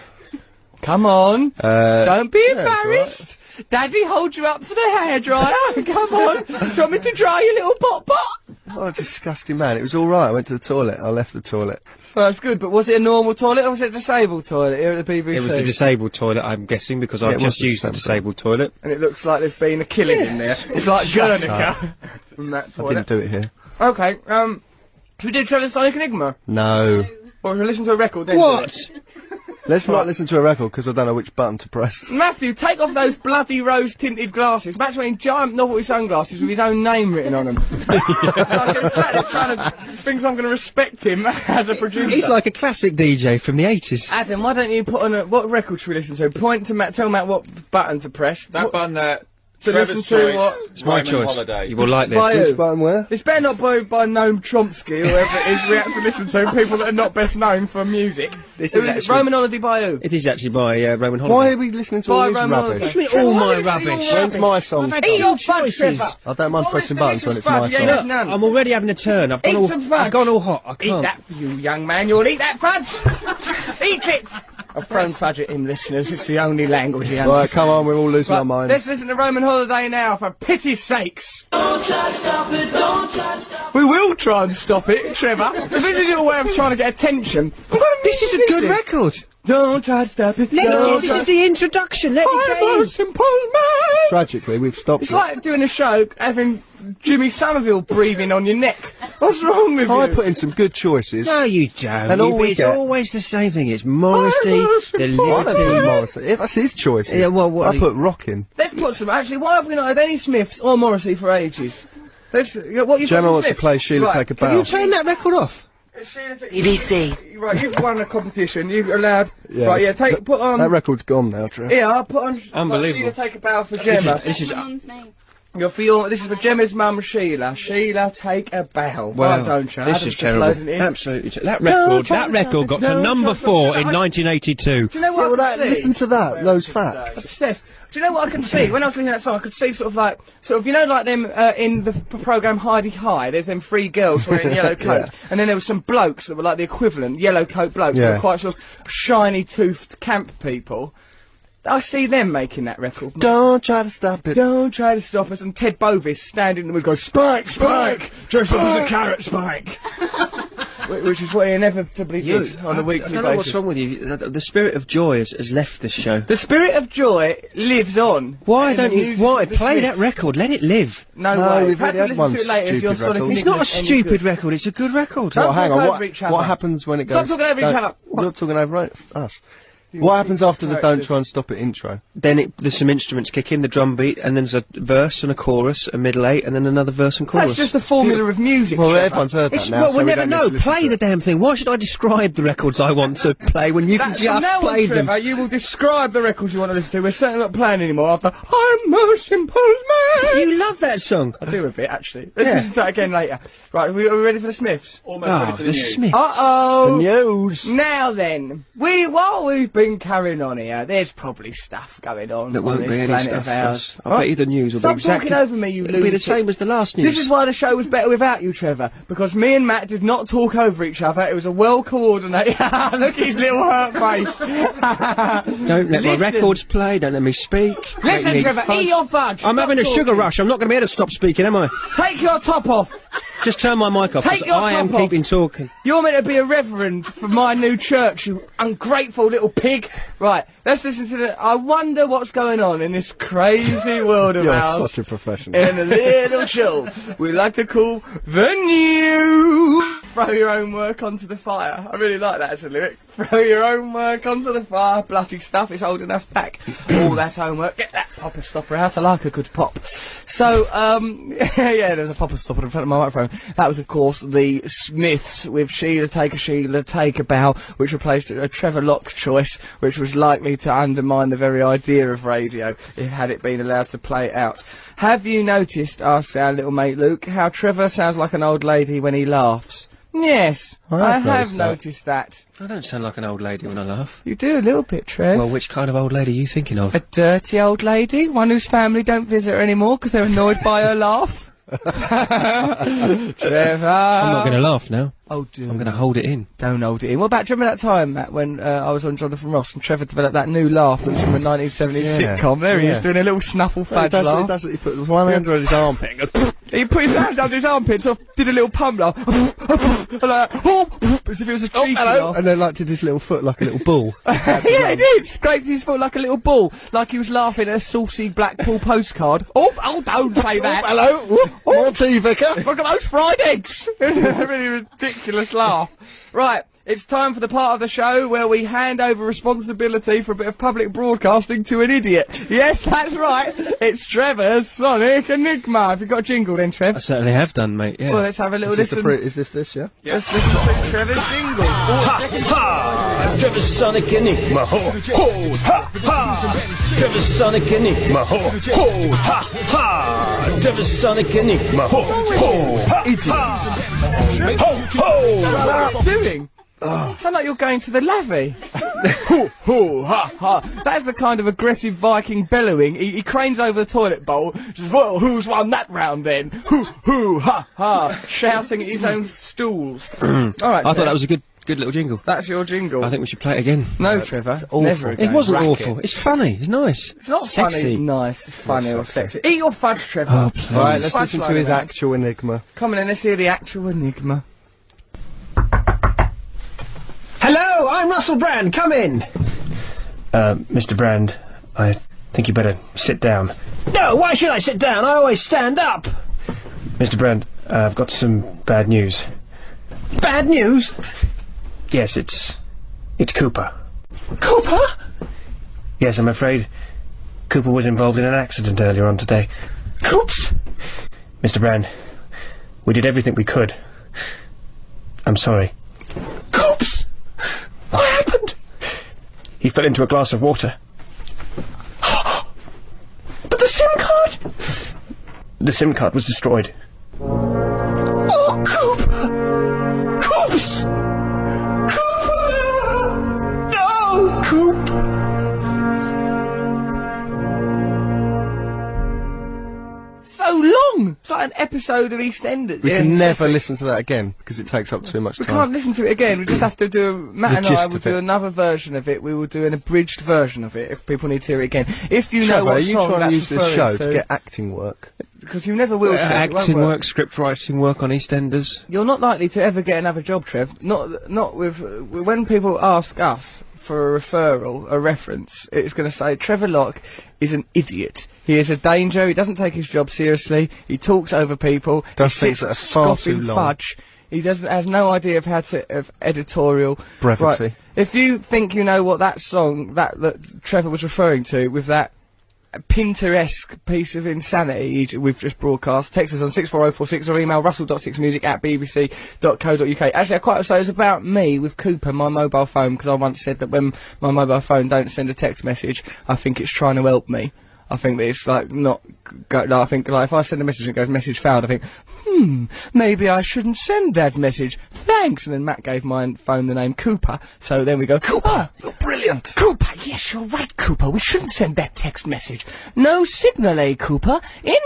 Speaker 1: Come on!
Speaker 2: Uh,
Speaker 1: Don't be
Speaker 2: it's all
Speaker 1: embarrassed. Daddy holds you up for the hairdryer. Come on. Do you want me to dry your little pot pot?
Speaker 2: What a disgusting man. It was all right. I went to the toilet. I left the toilet.
Speaker 1: Well, that's good, but was it a normal toilet or was it a disabled toilet here at the BBC?
Speaker 9: It was the disabled toilet, I'm guessing, because
Speaker 2: Yeah,
Speaker 9: I've
Speaker 2: it was
Speaker 9: just
Speaker 2: the
Speaker 9: used the
Speaker 2: disabled.
Speaker 9: disabled toilet.
Speaker 1: and it looks like there's been a killing in there. It's like Guernica. From that
Speaker 2: I didn't
Speaker 1: toilet.
Speaker 2: do it here.
Speaker 1: Okay, um, should we do Trevor's Sonic Enigma?
Speaker 2: No.
Speaker 1: Or should we listen to a record then? do it?
Speaker 2: Let's not listen to a record because I don't know which button to press.
Speaker 1: Matthew, take off those bloody rose tinted glasses. Matt's wearing giant novelty sunglasses with his own name written on them. so I'm gonna sat there trying to think I'm going to respect him as a producer.
Speaker 9: He's like a classic DJ from the 80s.
Speaker 1: Adam, why don't you put on a what record should we listen to? Point to Matt, tell Matt what button to press.
Speaker 6: That
Speaker 1: What-
Speaker 6: button there.
Speaker 1: To
Speaker 6: Trevor's
Speaker 1: listen to
Speaker 6: choice,
Speaker 1: what-
Speaker 9: It's my
Speaker 6: Raymond
Speaker 9: choice.
Speaker 6: Holiday.
Speaker 9: You will like this.
Speaker 1: Bio.
Speaker 2: Which button where?
Speaker 1: It's better not by, by Noam Chomsky, or whoever it is we have to listen to, people that are not best known for music.
Speaker 9: This
Speaker 1: Who
Speaker 9: is
Speaker 1: is it?
Speaker 9: actually-
Speaker 1: Roman Holiday by who?
Speaker 9: It is actually by uh, Roman Holiday.
Speaker 2: Why are we listening to all
Speaker 1: By
Speaker 2: this
Speaker 1: Roman
Speaker 2: rubbish?
Speaker 1: Holiday.
Speaker 9: all my
Speaker 1: Why listen to
Speaker 9: rubbish?
Speaker 1: all
Speaker 2: When's my song?
Speaker 1: Eat your fudge,
Speaker 9: choices.
Speaker 1: Trevor.
Speaker 2: I don't mind
Speaker 1: All
Speaker 2: pressing
Speaker 1: this
Speaker 2: buttons when
Speaker 1: delicious
Speaker 2: it's my
Speaker 1: fudge, you
Speaker 2: song.
Speaker 1: ain't had none.
Speaker 9: I'm already having a turn. I've gone,
Speaker 1: Eat
Speaker 9: all,
Speaker 1: some fudge.
Speaker 9: I've gone all hot. I
Speaker 1: Eat
Speaker 9: can't.
Speaker 1: that, you young man. You'll eat that fudge. eat it. I've thrown fudge at him, listeners. It's the only language he
Speaker 2: Right,
Speaker 1: understands.
Speaker 2: come on, we're all losing our
Speaker 1: Right,
Speaker 2: minds.
Speaker 1: Let's listen to Roman Holiday now, for pity's sakes. We will try and stop it, Trevor. if this is your way of trying to get attention, I'm gonna
Speaker 9: This is a good record.
Speaker 1: Don't try to stop it.
Speaker 9: Let
Speaker 1: don't
Speaker 9: it, this is the introduction. Let
Speaker 1: try-
Speaker 9: it
Speaker 1: I'm
Speaker 9: go
Speaker 1: a simple man.
Speaker 2: Tragically, we've stopped.
Speaker 1: It's
Speaker 2: it.
Speaker 1: like doing a show having Jimmy Somerville breathing on your neck. What's wrong with
Speaker 2: Oh, I
Speaker 1: you?
Speaker 2: put in some good choices.
Speaker 9: No, you don't.
Speaker 2: And
Speaker 9: You-
Speaker 2: all we
Speaker 9: it's
Speaker 2: get-
Speaker 9: always the same thing. It's Morrissey,
Speaker 1: I'm a
Speaker 9: the
Speaker 2: I don't put
Speaker 9: Libertines.
Speaker 2: Morrissey. Yeah, that's his choice.
Speaker 9: Yeah, well, what
Speaker 2: I
Speaker 9: are you-
Speaker 2: put rocking.
Speaker 1: Let's put some. Actually, why have we not had any Smiths or Morrissey for ages? Let's. you know, What you
Speaker 2: Gemma
Speaker 1: got
Speaker 2: wants to
Speaker 1: Smiths?
Speaker 2: play Sheila
Speaker 1: right.
Speaker 2: Take a
Speaker 9: Can you
Speaker 2: Bow.
Speaker 9: turn that record off?
Speaker 1: Sheila take-
Speaker 5: BBC.
Speaker 1: Right, you've won a competition. You've allowed.
Speaker 2: Yeah,
Speaker 1: right, yeah.
Speaker 2: that's-
Speaker 1: Take put on.
Speaker 2: That record's gone now, Drew.
Speaker 1: Um, yeah, I'll put on.
Speaker 9: Unbelievable.
Speaker 1: Sheila take a bow for Gemma.
Speaker 9: This is
Speaker 8: Mum's name.
Speaker 1: You're for your. This is for Gemma's mum, Sheila. Sheila, take a bow. Why
Speaker 9: Wow.
Speaker 1: don't you?
Speaker 9: This
Speaker 1: Adam's
Speaker 9: is
Speaker 1: just
Speaker 9: terrible.
Speaker 1: loading it in.
Speaker 9: Absolutely. ter- That record.
Speaker 1: try
Speaker 9: That
Speaker 1: to
Speaker 9: record
Speaker 1: stop
Speaker 9: got
Speaker 1: it. No,
Speaker 9: to number
Speaker 1: try to stop
Speaker 9: four
Speaker 1: it.
Speaker 9: in
Speaker 1: I-
Speaker 9: 1982.
Speaker 1: Do you know what?
Speaker 2: Yeah, well,
Speaker 1: I
Speaker 2: that,
Speaker 1: can see?
Speaker 2: listen to that. Those facts.
Speaker 1: obsessed. Do you know what I can see? When I was looking at that song, I could see sort of like, sort of, you know, like them uh, in the program Heidi High. There's them three girls wearing yellow coats, and then there was some blokes that were like the equivalent yellow coat blokes, that
Speaker 2: Yeah.
Speaker 1: were quite sort of shiny toothed camp people. I see them making that record.
Speaker 2: Don't try to stop it.
Speaker 1: Don't try to stop us. And Ted Bovis standing in the wood going, Spike, Spike! Dress up as a carrot, Spike! Wh- Which is what he inevitably did on
Speaker 9: I-
Speaker 1: a weekly
Speaker 9: I don't know
Speaker 1: basis.
Speaker 9: what's wrong with you. The, the spirit of joy has, has left this show.
Speaker 1: The spirit of joy lives on.
Speaker 9: Why
Speaker 1: In the
Speaker 9: don't you?
Speaker 1: music
Speaker 9: Why
Speaker 1: of the
Speaker 9: play that
Speaker 1: Smiths.
Speaker 9: record? Let it live.
Speaker 1: No,
Speaker 2: No,
Speaker 1: way.
Speaker 2: we've
Speaker 1: Perhaps
Speaker 2: already had
Speaker 1: we'll listen to it
Speaker 2: one
Speaker 1: later if you're
Speaker 2: stupid
Speaker 1: Sonic
Speaker 2: record.
Speaker 1: and
Speaker 9: It's not a
Speaker 1: Nicholas any
Speaker 9: stupid
Speaker 1: good.
Speaker 9: record. It's a good record.
Speaker 1: Don't
Speaker 2: Well, hang
Speaker 1: talk
Speaker 2: on.
Speaker 1: over
Speaker 2: What,
Speaker 1: each
Speaker 2: what
Speaker 1: other.
Speaker 2: happens when it
Speaker 1: Stop
Speaker 2: goes?
Speaker 1: talking over each
Speaker 2: Don't-
Speaker 1: other.
Speaker 2: You're talking over right, us. What happens after the "Don't Try and Stop It" intro?
Speaker 3: Then it, there's some instruments kick in, the drum beat, and then there's a verse and a chorus, a middle eight, and then another verse and chorus.
Speaker 1: That's just the formula of music.
Speaker 2: Well,
Speaker 1: Trevor.
Speaker 2: everyone's heard that
Speaker 3: It's-
Speaker 2: now.
Speaker 3: well,
Speaker 2: so
Speaker 3: we'll
Speaker 2: we
Speaker 3: never
Speaker 2: don't need
Speaker 3: know.
Speaker 2: to listen
Speaker 3: Play
Speaker 2: to
Speaker 3: the
Speaker 2: it.
Speaker 3: damn thing. Why should I describe the records I want to play when you can
Speaker 1: That's from
Speaker 3: just
Speaker 1: now
Speaker 3: play
Speaker 1: on,
Speaker 3: them?
Speaker 1: Trevor, you will describe the records you want to listen to. We're certainly not playing anymore after I'm most simple man.
Speaker 3: You love that song.
Speaker 1: I do a bit actually. Let's
Speaker 3: Yeah.
Speaker 1: listen to that again later. Right, are we, are we ready for the Smiths?
Speaker 6: Almost
Speaker 9: Ah,
Speaker 6: ready
Speaker 3: Oh,
Speaker 6: for the,
Speaker 3: the
Speaker 6: news.
Speaker 3: Smiths.
Speaker 1: Uh oh.
Speaker 3: news.
Speaker 1: Now then, we while we've been carrying on here, there's probably stuff going on
Speaker 3: That
Speaker 1: on
Speaker 3: won't
Speaker 1: this
Speaker 3: be any
Speaker 1: planet
Speaker 3: stuff
Speaker 1: of
Speaker 3: for
Speaker 1: ours.
Speaker 3: us. I bet you the news will
Speaker 1: Stop
Speaker 3: be exactly.
Speaker 1: talking over me, you
Speaker 3: it'll be the
Speaker 1: lunatic.
Speaker 3: same as the last news.
Speaker 1: This is why the show was better without you, Trevor, because me and Matt did not talk over each other. It was a well coordinated. Look at his little hurt face.
Speaker 3: don't let
Speaker 1: Listen.
Speaker 3: my records play. Don't let me speak. Don't
Speaker 1: Listen,
Speaker 3: need
Speaker 1: Trevor,
Speaker 3: fudge.
Speaker 1: eat your fudge.
Speaker 3: I'm having a
Speaker 1: Stop
Speaker 3: sugar
Speaker 1: talking.
Speaker 3: rush. I'm not going to be able to stop speaking, am I?
Speaker 1: Take your top off.
Speaker 3: Just turn my mic off.
Speaker 1: Take
Speaker 3: 'cause
Speaker 1: your
Speaker 3: I am
Speaker 1: top off.
Speaker 3: keeping talking.
Speaker 1: You're meant to be a reverend for my new church, you ungrateful little pig. Right, let's listen to the. I wonder what's going on in this crazy world of
Speaker 2: You're
Speaker 1: ours.
Speaker 2: such a professional.
Speaker 1: in a little show we like to call the new. Throw your own work onto the fire. I really like that as a lyric. Throw your own work onto the fire. Bloody stuff is holding us back. All that homework. Get that popper stopper out. I like a good pop. So, um, yeah, there's a popper stopper in front of my microphone. That was, of course, the Smiths with Sheila Take a Sheila Take a Bow, which replaced a Trevor Locke choice, which was likely to undermine the very idea of radio if had it been allowed to play it out. Have you noticed, asks our little mate Luke, how Trevor sounds like an old lady when he laughs? Yes,
Speaker 2: I
Speaker 1: I
Speaker 2: have
Speaker 1: have
Speaker 2: noticed that.
Speaker 1: noticed that.
Speaker 10: I don't sound like an old lady when I laugh.
Speaker 1: You do a little bit, Trev.
Speaker 10: Well, which kind of old lady are you thinking of?
Speaker 1: a dirty old lady, one whose family don't visit her anymore because they're annoyed by her laugh. Trevor.
Speaker 10: I'm not going to laugh now.
Speaker 1: Oh, dear.
Speaker 10: I'm going to hold it in.
Speaker 1: Don't hold it in. What about, do you remember that time, Matt, when uh, I was on Jonathan Ross and Trevor developed that new laugh that was from a 1970s
Speaker 2: Yeah.
Speaker 1: sitcom? There he is,
Speaker 2: Yeah.
Speaker 1: doing a little snuffle
Speaker 2: He
Speaker 1: fudge
Speaker 2: does it,
Speaker 1: laugh.
Speaker 2: he does it. He put one hand on his armpit. and goes,
Speaker 1: He put his hand under his armpit, sort of did a little pump laugh, and like, oh, as if it was a cheeky laugh.
Speaker 2: and then like did his little foot like a little bull.
Speaker 1: yeah, he did. Scraped his foot like a little ball, like he was laughing at a saucy Blackpool postcard. Oh, oh, don't say that.
Speaker 2: Hello, whoop, more tea, vicar.
Speaker 1: Look at those fried eggs! a really ridiculous laugh. Right, it's time for the part of the show where we hand over responsibility for a bit of public broadcasting to an idiot. Yes, that's right. It's Trevor's Sonic Enigma. Have you got a jingle then, Trev?
Speaker 10: I certainly have done, mate. Yeah.
Speaker 1: Well, let's have a little
Speaker 2: Is this, the
Speaker 1: listen.
Speaker 2: pre- is this this, yeah?
Speaker 1: Let's listen to Trevor's jingle.
Speaker 10: ha! Trevor's Sonic Enigma. Ho, ho, ha, ha! Trevor's Sonic Enigma. Ho, ho, ha, ha! Trevor's Sonic Enigma. Ho, ho, ha, ha! Ho, ho!
Speaker 1: What are you doing?
Speaker 2: Ah,
Speaker 1: Sound like you're going to the lavvy. hoo, hoo, ha, ha. That is the kind of aggressive Viking bellowing. He, he cranes over the toilet bowl. Says, well, who's won that round then? Hoo, hoo, ha, ha. Shouting at his own stools. All right.
Speaker 10: Mm. I thought that was a good, good little jingle.
Speaker 1: That's your jingle.
Speaker 10: I think we should play it again.
Speaker 1: no, Trevor. Never again.
Speaker 10: It wasn't
Speaker 1: Racket.
Speaker 10: awful. It's funny. It's nice.
Speaker 1: It's not funny.
Speaker 10: Sexy.
Speaker 1: Nice. It's funny or sexy. Eat your fudge, Trevor.
Speaker 10: Oh, please.
Speaker 2: All right, let's
Speaker 1: Fudge
Speaker 2: listen to
Speaker 1: line
Speaker 2: his
Speaker 1: about.
Speaker 2: actual enigma.
Speaker 1: Come on, in, let's hear the actual enigma.
Speaker 3: Hello, I'm Russell Brand. Come in. Uh, Mr. Brand, I think you better sit down. No, why should I sit down? I always stand up. Mr. Brand, uh, I've got some bad news. Bad news? Yes, it's it's Cooper. Cooper? Yes, I'm afraid Cooper was involved in an accident earlier on today. Coops? Mr. Brand, we did everything we could. I'm sorry. Coops! What happened? He fell into a glass of water. but the SIM card? The SIM card was destroyed. Oh, Cooper! Coops! Cooper! No! Coop!
Speaker 1: So long! It's like an episode of EastEnders.
Speaker 2: We can never listen to that again because it takes up too much
Speaker 1: We can't
Speaker 2: time.
Speaker 1: listen to it again. We just have to do. Matt
Speaker 2: The
Speaker 1: and I
Speaker 2: gist
Speaker 1: will
Speaker 2: of
Speaker 1: do
Speaker 2: it.
Speaker 1: another version of it. We will do an abridged version of it if people need to hear it again. If you know
Speaker 2: Trevor,
Speaker 1: what
Speaker 2: are you
Speaker 1: song
Speaker 2: trying
Speaker 1: that's
Speaker 2: to use this show
Speaker 1: referring
Speaker 2: to get acting work?
Speaker 1: because you never will.
Speaker 10: Uh,
Speaker 1: Trev, it won't
Speaker 10: acting
Speaker 1: work.
Speaker 10: work, script writing work on EastEnders.
Speaker 1: You're not likely to ever get another job, Trev. Not not with when people ask us for a referral, a reference. It's going to say Trevor Locke is an idiot. He is a danger. He doesn't take his job seriously. He talks over people.
Speaker 2: Does
Speaker 1: he
Speaker 2: things
Speaker 1: sits
Speaker 2: that are far
Speaker 1: scoffing
Speaker 2: too long.
Speaker 1: fudge. He doesn't has no idea of how to of editorial
Speaker 2: Brevity.
Speaker 1: Right. If you think you know what that song that that Trevor was referring to with that Pinteresque piece of insanity you j- we've just broadcast. Text us on 64046 or email russell.sixmusic at bbc.co.uk. Actually, I quite so it's about me with Cooper, my mobile phone, because I once said that when my mobile phone don't send a text message, I think it's trying to help me. I think that it's like not. Go, no, I think like if I send a message and it goes message failed, I think, hmm, maybe I shouldn't send that message. Thanks. And then Matt gave my phone the name Cooper, so then we go Cooper.
Speaker 2: You're brilliant.
Speaker 1: Cooper, yes, you're right, Cooper. We shouldn't send that text message. No signal, eh, Cooper?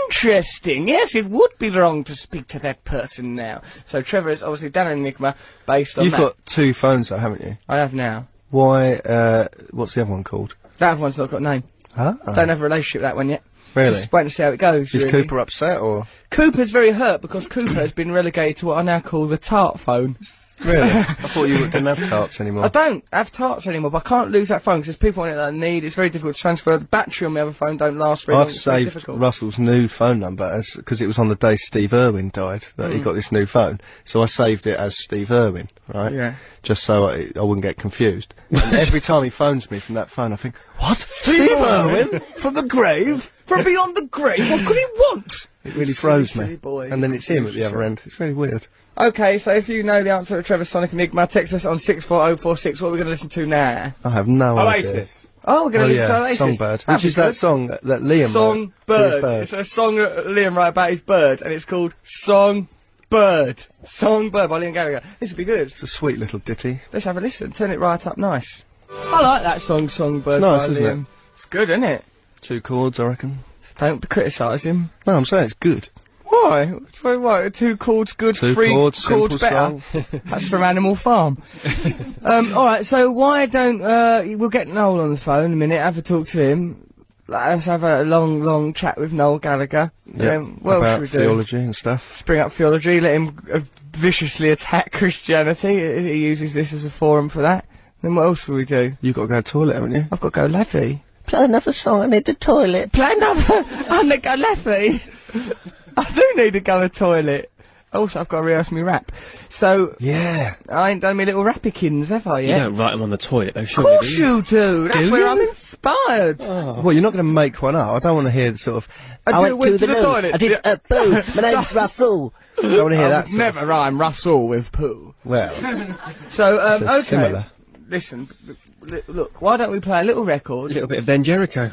Speaker 1: Interesting. Yes, it would be wrong to speak to that person now. So Trevor is obviously done an enigma based on
Speaker 2: You've
Speaker 1: that.
Speaker 2: got two phones, though, haven't you?
Speaker 1: I have now.
Speaker 2: Why? Uh, what's the other one called?
Speaker 1: That one's not got a name.
Speaker 2: Huh?
Speaker 1: Don't have a relationship with that one yet.
Speaker 2: Oh. Ah, really?
Speaker 1: Just wait and see how it goes.
Speaker 2: Is
Speaker 1: really.
Speaker 2: Cooper upset or?
Speaker 1: Cooper's very hurt because Cooper has been relegated to what I now call the tart phone.
Speaker 2: Really? I thought you didn't have tarts anymore.
Speaker 1: I don't have tarts anymore, but I can't lose that phone because there's people on it that I need. It's very difficult to transfer. The battery on my other phone don't last very long.
Speaker 2: I've
Speaker 1: It's very
Speaker 2: saved
Speaker 1: difficult.
Speaker 2: Russell's new phone number because it was on the day Steve Irwin died that
Speaker 1: Mm.
Speaker 2: he got this new phone. So I saved it as Steve Irwin, right?
Speaker 1: Yeah.
Speaker 2: Just so I, I wouldn't get confused. and every time he phones me from that phone, I think, what? Steve Irwin? From the grave? From beyond the grave?
Speaker 1: What could he want?
Speaker 2: It really froze
Speaker 1: Silly
Speaker 2: me.
Speaker 1: boy.
Speaker 2: And then it's him at the other end. It's really weird.
Speaker 1: Okay, so if you know the answer to Trevor's Sonic Enigma, text us on 64046. What are we going to listen to now?
Speaker 2: I have no idea.
Speaker 6: Oasis.
Speaker 1: Oh, we're
Speaker 2: Oh,
Speaker 1: going to
Speaker 2: yeah,
Speaker 1: listen to Oasis.
Speaker 2: Songbird. Which is that song that, that Liam
Speaker 1: Song
Speaker 2: wrote for his
Speaker 1: Bird. It's a song that Liam wrote about his bird, and it's called Song Bird. Song Bird by Liam Gallagher. This would be good.
Speaker 2: It's a sweet little ditty.
Speaker 1: Let's have a listen. Turn it right up nice. I like that song, Songbird.
Speaker 2: It's nice,
Speaker 1: by
Speaker 2: isn't it?
Speaker 1: Liam. It's good, isn't it?
Speaker 2: Two chords, I reckon.
Speaker 1: Don't criticise him.
Speaker 2: No, I'm saying it's good.
Speaker 1: Why? Why? why? Two chords good,
Speaker 2: Two
Speaker 1: three
Speaker 2: chords, simple
Speaker 1: better.
Speaker 2: song.
Speaker 1: That's from Animal Farm. um, all right, so why don't uh, we'll get Noel on the phone in a minute? Have a talk to him. Let's have a long, long chat with Noel Gallagher.
Speaker 2: Yeah,
Speaker 1: Um, what else
Speaker 2: about
Speaker 1: should we do?
Speaker 2: theology and stuff.
Speaker 1: Just bring up theology. Let him uh, viciously attack Christianity. Uh, He uses this as a forum for that. Then what else will we do?
Speaker 2: You've got to go to the toilet, haven't you?
Speaker 1: I've got to go Levy.
Speaker 5: Play another song, I need the toilet.
Speaker 1: Play another. I'm gonna go Levy. I do need to go to the toilet. Also, I've got to rehearse my rap. So
Speaker 2: Yeah.
Speaker 1: I ain't done me little rappykins, have I yet?
Speaker 3: You don't write them on the toilet, though,
Speaker 1: Of
Speaker 3: surely.
Speaker 1: course
Speaker 3: do you?
Speaker 1: you do. That's
Speaker 3: Do
Speaker 1: where
Speaker 3: you?
Speaker 1: I'm inspired.
Speaker 2: Well, you're not going to make one up. I don't want to hear the sort of.
Speaker 1: I,
Speaker 5: I
Speaker 1: do
Speaker 5: went
Speaker 1: went
Speaker 5: to the, loo.
Speaker 1: toilet.
Speaker 5: I did a poo. My name's Russell.
Speaker 2: I don't want to
Speaker 1: I
Speaker 2: hear
Speaker 1: would
Speaker 2: that. Sort
Speaker 1: never rhyme Russell with poo.
Speaker 2: Of, well,
Speaker 1: So, um,
Speaker 2: so
Speaker 1: okay.
Speaker 2: similar.
Speaker 1: Listen, li- look. Why don't we play a little record?
Speaker 3: A little bit of Then Jericho.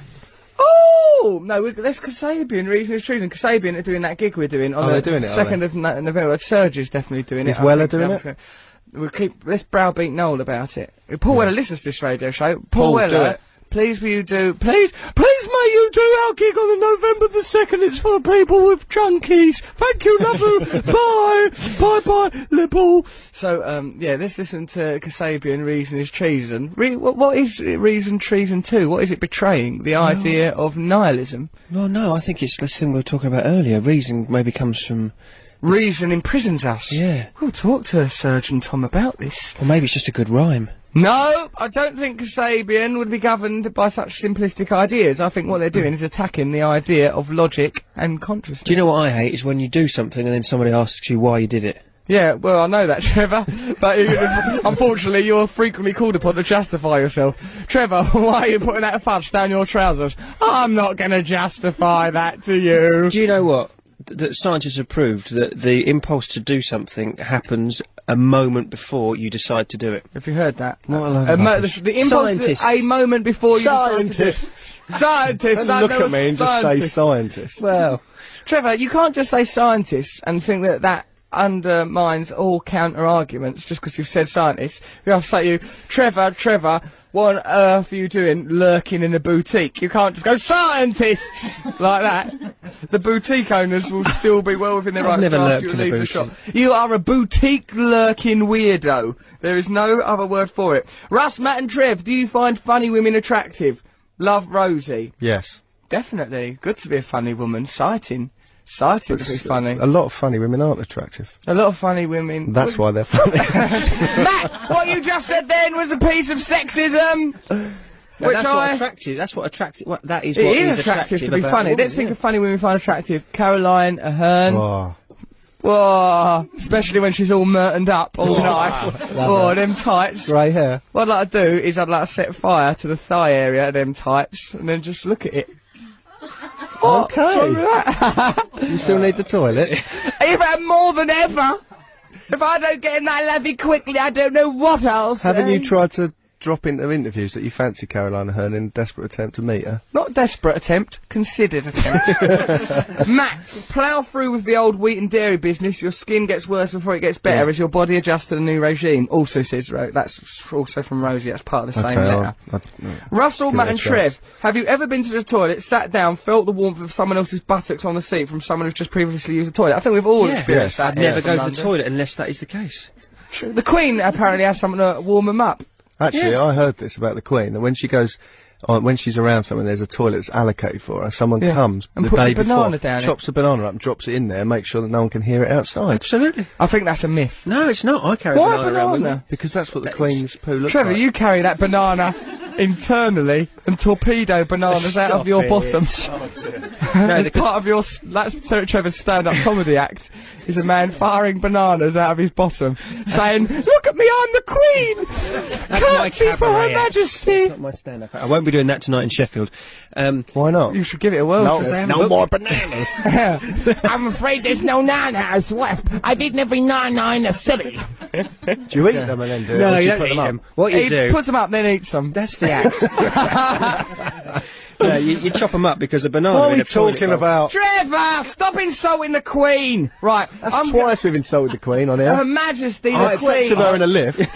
Speaker 1: Oh no, we, that's Kasabian. Reason is treason. Kasabian are doing that gig we're doing on
Speaker 2: Oh,
Speaker 1: the
Speaker 2: they're doing it, are
Speaker 1: second of no- November. Surge is definitely doing
Speaker 2: Is
Speaker 1: it. I
Speaker 2: Weller
Speaker 1: think
Speaker 2: doing
Speaker 1: Weller's gonna- We'll keep let's browbeat Noel about it. Paul Weller listens to this radio show. Paul,
Speaker 2: Paul,
Speaker 1: Weller.
Speaker 2: do it.
Speaker 1: Please will you do please please may you do our gig on the November the second, it's for people with junkies. Thank you, love you. bye. Bye bye, Liverpool. So um yeah, let's listen to Kasabian Reason is Treason. Re- what, what is Reason Treason to? What is it betraying? The idea of nihilism.
Speaker 3: Well, no, I think it's the thing we were talking about earlier. Reason maybe comes from.
Speaker 1: Reason imprisons us.
Speaker 3: Yeah.
Speaker 1: We'll talk to Surgeon Tom about this.
Speaker 3: Or maybe it's just a good rhyme.
Speaker 1: No, I don't think Kasabian would be governed by such simplistic ideas. I think what they're doing is attacking the idea of logic and consciousness.
Speaker 3: Do you know what I hate? Is when you do something and then somebody asks you why you did it.
Speaker 1: Yeah, well, I know that, Trevor. But you- unfortunately, you're frequently called upon to justify yourself. Trevor, why are you putting that fudge down your trousers? I'm not going to justify that to you.
Speaker 3: Do you know what? Th- That scientists have proved that the impulse to do something happens a moment before you decide to do it.
Speaker 1: Have you heard that?
Speaker 2: not alone.
Speaker 1: A mo- the, the impulse
Speaker 3: Scientists.
Speaker 1: a moment before you scientists. Scientists. I
Speaker 2: look
Speaker 1: know
Speaker 2: at me and just say
Speaker 1: scientists.
Speaker 2: scientist.
Speaker 1: Well, Trevor, you can't just say scientists and think that that undermines all counter arguments just because you've said scientists. We have to say to you, Trevor, Trevor, what on earth are you doing lurking in a boutique? You can't just go scientists like that. The boutique owners will still be well within their rights
Speaker 3: I've never
Speaker 1: to ask
Speaker 3: lurked
Speaker 1: you to
Speaker 3: in a
Speaker 1: leave the
Speaker 3: boutique.
Speaker 1: shop. You are a boutique lurking weirdo. There is no other word for it. Russ, Matt, and Trev, do you find funny women attractive? Love Rosie.
Speaker 2: Yes.
Speaker 1: Definitely. Good to be a funny woman. Sighting. Sighting to be funny.
Speaker 2: A lot of funny women aren't attractive.
Speaker 1: A lot of funny women.
Speaker 2: That's why they're funny.
Speaker 1: Matt, what you just said then was a piece of sexism!
Speaker 3: No,
Speaker 1: Which
Speaker 3: that's
Speaker 1: I.
Speaker 3: what attractive. That's what attractive. What, that is
Speaker 1: it
Speaker 3: what
Speaker 1: is
Speaker 3: is
Speaker 1: attractive to be
Speaker 3: about
Speaker 1: funny.
Speaker 3: women,
Speaker 1: Let's think
Speaker 3: yeah.
Speaker 1: of funny women we find attractive. Caroline Ahern.
Speaker 2: oh,
Speaker 1: Whoa, especially when she's all mertoned up, all nice. Oh,
Speaker 2: it.
Speaker 1: them tights.
Speaker 2: Grey hair.
Speaker 1: What I'd like to do is I'd like to set fire to the thigh area of them tights and then just look at it.
Speaker 2: Okay. Do you still need the toilet?
Speaker 1: Even more than ever. If I don't get in that levy quickly, I don't know what else.
Speaker 2: Haven't you tried to drop into interviews that you fancy Carolina Hearn in a desperate attempt to meet her?
Speaker 1: Not desperate attempt, considered attempt. Matt, plough through with the old wheat and dairy business. Your skin gets worse before it gets better as your body adjusts to the new regime. Also says Ro- that's also from Rosie. That's part of the same
Speaker 2: Okay, I'll-
Speaker 1: letter.
Speaker 2: I'll-
Speaker 1: Russell,
Speaker 2: Give it
Speaker 1: Matt
Speaker 2: a
Speaker 1: and
Speaker 2: chance.
Speaker 1: Trev, have you ever been to the toilet, sat down, felt the warmth of someone else's buttocks on the seat from someone who's just previously used the toilet? I think we've all experienced
Speaker 2: Yes.
Speaker 1: that. from
Speaker 3: Never go to the
Speaker 1: London.
Speaker 3: toilet unless that is the case.
Speaker 1: Sure. The Queen apparently has something to warm them up.
Speaker 2: Actually, I heard this about the Queen that when she goes, uh, when she's around someone, there's a toilet that's allocated for her. Someone
Speaker 1: Yeah.
Speaker 2: comes
Speaker 1: And
Speaker 2: the
Speaker 1: puts a
Speaker 2: day before,
Speaker 1: banana down it.
Speaker 2: chops a banana up, and drops it in there, and makes sure that no one can hear it outside.
Speaker 3: Absolutely.
Speaker 1: I think that's a myth.
Speaker 3: No, it's not. I carry
Speaker 1: Why
Speaker 3: a banana around with me.
Speaker 1: banana?
Speaker 2: Because that's what the Queen's poo looks
Speaker 1: Trevor,
Speaker 2: like.
Speaker 1: you carry that banana internally and torpedo bananas out of
Speaker 3: Stop
Speaker 1: your
Speaker 3: it.
Speaker 1: bottom.
Speaker 3: No,
Speaker 1: That's
Speaker 3: because-
Speaker 1: part of your s- that's Sir Trevor's stand-up comedy act is a man firing bananas out of his bottom, saying, "Look at me, I'm the Queen. Can't see for Her
Speaker 4: cabaret act.
Speaker 1: Majesty."
Speaker 4: Not my stand up.
Speaker 3: I won't be doing that tonight in Sheffield. Um,
Speaker 2: Why not?
Speaker 1: You should give it a whirl. Trevor.
Speaker 2: no more bananas.
Speaker 1: I'm afraid there's no nanas left. I've eaten every nana in the city.
Speaker 2: do you eat them and then do it?
Speaker 3: no,
Speaker 2: or do you
Speaker 3: you don't
Speaker 2: put
Speaker 3: eat
Speaker 2: them up?
Speaker 3: them. What you
Speaker 1: He
Speaker 3: do?
Speaker 1: puts them up, then eats them.
Speaker 3: that's the act. no, you, you chop them up because a banana.
Speaker 2: What are
Speaker 3: in
Speaker 2: we
Speaker 3: a toilet
Speaker 2: talking
Speaker 3: bowl-
Speaker 2: about?
Speaker 1: Trevor, stop insulting the Queen. Right,
Speaker 2: That's
Speaker 1: I'm
Speaker 2: twice we've insulted the Queen on
Speaker 1: Her
Speaker 3: Oh.
Speaker 2: here.
Speaker 1: Majesty
Speaker 2: I
Speaker 1: the
Speaker 2: had sex with
Speaker 1: Queen.
Speaker 2: her in a lift.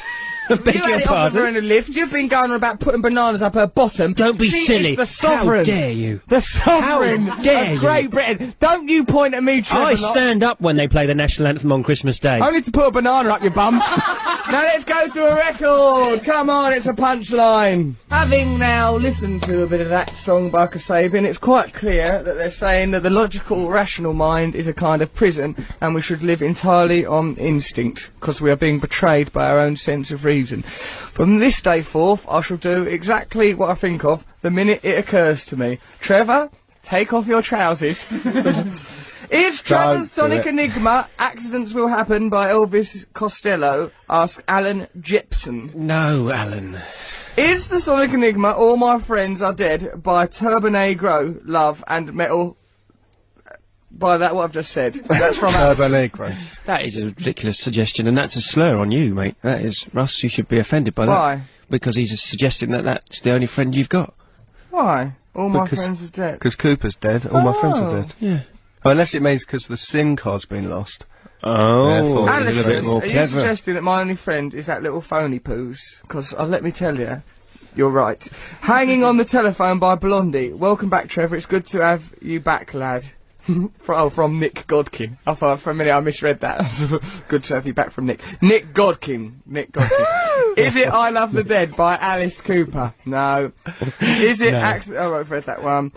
Speaker 3: Beg
Speaker 1: You had it
Speaker 3: your
Speaker 1: on with her
Speaker 3: pardon.
Speaker 1: in a lift. You've been going on about putting bananas up her bottom.
Speaker 3: Don't be
Speaker 1: She is
Speaker 3: silly.
Speaker 1: the sovereign.
Speaker 3: How dare you?
Speaker 1: The sovereign
Speaker 3: How dare
Speaker 1: of Great Britain. Don't you point at me, Trevor.
Speaker 3: I
Speaker 1: Lock.
Speaker 3: stand up when they play the national anthem on Christmas Day.
Speaker 1: Only to put a banana up your bum. now let's go to a record. Come on, it's a punchline. Having now listened to a bit of that song by Kasabian, it's quite clear that they're saying that the logical, rational mind is a kind of prison and we should live entirely on instinct because we are being betrayed by our own sense of reason. From this day forth, I shall do exactly what I think of the minute it occurs to me. Trevor, take off your trousers. Is
Speaker 2: Don't do
Speaker 1: Trevor's Sonic
Speaker 2: it.
Speaker 1: Enigma Accidents Will Happen by Elvis Costello? Ask Alan Jepson.
Speaker 3: No, Alan.
Speaker 1: Is the Sonic Enigma All My Friends Are Dead by Turbinegro Love and Metal? By that, what I've just said. That's from Alice.
Speaker 2: Turbo Negro.
Speaker 3: That is a ridiculous suggestion, and that's a slur on you, mate. That is, Russ, you should be offended by that.
Speaker 1: Why?
Speaker 3: Because he's suggesting that that's the only friend you've got.
Speaker 1: Why? All My
Speaker 2: Because-
Speaker 1: Friends Are Dead.
Speaker 2: Because Cooper's dead. All my friends are
Speaker 1: Oh.
Speaker 2: dead.
Speaker 3: Yeah.
Speaker 2: Oh, unless it means because the SIM card's been lost.
Speaker 3: Oh.
Speaker 2: Therefore- a little bit
Speaker 1: Alison,
Speaker 2: more
Speaker 1: are you
Speaker 2: clever.
Speaker 1: suggesting that my only friend is that little phony poos? Because uh, let me tell you, you're right. Hanging on the telephone by Blondie. Welcome back, Trevor. It's good to have you back, lad. from, oh, from Nick Godkin. I thought for a minute I misread that. good to have you back from Nick. Nick Godkin. Nick Godkin. is it I Love the Dead by Alice Cooper? No. Is it Ax- Oh, I've read that one.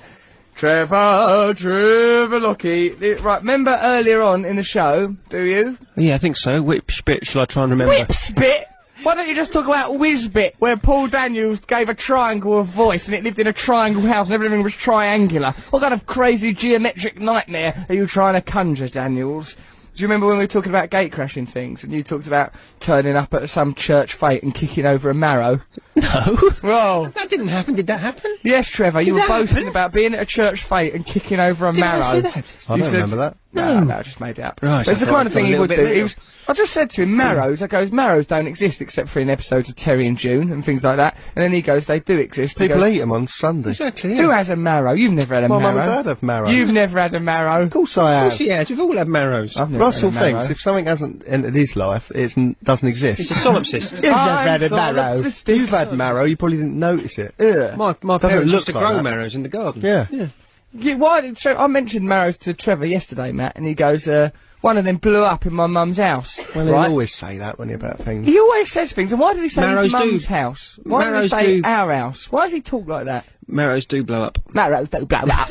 Speaker 1: Trevor, Trevor Lockie. The- Right, remember earlier on in the show, do you?
Speaker 3: Yeah, I think so. Which bit shall I try and remember?
Speaker 1: Whipsbit? Why don't you just talk about Whizbit, where Paul Daniels gave a triangle a voice and it lived in a triangle house and everything was triangular? What kind of crazy geometric nightmare are you trying to conjure, Daniels? Do you remember when we were talking about gate crashing things and you talked about turning up at some church fete and kicking over a marrow?
Speaker 3: No.
Speaker 1: Well,
Speaker 3: that didn't happen. Did that happen?
Speaker 1: yes, Trevor, you were
Speaker 3: that happen?
Speaker 1: boasting about being at a church fete and kicking over a
Speaker 3: Did
Speaker 1: marrow.
Speaker 3: I say that?
Speaker 2: I
Speaker 1: You
Speaker 2: don't
Speaker 1: said-
Speaker 2: remember that.
Speaker 1: No, no, I just made it up.
Speaker 3: Right,
Speaker 1: It's the
Speaker 3: I
Speaker 1: kind of
Speaker 3: thought
Speaker 1: thing
Speaker 3: I'd
Speaker 1: he
Speaker 3: gone a
Speaker 1: would
Speaker 3: little
Speaker 1: do.
Speaker 3: bit
Speaker 1: He was, I just said to him, marrows. I goes, marrows don't exist except for in episodes of Terry and June and things like that. And then he goes, they do exist. He
Speaker 2: People
Speaker 1: goes,
Speaker 2: eat them on Sunday.
Speaker 3: Exactly.
Speaker 1: Who has a marrow? You've never had a
Speaker 2: My
Speaker 1: marrow.
Speaker 2: mum and dad have marrow.
Speaker 1: You've never had a marrow.
Speaker 2: Of course I have.
Speaker 3: Yes, yes, we've all had marrows.
Speaker 1: I've never
Speaker 2: Russell
Speaker 1: had a marrow.
Speaker 2: thinks if something hasn't entered his life, it doesn't exist.
Speaker 3: It's a solipsist.
Speaker 2: You've
Speaker 1: I'm solipsistic.
Speaker 2: You've had marrow. You probably didn't notice it.
Speaker 1: Ugh.
Speaker 3: My, my
Speaker 2: Doesn't
Speaker 3: parents
Speaker 2: look
Speaker 3: used to
Speaker 2: like
Speaker 3: grow
Speaker 2: that.
Speaker 3: marrows in the garden.
Speaker 2: Yeah.
Speaker 1: Yeah, why did Tre- I mentioned marrows to Trevor yesterday, Matt, and he goes, uh, one of them blew up in my mum's house.
Speaker 2: Well,
Speaker 1: right?
Speaker 2: they always say that when you're about things.
Speaker 1: He always says things, and why did he say his
Speaker 3: Marrows do.
Speaker 1: mum's house? Why did he
Speaker 3: Marrows
Speaker 1: say
Speaker 3: do.
Speaker 1: our house? Why does he talk like that?
Speaker 3: Marrows do blow up.
Speaker 1: Marrows do blow up.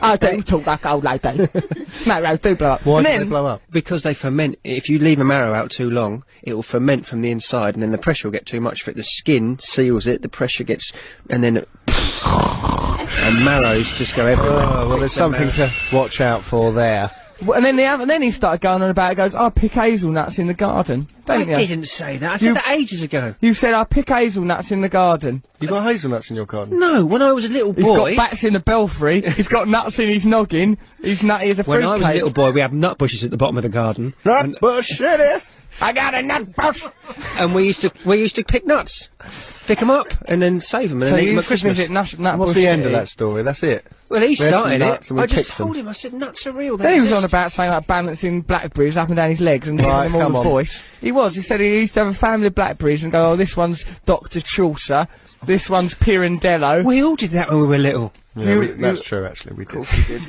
Speaker 1: I don't talk like old lady. Marrows do blow up.
Speaker 2: Why
Speaker 1: and
Speaker 2: do
Speaker 1: then,
Speaker 2: they blow up?
Speaker 3: Because they ferment. If you leave a marrow out too long, it will ferment from the inside, and then the pressure will get too much for it. The skin seals it. The pressure gets, and then. It and marrows just go everywhere.
Speaker 2: Oh, well, there's something to watch out for there.
Speaker 1: Well, And then the other, then he started going on about it. Goes, I pick hazelnuts in the garden.
Speaker 3: I
Speaker 1: Don't you?
Speaker 3: didn't say that. I said
Speaker 1: You-
Speaker 3: that ages ago.
Speaker 1: You said I pick hazelnuts in the garden.
Speaker 2: You got hazelnuts in your garden?
Speaker 3: No, when I was a little
Speaker 1: He's
Speaker 3: boy.
Speaker 1: got bats in the belfry. He's got nuts in his noggin. He's nutty as a
Speaker 3: when
Speaker 1: fruitcake.
Speaker 3: I was a little boy, we had nut bushes at the bottom of the garden,
Speaker 2: Nut bush, in it.
Speaker 1: I got a nut bush.
Speaker 3: and we used to we used to pick nuts, pick them up, and then save them and
Speaker 1: So
Speaker 3: then eat
Speaker 1: you
Speaker 3: them at
Speaker 1: used to
Speaker 3: Christmas.
Speaker 1: visit nut, nut
Speaker 2: What's
Speaker 1: bush
Speaker 2: the end of
Speaker 1: City.
Speaker 2: that story? That's it.
Speaker 3: Well, he
Speaker 2: We had some
Speaker 3: started
Speaker 2: nuts
Speaker 3: it.
Speaker 2: and we
Speaker 3: I just
Speaker 2: picked 'em.
Speaker 3: told him. I said nuts are real.
Speaker 1: Then
Speaker 3: They
Speaker 1: he was on
Speaker 3: exist."
Speaker 1: about saying like balancing blackberries up and down his legs and
Speaker 2: Right,
Speaker 1: giving them all
Speaker 2: come
Speaker 1: the
Speaker 2: on.
Speaker 1: voice. He was. He said he used to have a family of blackberries and go, oh, this one's Dr. Chaucer, this one's Pirandello.
Speaker 3: We all did that when we were little.
Speaker 2: Yeah,
Speaker 1: You-
Speaker 2: we,
Speaker 1: you-
Speaker 2: that's true, actually. We did.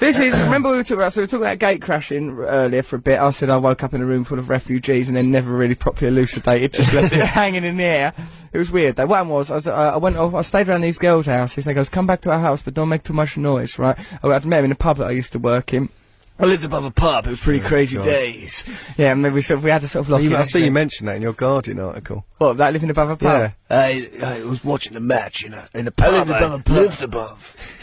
Speaker 1: This is. Remember we were talking about. So we were talking about gate crashing earlier for a bit. I said I woke up in a room full of refugees and then never really properly elucidated. Just left it hanging in the air. It was weird. Though. What happened was I, was, uh, I went off. I stayed around these girls' houses. They goes, come back to our house, but don't make too much noise, right? I, I'd met him in a pub that I used to work in. I lived above a pub. It was pretty crazy
Speaker 2: Oh, God.
Speaker 1: days. Yeah, and then we sort of, we had to sort of lock
Speaker 2: You-
Speaker 1: it.
Speaker 2: I see you
Speaker 1: actually.
Speaker 2: mentioned that in your Guardian article.
Speaker 1: What, that living above a pub?
Speaker 2: Yeah.
Speaker 5: I, I was watching the match in a, in a pub. I lived above.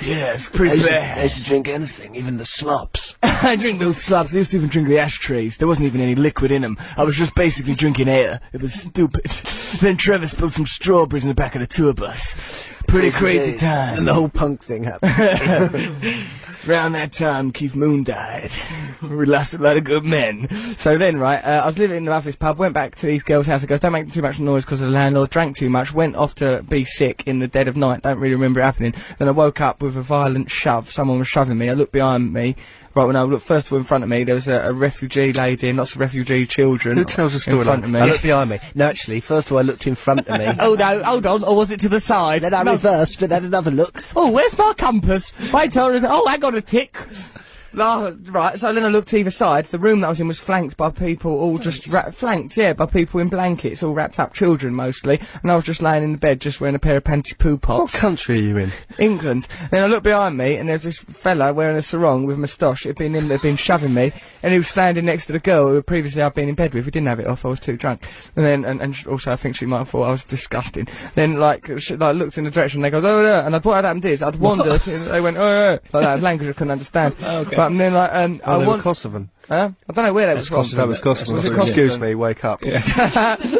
Speaker 1: Yeah, it's
Speaker 5: I
Speaker 1: pretty
Speaker 5: used, to, I used to drink anything, even the slops.
Speaker 1: I drink those slabs. I used to even drink the ashtrays. There wasn't even any liquid in them. I was just basically drinking air. It was stupid. then Trevor spilled some strawberries in the back of the tour bus. Pretty
Speaker 5: Those
Speaker 1: crazy
Speaker 5: days.
Speaker 1: time.
Speaker 5: And the whole punk thing happened.
Speaker 1: Around that time, Keith Moon died. we lost a lot of good men. So then, right, uh, I was living in the this pub, went back to these girls' house. and goes, don't make too much noise because the landlord drank too much. Went off to be sick in the dead of night. Don't really remember it happening. Then I woke up with a violent shove. Someone was shoving me. I looked behind me. Right, when I looked first of all in front of me, there was a, a refugee lady and lots of refugee children.
Speaker 2: Who tells a story
Speaker 1: in front
Speaker 2: like
Speaker 1: of me?
Speaker 2: I
Speaker 5: I
Speaker 2: look-
Speaker 5: looked behind me. No, actually, first of all, I looked in front of me.
Speaker 1: Oh no, hold on, or was it to the side?
Speaker 5: Then I
Speaker 1: No.
Speaker 5: reversed and had another look.
Speaker 1: Oh, where's my compass? I told her, oh, I got a tick. No, right, so then I looked either side. The room that I was in was flanked by people all just ra- flanked, yeah, by people in blankets, all wrapped up, children mostly. And I was just laying in the bed, just wearing a pair of panty poo
Speaker 2: What
Speaker 1: pots.
Speaker 2: country are you in?
Speaker 1: England. Then I looked behind me, and there's this fella wearing a sarong with a moustache. It'd been him that'd been shoving me, and he was standing next to the girl who previously I'd been in bed with. We didn't have it off. I was too drunk. And then, and, and sh- also I think she might have thought I was disgusting. Then like she like looked in the direction. They goes, oh no, and I what had happened is I'd wandered. and they went, oh, oh, like that language I couldn't understand. okay. But and then like um,
Speaker 2: Oh,
Speaker 1: I
Speaker 2: they were
Speaker 1: want,
Speaker 2: Kosovan.
Speaker 1: huh? I don't know where that was from.
Speaker 2: That was Kosovan.
Speaker 1: Was it
Speaker 2: Excuse
Speaker 1: Kosovan?
Speaker 2: me, wake up.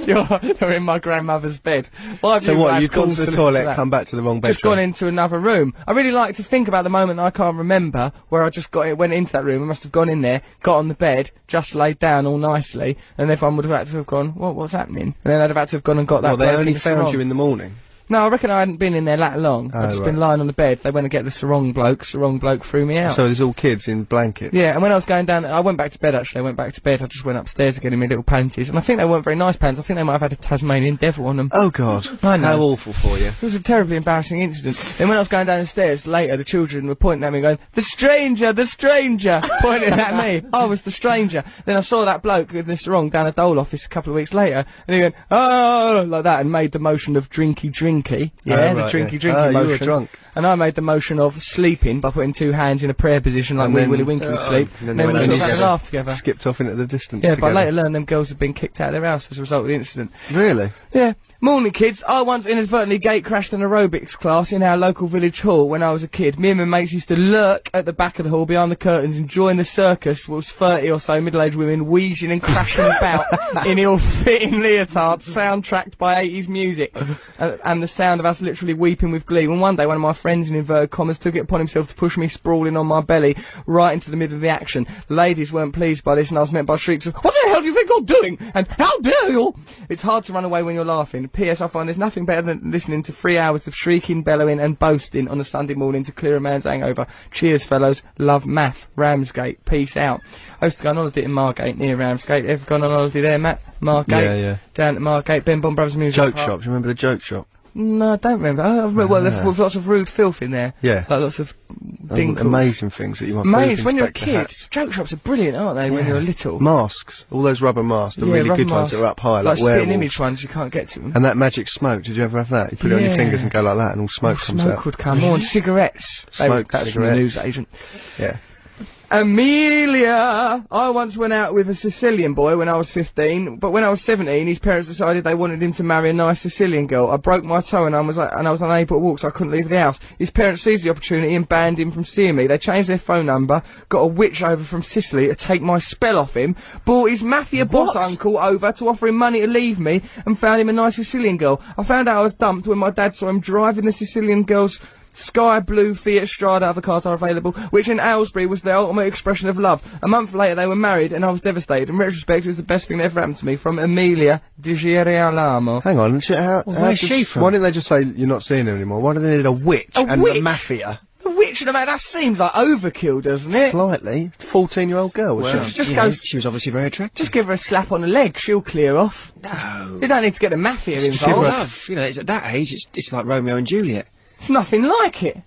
Speaker 1: you're, you're in my grandmother's bed. Why have
Speaker 2: So
Speaker 1: you
Speaker 2: what,
Speaker 1: had
Speaker 2: you've gone
Speaker 1: cause
Speaker 2: to the
Speaker 1: listen
Speaker 2: toilet,
Speaker 1: that?
Speaker 2: come back to the wrong bedroom.
Speaker 1: just gone into another room. I really like to think about the moment I can't remember where I just got it, went into that room. I must have gone in there, got on the bed, just laid down all nicely, and everyone would have had to have gone, "What? What's happening?" And then I'd have had to have gone and got that.
Speaker 2: Well, they
Speaker 1: bloke in
Speaker 2: only
Speaker 1: the
Speaker 2: found
Speaker 1: sarong.
Speaker 2: you in the morning.
Speaker 1: No, I reckon I hadn't been in there that long.
Speaker 2: Oh,
Speaker 1: I'd just been
Speaker 2: right.
Speaker 1: lying on the bed. They went and get the sarong bloke. Sarong bloke threw me out.
Speaker 2: So there's all kids in blankets.
Speaker 1: Yeah, and when I was going down, I went back to bed actually. I went back to bed. I just went upstairs again in my little panties, and I think they weren't very nice pants. I think they might have had a Tasmanian devil on them.
Speaker 2: Oh God,
Speaker 1: I know.
Speaker 2: how awful for you.
Speaker 1: It was a terribly embarrassing incident. Then when I was going down the stairs later, the children were pointing at me going, the stranger, the stranger, pointing at me. I was the stranger. Then I saw that bloke with this wrong down a dole office a couple of weeks later, and he went, oh, like that, and made the motion of drinky drinky. Yeah,
Speaker 2: Oh,
Speaker 1: the
Speaker 2: right,
Speaker 1: drinky
Speaker 2: yeah.
Speaker 1: drinky
Speaker 2: Oh, you were
Speaker 1: motion.
Speaker 2: drunk.
Speaker 1: And I made the motion of sleeping by putting two hands in a prayer position like
Speaker 2: And
Speaker 1: Wee
Speaker 2: then-
Speaker 1: Willie Winky would
Speaker 2: oh,
Speaker 1: sleep.
Speaker 2: and then
Speaker 1: And
Speaker 2: they
Speaker 1: then we
Speaker 2: went
Speaker 1: sort of
Speaker 2: out
Speaker 1: had a
Speaker 2: together.
Speaker 1: laugh together.
Speaker 2: Skipped off into the distance.
Speaker 1: Yeah, but
Speaker 2: together.
Speaker 1: I later learned them girls had been kicked out of their house as a result of the incident.
Speaker 2: Really?
Speaker 1: Yeah. Morning, kids. I once inadvertently gate crashed an aerobics class in our local village hall when I was a kid. Me and my mates used to lurk at the back of the hall behind the curtains, enjoying the circus whilst 30 or so middle aged women wheezing and crashing about in ill fitting leotards, soundtracked by 80s music, uh, and the sound of us literally weeping with glee. When one day one of my friends in inverted commas uh, took it upon himself to push me sprawling on my belly right into the middle of the action. Ladies weren't pleased by this, and I was met by shrieks of, What the hell do you think you're doing? And how dare you? It's hard to run away when you're laughing. P.S. I find there's nothing better than listening to three hours of shrieking, bellowing, and boasting on a Sunday morning to clear a man's hangover. Cheers, fellows. Love math. Ramsgate. Peace out. I used to go on holiday in Margate, near Ramsgate. Ever gone on holiday there, Matt? Margate?
Speaker 2: Yeah, yeah.
Speaker 1: Down at Margate, Ben Bond Brothers Music
Speaker 2: Joke
Speaker 1: Park.
Speaker 2: shop. Ah. Do you remember the joke shop?
Speaker 1: No, I don't remember. I remember well, there's- with lots of rude filth in there.
Speaker 2: Yeah.
Speaker 1: Like lots of
Speaker 2: Um,
Speaker 1: dingles.
Speaker 2: amazing things that you might.
Speaker 1: Maze,
Speaker 2: Booth
Speaker 1: when you're a
Speaker 2: Inspector
Speaker 1: kid,
Speaker 2: hats.
Speaker 1: joke shops are brilliant, aren't they, when
Speaker 2: Yeah.
Speaker 1: you're little?
Speaker 2: Masks. All those rubber masks. The
Speaker 1: Yeah,
Speaker 2: really
Speaker 1: rubber
Speaker 2: good ones
Speaker 1: masks.
Speaker 2: that are up high,
Speaker 1: like
Speaker 2: like,
Speaker 1: spitting
Speaker 2: werewolves.
Speaker 1: image ones, you can't get to them.
Speaker 2: And that magic smoke. Did you ever have that? You put it on
Speaker 1: Yeah. Oh,
Speaker 2: your fingers and go like that, and all smoke comes
Speaker 1: Smoke
Speaker 2: out.
Speaker 1: would come on. Cigarettes. They were-
Speaker 2: Smoke,
Speaker 1: that's from the
Speaker 2: cigarettes.
Speaker 1: news agent.
Speaker 2: Yeah.
Speaker 1: Amelia! I once went out with a Sicilian boy when I was 15, but when I was 17, his parents decided they wanted him to marry a nice Sicilian girl. I broke my toe and I was like, and I was unable to walk, so I couldn't leave the house. His parents seized the opportunity and banned him from seeing me. They changed their phone number, got a witch over from Sicily to take my spell off him, brought his mafia boss uncle over to offer him money to leave me, and found him a nice Sicilian girl. I found out I was dumped when my dad saw him driving the Sicilian girl's Sky Blue Fiat Strada other cars are available, which in Aylesbury was their ultimate expression of love. A month later, they were married, and I was devastated. In retrospect, it was the best thing that ever happened to me. From Emilia Di Girolamo.
Speaker 2: Hang on, sh- how,
Speaker 3: Well,
Speaker 2: how
Speaker 3: where's
Speaker 2: does-
Speaker 3: she from?
Speaker 2: Why didn't they just say you're not seeing him anymore? Why did they need a witch
Speaker 1: A
Speaker 2: and
Speaker 1: witch?
Speaker 2: the mafia?
Speaker 1: The Witch and the Man, that seems like overkill, doesn't it?
Speaker 2: Slightly, fourteen-year-old girl.
Speaker 3: Well,
Speaker 2: Well,
Speaker 1: Just- just
Speaker 3: you know,
Speaker 1: goes-
Speaker 3: She was obviously very attractive.
Speaker 1: Just give her a slap on the leg, she'll clear off.
Speaker 3: No.
Speaker 1: You don't need to get the mafia
Speaker 3: It's pure
Speaker 1: involved.
Speaker 3: love. You know, it's at that age, it's it's like Romeo and Juliet.
Speaker 1: It's nothing like it.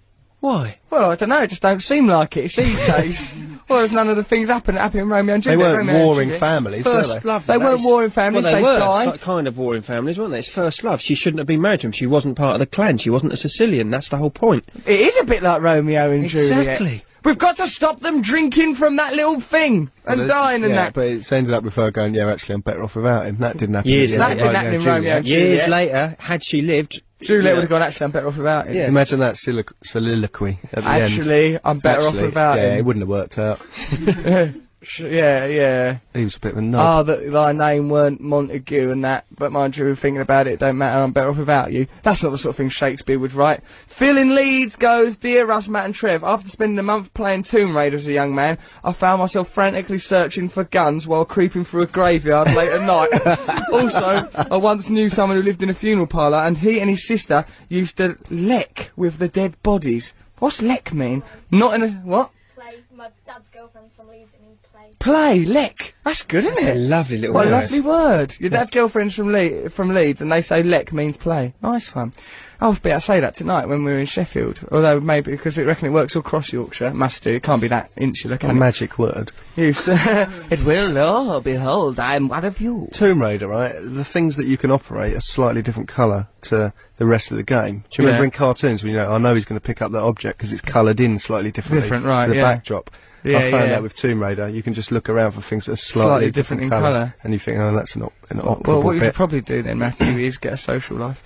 Speaker 3: Why?
Speaker 1: Well, I don't know, it just don't seem like it. It's these days. Well, there's none of the things happen that happen in Romeo and
Speaker 2: they
Speaker 1: Juliet.
Speaker 2: weren't
Speaker 1: Romeo and
Speaker 2: warring
Speaker 1: Juliet.
Speaker 2: families, were
Speaker 3: First
Speaker 2: they?
Speaker 3: love.
Speaker 1: They
Speaker 3: though, that
Speaker 1: weren't
Speaker 3: is-
Speaker 1: warring families,
Speaker 3: Well, they
Speaker 1: they
Speaker 3: were
Speaker 1: died.
Speaker 3: so- kind of warring families, weren't they? It's first love. She shouldn't have been married to him. She wasn't part of the clan. She wasn't a Sicilian. That's the whole point.
Speaker 1: It is a bit like Romeo and Juliet.
Speaker 3: Exactly.
Speaker 1: We've got to stop them drinking from that little thing and
Speaker 2: Well, they-
Speaker 1: dying and
Speaker 2: yeah,
Speaker 1: that.
Speaker 2: But it's ended up with her going, yeah, actually, I'm better off without him. That didn't happen.
Speaker 3: Years
Speaker 2: in
Speaker 3: later.
Speaker 1: That didn't happen in Romeo and Juliet.
Speaker 3: Years later, had she lived,
Speaker 1: Juliet
Speaker 3: Yeah.
Speaker 1: would have gone, actually, I'm better off without it.
Speaker 2: Yeah. Imagine that solilo- soliloquy at the end.
Speaker 1: Actually, I'm better
Speaker 2: Actually,
Speaker 1: off without
Speaker 2: yeah, it
Speaker 1: him.
Speaker 2: wouldn't have worked out.
Speaker 1: Sh- yeah, yeah.
Speaker 2: He was a bit of a knob.
Speaker 1: Ah, that thy name weren't Montague and that, but mind you, thinking about it, don't matter, I'm better off without you. That's not the sort of thing Shakespeare would write. Phil in Leeds goes, Dear Russ, Matt and Trev, after spending a month playing Tomb Raider as a young man, I found myself frantically searching for guns while creeping through a graveyard late at night. also, I once knew someone who lived in a funeral parlour, and he and his sister used to leck with the dead bodies. What's leck mean? Not in a, what?
Speaker 7: Clay, my dad's girlfriend from Leeds, it means Clay.
Speaker 1: Play, leck. That's good, isn't
Speaker 3: a
Speaker 1: it?
Speaker 3: lovely little
Speaker 1: What a
Speaker 3: word.
Speaker 1: lovely word. Your dad's girlfriend's from, Le- from Leeds, and they say lek means play. Nice one. I'll be able to say that tonight when we're in Sheffield. Although maybe because it reckon it works all across Yorkshire, must do. It can't be that insular,
Speaker 2: a
Speaker 1: can it?
Speaker 2: magic word.
Speaker 1: Used- Oh, it will. Oh, behold, I'm one of you.
Speaker 2: Tomb Raider, right? The things that you can operate are slightly different colour to the rest of the game. Do you remember
Speaker 1: Yeah.
Speaker 2: in cartoons when you know, I know he's going to pick up that object because it's coloured in slightly differently
Speaker 1: Different,
Speaker 2: to
Speaker 1: right,
Speaker 2: the
Speaker 1: yeah.
Speaker 2: backdrop?
Speaker 1: Yeah,
Speaker 2: I found
Speaker 1: yeah.
Speaker 2: that with Tomb Raider. You can just look around for things that are
Speaker 1: Slightly
Speaker 2: slightly,
Speaker 1: different in colour.
Speaker 2: and you think, oh, that's an, op- an operable
Speaker 1: Well, what you
Speaker 2: bit.
Speaker 1: should probably do then, Matthew, is get a social life.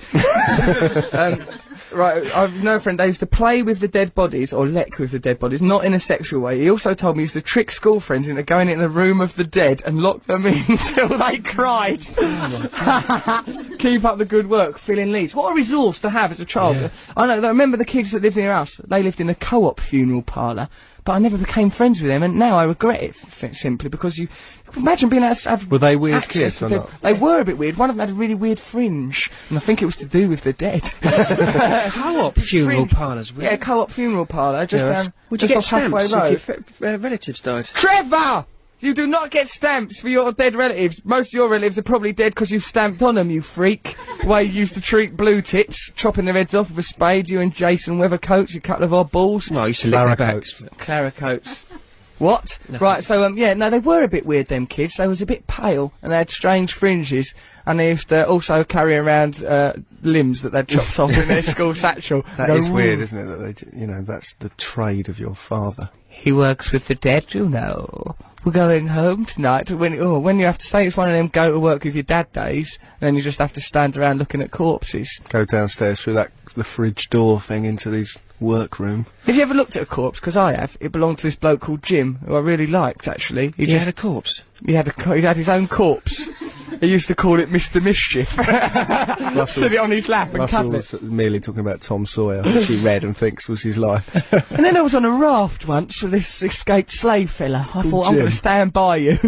Speaker 1: um, right, I've known a friend that used to play with the dead bodies or leck with the dead bodies, not in a sexual way. He also told me he used to trick school friends into going in the room of the dead and lock them in until they cried. Keep up the good work, Phil in Leeds. What a resource to have as a child. I know, I remember the kids that lived in our house, they lived in a co-op funeral parlour. But I never became friends with them, and now I regret it f- simply because you imagine being able to have
Speaker 2: Were they weird
Speaker 1: access
Speaker 2: kids
Speaker 1: to
Speaker 2: or
Speaker 1: them.
Speaker 2: not?
Speaker 1: They were a bit weird. One of them had a really weird fringe, and I think it was to do with the dead.
Speaker 3: Co-op funeral parlours.
Speaker 1: yeah, a co-op funeral parlour, just
Speaker 2: Yeah, that's-
Speaker 1: down.
Speaker 3: Would you get
Speaker 1: just off
Speaker 3: stamps
Speaker 1: halfway road.
Speaker 3: if your fa- uh, relatives died?
Speaker 1: Trevor! You do not get stamps for your dead relatives. Most of your relatives are probably dead because you've stamped on them, you freak. the way you used to treat blue tits, chopping their heads off with a spade, you and Jason Weathercoats, a couple of odd balls.
Speaker 3: Well, I used to lick their
Speaker 2: Barracoats.
Speaker 3: backs.
Speaker 1: Clara Coates. What? Right, so, um, yeah, no, they were a bit weird, them kids. They was a bit pale, and they had strange fringes, and they used to also carry around, uh, limbs that they'd chopped off in their school satchel.
Speaker 2: That
Speaker 1: Go,
Speaker 2: is weird,
Speaker 1: "Ooh,
Speaker 2: isn't it? That they, d- you know, that's the trade of your father.
Speaker 1: He works with the dead, you know. We're going home tonight. When, oh, when you have to say it's one of them go to work with your dad days, and then you just have to stand around looking at corpses.
Speaker 2: Go downstairs through that the fridge door thing into these workroom.
Speaker 1: Have you ever looked at a corpse? Because I have. It belonged to this bloke called Jim, who I really liked, actually. He
Speaker 3: You
Speaker 1: just
Speaker 3: had a corpse.
Speaker 1: He had a co- he had his own corpse. he used to call it Mr. Mischief. Sit it on his lap and cuddle it.
Speaker 2: Russell's merely talking about Tom Sawyer, which he read and thinks was his life.
Speaker 1: And then I was on a raft once with this escaped slave fella. I thought I'm
Speaker 2: Jim.
Speaker 1: going to stand by you.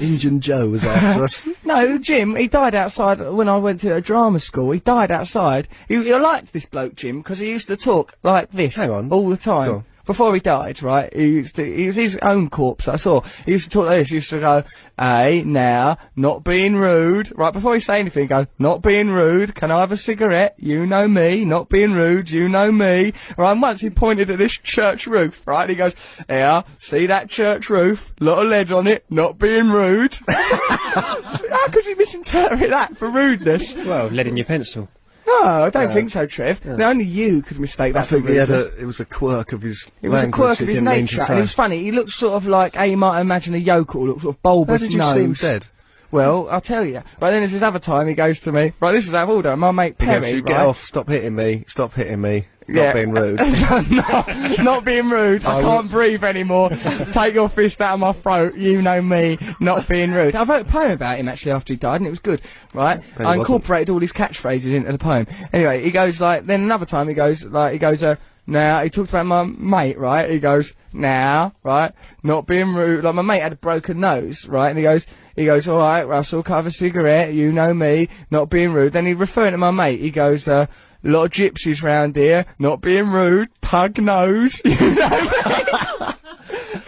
Speaker 2: Injun Joe was after us.
Speaker 1: no, Jim. He died outside when I went to a drama school. He died outside. He, I liked this bloke Jim because he used to talk like this
Speaker 2: Hang on.
Speaker 1: all the time.
Speaker 2: Go on.
Speaker 1: Before he died, right, he used to, he was his own corpse, I saw. He used to talk like this, he used to go, hey, now, not being rude. Right, before he say anything, he'd go, not being rude, can I have a cigarette? You know me, not being rude, you know me. Right, and once he pointed at this church roof, right, he goes, yeah, see that church roof? Lot of lead on it, not being rude. How could you misinterpret that for rudeness?
Speaker 3: Well, lead in your pencil.
Speaker 1: No, I don't think so, Trev. No, only you could mistake that.
Speaker 2: I think
Speaker 1: for
Speaker 2: he had
Speaker 1: rudeness.
Speaker 2: a. It was a quirk of his.
Speaker 1: It was a
Speaker 2: language
Speaker 1: quirk
Speaker 2: he
Speaker 1: of his
Speaker 2: didn't mean to
Speaker 1: nature, and it was
Speaker 2: say.
Speaker 1: funny. He looked sort of like how you might imagine a yokel, looked sort of
Speaker 2: How
Speaker 1: bulbous
Speaker 2: did you
Speaker 1: nose.
Speaker 2: see him dead?
Speaker 1: Well, I'll tell you. Right then, there's this other time he goes to me. Right, this is out of order. My mate
Speaker 2: He
Speaker 1: Perry.
Speaker 2: goes, "You get
Speaker 1: right?
Speaker 2: off! Stop hitting me! Stop hitting me!
Speaker 1: Yeah.
Speaker 2: Not being rude."
Speaker 1: not, not being rude. I,
Speaker 2: I
Speaker 1: can't breathe anymore. Take your fist out of my throat. You know me. Not being rude. I wrote a poem about him actually after he died, and it was good. Right?
Speaker 2: he
Speaker 1: I
Speaker 2: wasn't.
Speaker 1: incorporated all his catchphrases into the poem. Anyway, he goes like. Then another time he goes like he goes. Uh, now he talks about my mate, right? He goes now, right? Not being rude. Like my mate had a broken nose, right? And he goes, he goes, all right, Russell, cover a cigarette. You know me, not being rude. Then he referring to my mate. He goes, uh, a lot of gypsies round here, not being rude, pug nose.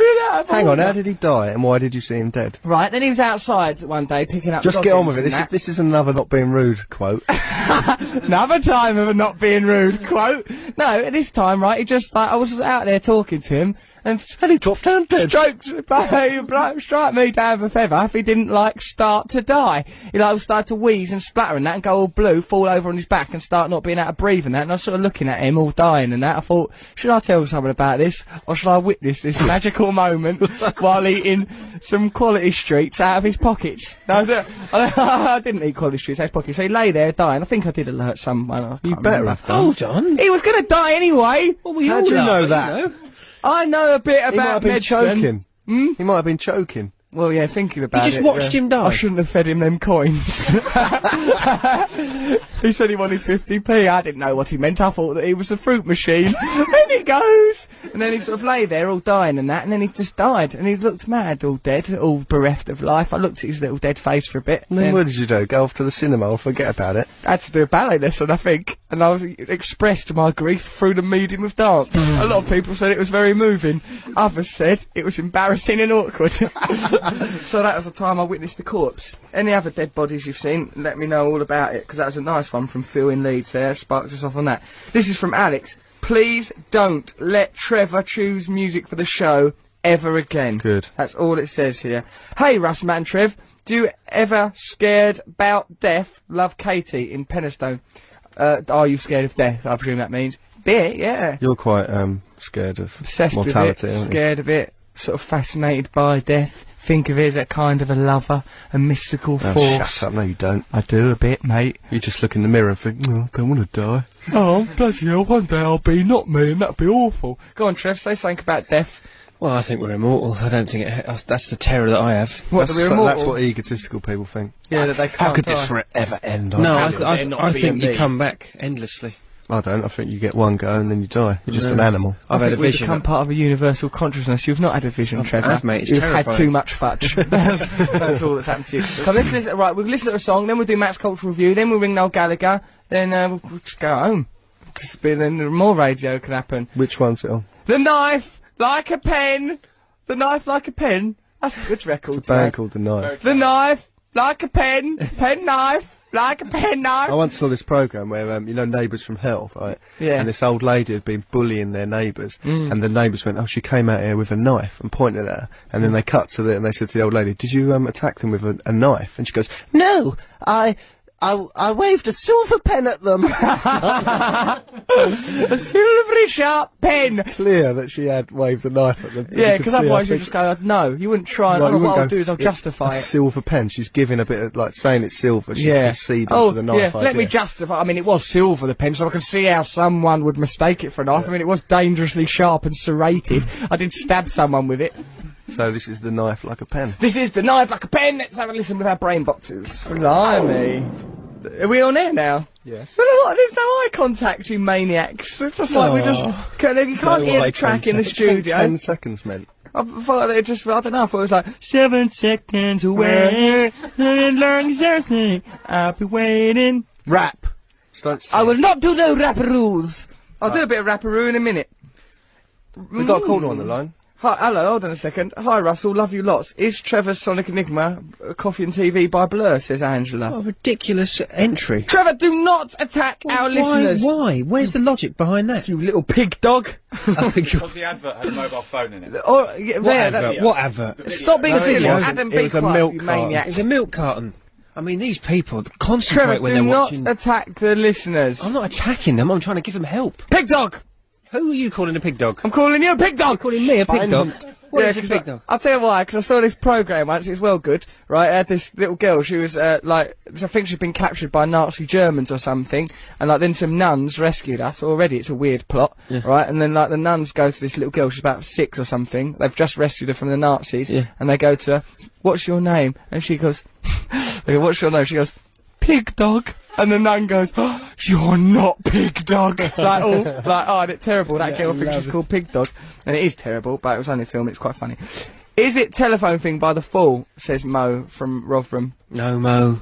Speaker 1: You know what I mean?
Speaker 2: Hang on, uh, how did he die, and why did you see him dead?
Speaker 1: Right, then he was outside one day picking up.
Speaker 2: Just get on with it.
Speaker 1: goggins
Speaker 2: This is,
Speaker 1: and
Speaker 2: this is another not being rude quote.
Speaker 1: that. Another time of not being rude. Quote. No, at this time, right, he just like I was out there talking to him, and
Speaker 2: and he dropped down dead.
Speaker 1: strokes strike me down with a feather if he didn't like start to die. He like start to wheeze and splatter and that and go all blue, fall over on his back and start not being able to breathe and that. And I was sort of looking at him all dying and that. I thought, should I tell someone about this or should I witness this magical moment while eating some quality streets out of his pockets? No, I don't- I didn't eat quality streets out of his pockets. So he lay there dying. I think I did alert someone. I oh, can't
Speaker 2: You better
Speaker 1: remember.
Speaker 2: have done.
Speaker 3: Hold on.
Speaker 1: He was going to die anyway.
Speaker 2: How do you know that?
Speaker 1: I know a bit about
Speaker 2: He might have been
Speaker 1: medicine.
Speaker 2: choking.
Speaker 1: Hmm?
Speaker 2: He might have been choking.
Speaker 1: Well, yeah, thinking about it.
Speaker 3: just watched
Speaker 1: yeah.
Speaker 3: him die?
Speaker 1: I shouldn't have fed him them coins. he said he wanted 50p. I didn't know what he meant. I thought that he was a fruit machine. and he goes. And then he sort of lay there all dying and that. And then he just died. And he looked mad, all dead, all bereft of life. I looked at his little dead face for a bit.
Speaker 2: And then what did you do? Go off to the cinema or forget about it?
Speaker 1: I had to do a ballet lesson, I think, and I was expressed my grief through the medium of dance. a lot of people said it was very moving. Others said it was embarrassing and awkward. so that was the time I witnessed the corpse. Any other dead bodies you've seen, let me know all about it, because that was a nice one from Phil in Leeds there, sparked us off on that. This is from Alex. Please don't let Trevor choose music for the show ever again.
Speaker 2: Good.
Speaker 1: That's all it says here. Hey, Russ Man Trev, do you ever scared about death? Love Katie in Penistone. Uh, are you scared of death? I presume that means. Bit, yeah.
Speaker 2: You're quite um scared of
Speaker 1: Obsessed
Speaker 2: mortality,
Speaker 1: with it,
Speaker 2: aren't you?
Speaker 1: scared of it, sort of fascinated by death. Think of it as a kind of a lover, a mystical
Speaker 2: Oh,
Speaker 1: force.
Speaker 2: shut up! No, you don't.
Speaker 1: I do a bit, mate.
Speaker 2: You just look in the mirror and think, "No, I don't want to die."
Speaker 1: Oh, bloody hell, one day I'll be not me and that'd be awful. Go on, Trev, say something about death.
Speaker 3: Well, I think we're immortal. I don't think it. that's the terror that I have.
Speaker 1: What,
Speaker 2: that's,
Speaker 1: that we're
Speaker 2: so- that's
Speaker 1: immortal?
Speaker 2: what egotistical people think.
Speaker 1: Yeah, that they can't
Speaker 2: How could this
Speaker 1: die.
Speaker 2: forever end?
Speaker 3: No,
Speaker 1: how
Speaker 3: I,
Speaker 1: could
Speaker 3: th-
Speaker 1: there
Speaker 3: I,
Speaker 1: not
Speaker 3: I
Speaker 1: be a
Speaker 3: think you
Speaker 1: me?
Speaker 3: come back endlessly.
Speaker 2: I don't. I think you get one go and then you die. You're just an animal.
Speaker 1: I
Speaker 3: I've had a
Speaker 1: think we've
Speaker 3: vision.
Speaker 1: become part of a universal consciousness. You've not had a vision,
Speaker 2: Oh,
Speaker 1: Trevor.
Speaker 3: have, mate. It's
Speaker 1: You've had
Speaker 3: terrifying.
Speaker 1: too much fudge. that's, that's all that's happened to you. So let's listen. Right, we'll listen to a song, then we'll do Matt's cultural review, then we'll ring Noel Gallagher, then uh, we'll, we'll just go home. Just be, then more radio can happen.
Speaker 2: Which one's it on?
Speaker 1: The knife, like a pen. The knife, like a pen. That's a good record.
Speaker 2: It's a band
Speaker 1: Dave.
Speaker 2: called The Knife.
Speaker 1: The knife, like a pen. Pen knife, like a pen knife.
Speaker 2: I once saw this program where um, you know neighbours from hell, right?
Speaker 1: Yeah.
Speaker 2: And this old lady had been bullying their neighbours,
Speaker 1: Mm.
Speaker 2: and the neighbours went, "Oh, she came out here with a knife," and pointed at her. And then they cut to the and they said to the old lady, "Did you um, attack them with a, a knife?" And she goes, "No, I, I, I waved a silver pen at them."
Speaker 1: a silvery sharp pen.
Speaker 2: Clear that she had waved the knife at them.
Speaker 1: Yeah,
Speaker 2: You could
Speaker 1: because
Speaker 2: see her
Speaker 1: otherwise you'll
Speaker 2: think-
Speaker 1: just go, no, you wouldn't try. And
Speaker 2: Like,
Speaker 1: oh,
Speaker 2: you
Speaker 1: what
Speaker 2: wouldn't
Speaker 1: I'll
Speaker 2: go,
Speaker 1: do is I'll
Speaker 2: "It-
Speaker 1: justify
Speaker 2: a
Speaker 1: it.
Speaker 2: silver pen. She's giving a bit of like saying it's silver. She's conceding
Speaker 1: oh,
Speaker 2: to the knife
Speaker 1: yeah.
Speaker 2: idea.
Speaker 1: Let me justify. I mean, it was silver, the pen, so I can see how someone would mistake it for a knife. I mean, it was dangerously sharp and serrated.
Speaker 2: Mm.
Speaker 1: I did stab someone with it.
Speaker 2: so this is the knife like a pen.
Speaker 1: This is the knife like a pen. Let's have a listen with our brain boxes. Blimey. Are we on air now?
Speaker 2: Yes.
Speaker 1: Well, what? There's no eye contact, you maniacs. It's just like we just. Can, you can't hear the track in the studio.
Speaker 2: Ten seconds, meant.
Speaker 1: I thought they just, I don't know, I thought it was like, seven seconds away, and long seriously, I'll be waiting.
Speaker 2: Rap. Just don't
Speaker 1: I
Speaker 2: sing.
Speaker 1: will not do no rapparoos. I'll do a bit of rapparoo in a minute. Mm.
Speaker 2: We've got a caller on the line.
Speaker 1: Hi, hello, hold on a second. Hi Russell, love you lots. Is Trevor's Sonic Enigma uh, Coffee and TV by Blur, says Angela.
Speaker 3: What a ridiculous entry.
Speaker 1: Trevor, do not attack our
Speaker 3: Oh. why,
Speaker 1: listeners.
Speaker 3: Why? Where's the logic behind that?
Speaker 1: You little pig dog.
Speaker 3: I think you're-
Speaker 6: Because the advert had a mobile phone in it.
Speaker 1: Or, yeah, there, that's,
Speaker 3: What advert?
Speaker 1: Stop being
Speaker 2: No, it
Speaker 1: silly.
Speaker 2: wasn't.
Speaker 1: Adam,
Speaker 2: It
Speaker 1: be
Speaker 2: was a
Speaker 1: quiet,
Speaker 2: milk
Speaker 1: you
Speaker 2: carton.
Speaker 3: It
Speaker 1: maniac.
Speaker 3: was a milk carton. I mean, these people concentrate
Speaker 1: Trevor,
Speaker 3: when
Speaker 1: do
Speaker 3: they're
Speaker 1: not
Speaker 3: watching.
Speaker 1: attack the listeners.
Speaker 3: I'm not attacking them. I'm trying to give them help.
Speaker 1: Pig dog!
Speaker 3: Who are you calling a pig dog?
Speaker 1: I'm calling you a pig dog!
Speaker 3: calling me a pig
Speaker 1: Fine.
Speaker 3: dog. What
Speaker 1: Yeah,
Speaker 3: is a
Speaker 1: 'cause
Speaker 3: pig
Speaker 1: I-
Speaker 3: dog?
Speaker 1: I'll tell you why, because I saw this program once, it was well good, right? I had this little girl, she was, uh, like, I think she'd been captured by Nazi Germans or something, and, like, then some nuns rescued us. Already it's a weird plot, right? And then, like, the nuns go to this little girl, she's about six or something, they've just rescued her from the Nazis,
Speaker 3: Yeah.
Speaker 1: and they go to her, what's your name? And she goes, they go, what's your name? She goes, pig dog. And the nun goes, oh, you're not pig dog. like, oh, like, oh, and it's terrible. That girl thinks she's called pig dog. And it is terrible, but it was only a film. It's quite funny. Is it telephone thing by the fall, says Mo from Rotherham.
Speaker 3: No mo.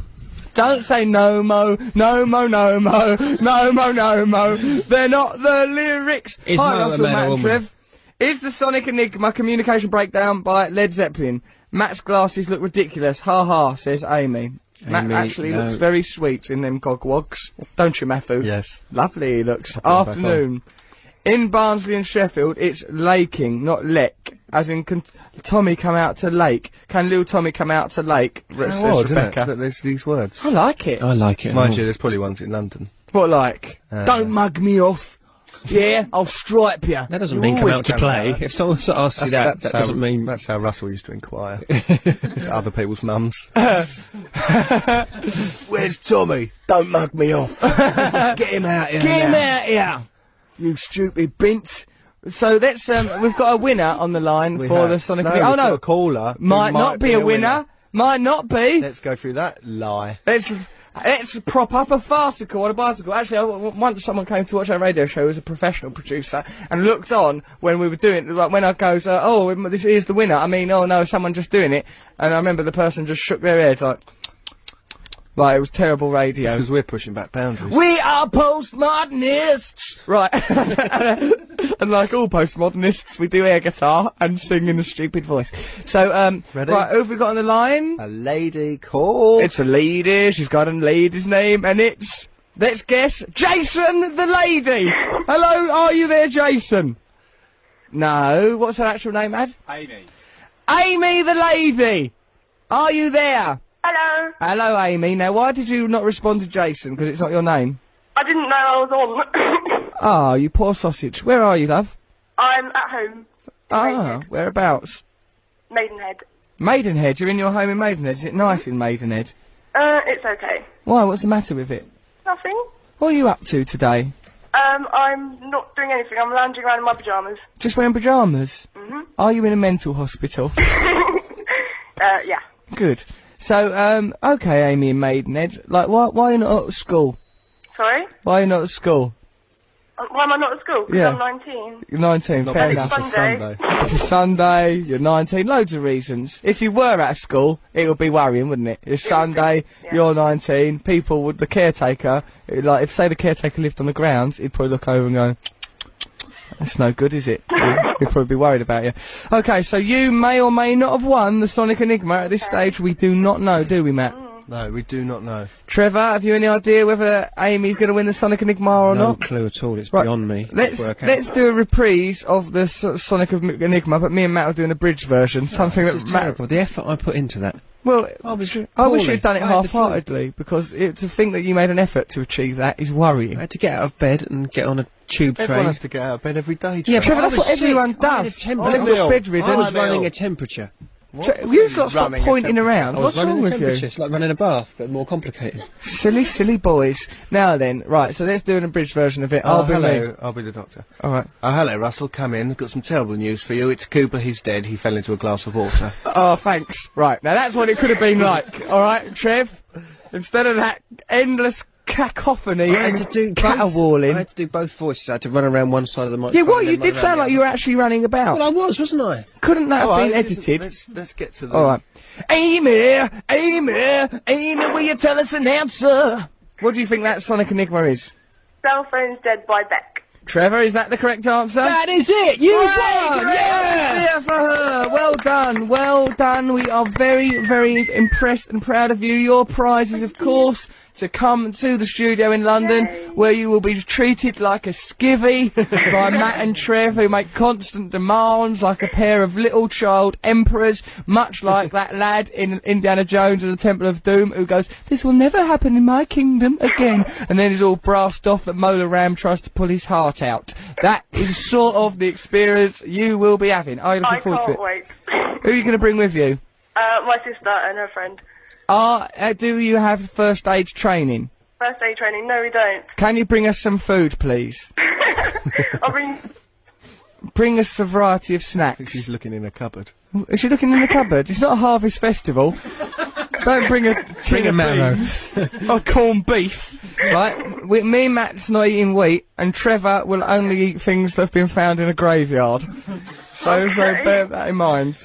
Speaker 1: Don't say no mo, no mo, no mo, no mo, no mo. They're not the lyrics.
Speaker 3: Is
Speaker 1: Hi,
Speaker 3: Mo a
Speaker 1: Russell,
Speaker 3: man or
Speaker 1: Matt and
Speaker 3: woman?
Speaker 1: Trev. Is the Sonic Enigma communication breakdown by Led Zeppelin? Matt's glasses look ridiculous. Ha ha, says Amy. Matt
Speaker 3: Amy,
Speaker 1: actually
Speaker 3: no.
Speaker 1: looks very sweet in them gogwogs. Don't you, Matthew?
Speaker 2: Yes.
Speaker 1: Lovely he looks.
Speaker 2: I'll put it back
Speaker 1: Afternoon. In Barnsley and Sheffield, it's laking, not lek. As in, can Tommy come out to lake? Can little Tommy come out to lake? Re-
Speaker 2: It's
Speaker 1: says
Speaker 2: odd, isn't it?
Speaker 1: Rebecca.
Speaker 2: That there's these words.
Speaker 1: I like it.
Speaker 3: I like it.
Speaker 2: Mind you, there's probably ones in London.
Speaker 1: What like?
Speaker 2: Uh,
Speaker 1: Don't mug me off. Yeah, I'll stripe you.
Speaker 3: That doesn't mean come
Speaker 2: always
Speaker 3: out to
Speaker 2: come out
Speaker 3: play.
Speaker 2: like that.
Speaker 3: If someone asks you
Speaker 2: That's,
Speaker 3: that,
Speaker 2: that's
Speaker 3: that
Speaker 2: how,
Speaker 3: doesn't mean.
Speaker 2: That's how Russell used to inquire. to other people's mums. Where's Tommy? Don't mug me off. Get him out here
Speaker 1: Get him
Speaker 2: now.
Speaker 1: out here, you stupid bint. So that's um, we've got a winner on the line
Speaker 2: We
Speaker 1: for
Speaker 2: have-
Speaker 1: the Sonic.
Speaker 2: no,
Speaker 1: Re- oh
Speaker 2: we've got
Speaker 1: no,
Speaker 2: a caller. who
Speaker 1: might, not be, a winner. Might not be.
Speaker 2: Let's go through that lie.
Speaker 1: Let's let's prop up a farcical on a bicycle. Actually, I, w- once someone came to watch our radio show as a professional producer and looked on when we were doing it. Like when I goes, uh, "Oh, m- this is the winner." I mean, oh no, someone just doing it. And I remember the person just shook their head like, like it was terrible radio.
Speaker 2: Because we're pushing back boundaries.
Speaker 1: We are postmodernists! Right. and like all postmodernists, we do air guitar and sing in a stupid voice. So, um,
Speaker 2: Ready?
Speaker 1: right, who have we got on the line?
Speaker 2: a lady called.
Speaker 1: It's a lady, she's got a lady's name, and it's, let's guess, Jason the lady! Hello, are you there, Jason? No, what's her actual name, Ad?
Speaker 6: Amy.
Speaker 1: Amy the lady! Are you there?
Speaker 11: Hello.
Speaker 1: Hello, Amy. Now, why did you not respond to Jason? Because it's not your name.
Speaker 11: I didn't know I was on.
Speaker 1: Ah, you poor sausage. Where are you, love?
Speaker 11: I'm at home,
Speaker 1: Ah, whereabouts?
Speaker 11: Maidenhead.
Speaker 1: Maidenhead. You're in your home in Maidenhead. Is it nice in Maidenhead?
Speaker 11: Uh, it's okay.
Speaker 1: Why? What's the matter with it?
Speaker 11: Nothing.
Speaker 1: What are you up to today?
Speaker 11: Um, I'm not doing anything. I'm lounging around in my pajamas.
Speaker 1: Just wearing pajamas.
Speaker 11: Mhm.
Speaker 1: Are you in a mental hospital?
Speaker 11: uh, yeah.
Speaker 1: Good. So, um, okay, Amy in Maidenhead. Like, why, why are you not at school?
Speaker 11: Sorry.
Speaker 1: Why are you not at school?
Speaker 11: Uh, Why am I not at school? 'Cause
Speaker 1: Yeah.
Speaker 11: I'm 19.
Speaker 1: You're 19,
Speaker 2: Not
Speaker 1: fair
Speaker 2: because
Speaker 1: enough.
Speaker 2: it's a Sunday.
Speaker 11: Sunday.
Speaker 1: It's a Sunday, you're 19, loads of reasons. If you were at school, it would be worrying, wouldn't it? It's Sunday,
Speaker 11: yeah.
Speaker 1: you're 19, people would, the caretaker, it- like, if say the caretaker lived on the grounds, he'd probably look over and go, that's no good, is it? He'd he'd probably be worried about you. Okay, so you may or may not have won the Sonic Enigma. At this stage, we do not know, do we, Matt?
Speaker 2: No, we do not know.
Speaker 1: Trevor, have you any idea whether Amy's going to win the Sonic Enigma or
Speaker 3: no
Speaker 1: not?
Speaker 3: clue at all. It's
Speaker 1: Right.
Speaker 3: beyond me.
Speaker 1: Let's
Speaker 3: Work out.
Speaker 1: let's do a reprise of the so- Sonic of M- Enigma, but me and Matt are doing a bridge version. Something
Speaker 3: Oh, This
Speaker 1: that
Speaker 3: is
Speaker 1: Matt.
Speaker 3: terrible. The effort I put into that.
Speaker 1: Well,
Speaker 3: I was.
Speaker 1: I wish
Speaker 3: poorly.
Speaker 1: you'd done it
Speaker 3: I had the flu.
Speaker 1: half-heartedly because it, to think that you made an effort to achieve that is
Speaker 3: I
Speaker 1: worrying.
Speaker 3: had to get out of bed and get on a tube
Speaker 2: Everyone
Speaker 3: train.
Speaker 2: has to get out of bed every day.
Speaker 3: Yeah,
Speaker 1: Trevor,
Speaker 3: but I
Speaker 1: that's
Speaker 3: was
Speaker 1: what everyone
Speaker 3: sick. I had a
Speaker 1: does.
Speaker 3: temperature.
Speaker 1: Everyone's
Speaker 2: Bill.
Speaker 1: bedridden.
Speaker 3: I was
Speaker 2: Bill.
Speaker 3: running a temperature.
Speaker 1: Tre- you lot stop
Speaker 2: Running a
Speaker 1: pointing
Speaker 2: temperature.
Speaker 1: around.
Speaker 3: I was
Speaker 1: What's
Speaker 3: running
Speaker 1: wrong
Speaker 3: a
Speaker 1: with
Speaker 3: temperature.
Speaker 1: you?
Speaker 3: It's like running a bath, but more complicated.
Speaker 1: Silly, silly boys. Now then, right. So let's do an abridged version of it. I'll
Speaker 2: oh,
Speaker 1: be
Speaker 2: hello.
Speaker 1: me.
Speaker 2: I'll be the doctor.
Speaker 1: All right.
Speaker 2: Oh, hello, Russell. Come in. I've got some terrible news for you. It's Cooper. He's dead. He fell into a glass of water.
Speaker 1: Oh, thanks. Right, now that's what it could have been like. All right, Trev. Instead of that endless cacophony
Speaker 3: I had
Speaker 1: and
Speaker 3: to do both, I
Speaker 1: caterwauling.
Speaker 3: had to do both voices. I had to run around one side of the
Speaker 1: Yeah,
Speaker 3: microphone.
Speaker 1: what?
Speaker 3: then
Speaker 1: You
Speaker 3: run
Speaker 1: did
Speaker 3: around
Speaker 1: sound
Speaker 3: the
Speaker 1: like you were actually running about.
Speaker 3: other. Well, I was, wasn't I?
Speaker 1: Couldn't that
Speaker 2: All
Speaker 1: have been
Speaker 2: right, let's-
Speaker 1: edited?
Speaker 2: Let's, let's get to the.
Speaker 1: All right. Amy, Amy, Amy, will you tell us an answer? What do you think that Sonic Enigma is?
Speaker 11: Cell phone's dead by Beck.
Speaker 1: Trevor, is that the correct answer?
Speaker 3: is it. You
Speaker 1: Wow, yeah! Well done, well done. We are very, very impressed and proud of you. Your prize is, of course, to come to the studio in London, where you will be treated like a skivvy by Matt and Trev, who make constant demands like a pair of little child emperors, much like that lad in Indiana Jones and the Temple of Doom, who goes, "This will never happen in my kingdom again," and then is all brassed off that Mola Ram tries to pull his heart out. That is sort of the experience you will be having. Are you looking
Speaker 11: I
Speaker 1: forward to it?
Speaker 11: can't wait.
Speaker 1: Who are you going to bring with you?
Speaker 11: Uh, my sister and her friend.
Speaker 1: Are, uh, do you have first aid training?
Speaker 11: First aid training. No, we don't.
Speaker 1: Can you bring us some food, please?
Speaker 11: I'll bring.
Speaker 1: Bring us a variety of snacks. She's
Speaker 2: looking in a cupboard.
Speaker 1: Is she looking in the cupboard? It's not a harvest festival. Don't bring a tin
Speaker 2: a
Speaker 1: of
Speaker 2: marrow.
Speaker 1: beans or corned beef, right? We, me and Matt's not eating wheat, and Trevor will only eat things that have been found in a graveyard. So, so bear that in mind.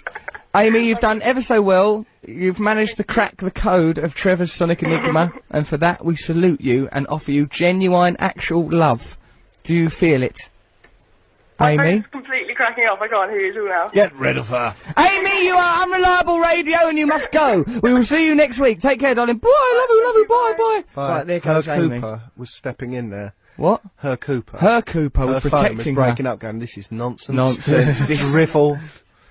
Speaker 1: Amy, you've done ever so well. You've managed to crack the code of Trevor's Sonic Enigma, and for that we salute you and offer you genuine, actual love. Do you feel it?
Speaker 11: I'm
Speaker 1: Amy?
Speaker 11: completely cracking up. I can't hear you all now.
Speaker 2: Get rid of her.
Speaker 1: Amy, you are unreliable radio and you must go. We will see you next week. Take care, darling. Bye, love you, love you, bye, bye. Right, there
Speaker 2: her
Speaker 1: goes Amy.
Speaker 2: Cooper was stepping in there.
Speaker 1: What?
Speaker 2: Her Cooper.
Speaker 1: Her Cooper
Speaker 2: Her
Speaker 1: was
Speaker 2: phone
Speaker 1: protecting
Speaker 2: was
Speaker 1: her.
Speaker 2: breaking up, going, "This is nonsense.
Speaker 1: Nonsense.
Speaker 2: this riffle."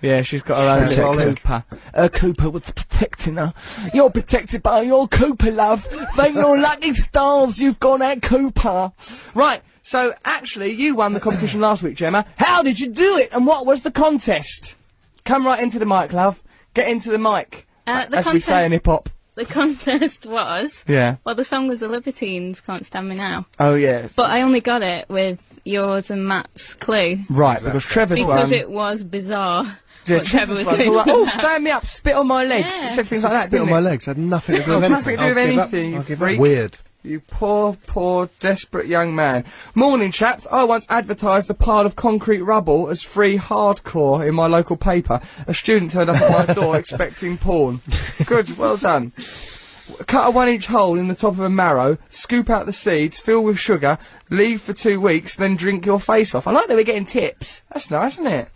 Speaker 1: Yeah, she's got her own
Speaker 2: Smell
Speaker 1: little
Speaker 2: it.
Speaker 1: Cooper. Her Cooper was protecting her. You're protected by your Cooper, love. Thank your lucky stars you've gone at Cooper. Right, so actually you won the competition last week, Gemma. How did you do it and what was the contest? Come right into the mic, love. Get into the mic.
Speaker 8: Uh, the
Speaker 1: as we say in
Speaker 8: contest-
Speaker 1: hip hop.
Speaker 8: The contest was.
Speaker 1: Yeah.
Speaker 8: Well, the song was The Libertines Can't Stand Me Now.
Speaker 1: Oh yeah.
Speaker 8: But I only got it with yours and Matt's clue.
Speaker 1: Right, because Trevor's
Speaker 8: Because
Speaker 1: one.
Speaker 8: it was bizarre.
Speaker 1: Yeah,
Speaker 8: what Trevor was
Speaker 1: Trevor's one.
Speaker 8: doing.
Speaker 1: Like,
Speaker 8: on
Speaker 1: oh,
Speaker 8: that.
Speaker 1: stand me up, spit on my legs.
Speaker 8: Yeah.
Speaker 1: It said things like that,
Speaker 2: Spit on
Speaker 1: didn't
Speaker 2: my
Speaker 1: it?
Speaker 2: legs. Had nothing to do with
Speaker 1: Nothing to do
Speaker 2: anything.
Speaker 1: with
Speaker 2: I'll give up.
Speaker 1: anything, you
Speaker 2: I'll give up.
Speaker 1: freak.
Speaker 2: Weird.
Speaker 1: You poor, poor, desperate young man. Morning, chaps. I once advertised a pile of concrete rubble as free hardcore in my local paper. A student turned up at my door expecting porn. Good, well done. Cut a one inch hole in the top of a marrow, scoop out the seeds, fill with sugar, leave for two weeks, then drink your face off. I like that we're getting tips. That's nice, isn't it?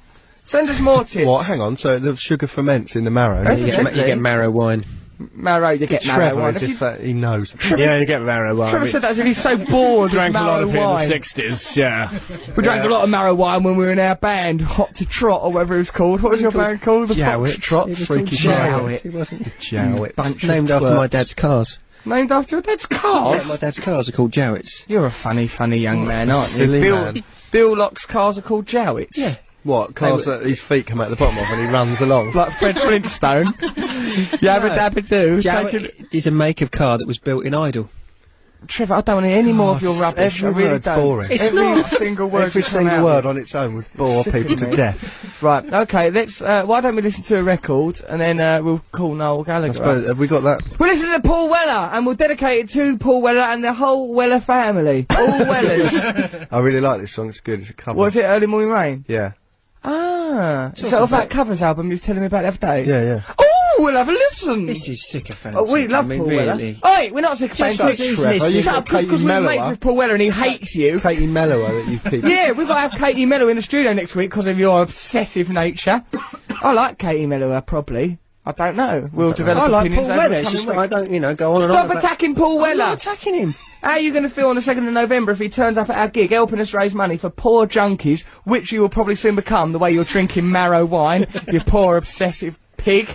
Speaker 1: Send us more tips.
Speaker 2: What? Hang on. So the sugar ferments in the marrow.
Speaker 1: Yeah, you get- Evidently. you get
Speaker 3: marrow wine.
Speaker 1: Marrow, you get marrow
Speaker 2: Trevor,
Speaker 1: wine.
Speaker 2: as
Speaker 1: If you-
Speaker 2: if that, he knows.
Speaker 9: Yeah, you get marrow wine.
Speaker 1: Trevor
Speaker 9: We
Speaker 1: said that as if he's so bored.
Speaker 9: drank
Speaker 1: with
Speaker 9: a lot
Speaker 1: marrow
Speaker 9: of it in
Speaker 1: wine.
Speaker 9: the 60s, yeah.
Speaker 1: We drank a lot of marrow wine when we were in our band, Hot to Trot, or whatever it was called. What was your band called? The
Speaker 2: Jowett.
Speaker 1: Fox Trot?
Speaker 2: It was Freaky called Jowett. Jowett. It
Speaker 1: wasn't.
Speaker 2: Jowett.
Speaker 1: Bunch
Speaker 3: Named
Speaker 1: of
Speaker 3: after my
Speaker 1: twerps.
Speaker 3: dad's cars.
Speaker 1: Named after your dad's
Speaker 3: Yeah,
Speaker 1: cars?
Speaker 3: my dad's cars are called Jowetts.
Speaker 1: You're a funny, funny young man, aren't you?
Speaker 2: Silly
Speaker 1: Bill,
Speaker 2: man.
Speaker 1: Bill Locke's cars are called Jowitts.
Speaker 3: Yeah.
Speaker 2: What? Cars that his feet come out the bottom of and he runs along.
Speaker 1: Like Fred Flintstone. Yabba dabba doo. Taking...
Speaker 3: Jowett is a make of car that was built in Idle.
Speaker 1: Trevor, I don't want to hear any more of your
Speaker 2: it's-
Speaker 1: rubbish.
Speaker 2: every
Speaker 1: I really
Speaker 2: word's
Speaker 1: don't.
Speaker 2: boring. It's
Speaker 1: every single word.
Speaker 2: Every
Speaker 1: you come out
Speaker 2: single
Speaker 1: with.
Speaker 2: word on its own would bore
Speaker 1: Sick of
Speaker 2: people to
Speaker 1: me.
Speaker 2: death.
Speaker 1: Right, okay, let's, uh, why don't we listen to a record and then, uh, we'll call Noel Gallagher.
Speaker 2: I
Speaker 1: up.
Speaker 2: suppose, have we got that?
Speaker 1: We'll listen to Paul Weller, and we'll dedicate it to Paul Weller and the whole Weller family. All Wellers.
Speaker 2: I really like this song, it's good, it's a cover.
Speaker 1: Was it Early Morning Rain?
Speaker 2: Yeah.
Speaker 1: Ah. So off that covers album you was telling me about the other day?
Speaker 2: Yeah, yeah.
Speaker 1: Oh, we'll have a listen.
Speaker 3: This is sycophantic.
Speaker 1: Oh, we love
Speaker 3: I mean,
Speaker 1: Paul
Speaker 3: really.
Speaker 1: Weller. Oi, we're not sycophantic.
Speaker 3: Just like Trevor,
Speaker 2: you've
Speaker 1: Shut up,
Speaker 2: got Katie
Speaker 1: because we're
Speaker 2: Mellower.
Speaker 1: mates with Paul Weller and he hates you.
Speaker 2: Katie Mellower that you keep.
Speaker 1: yeah, we've got to have Katie Mellow in the studio next week because of your obsessive nature. I like Katie Mellower, probably. I don't know. We'll develop
Speaker 3: I like Paul
Speaker 1: opinions over
Speaker 3: Weller.
Speaker 1: the
Speaker 3: It's just
Speaker 1: coming
Speaker 3: that I
Speaker 1: weeks.
Speaker 3: don't, you know, go on and on.
Speaker 1: Stop
Speaker 3: about-
Speaker 1: attacking Paul
Speaker 3: I'm
Speaker 1: Weller.
Speaker 3: not attacking him.
Speaker 1: How are you going to feel on the 2nd of November if he turns up at our gig helping us raise money for poor junkies, which you will probably soon become the way you're drinking marrow wine, you poor obsessive pig?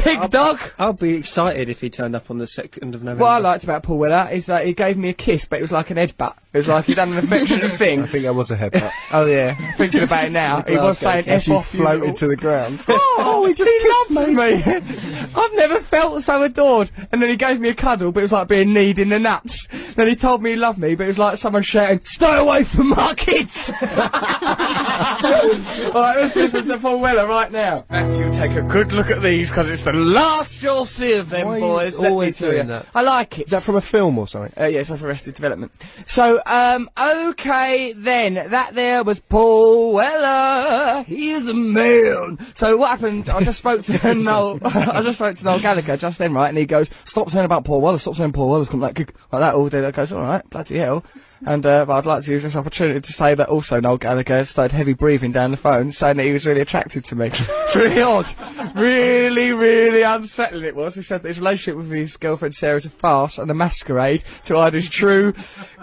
Speaker 1: pig dog!
Speaker 3: I'll be excited if he turned up on the second of November.
Speaker 1: What I liked about Paul Weller is that he gave me a kiss, but it was like an headbutt. It was like he'd done an affectionate
Speaker 2: I
Speaker 1: thing.
Speaker 2: think I was a headbutt.
Speaker 1: Oh yeah, thinking about it now, he was saying
Speaker 2: As
Speaker 1: F
Speaker 2: you
Speaker 1: off you little-
Speaker 2: floated to the ground.
Speaker 1: Oh, he just loves me. I've never felt so adored. And then he gave me a cuddle, but it was like being kneed in the nuts. Then he told me he loved me, but it was like someone shouting, "Stay away from my kids!" All right, let's listen to Paul Weller right now. Matthew, take a good look at these because it's the last you'll see of them
Speaker 2: Why are you
Speaker 1: boys. Let me
Speaker 2: always
Speaker 1: tell
Speaker 2: doing
Speaker 1: you.
Speaker 2: that?
Speaker 1: I like it.
Speaker 2: Is that from a film or something?
Speaker 1: Uh, yes, off Arrested Development. So, um, okay then. That there was Paul Weller. He is a man. So what happened? I just spoke to Noel. I just spoke to Noel Gallagher just then, right? And he goes, "Stop saying about Paul Weller. Stop saying Paul Weller's come like, like that all day." I goes, "All right, bloody hell." And uh, but I'd like to use this opportunity to say that also Noel Gallagher has started heavy breathing down the phone, saying that he was really attracted to me. it's really odd. Really, really unsettling it was. He said that his relationship with his girlfriend Sarah is a farce and a masquerade to hide his true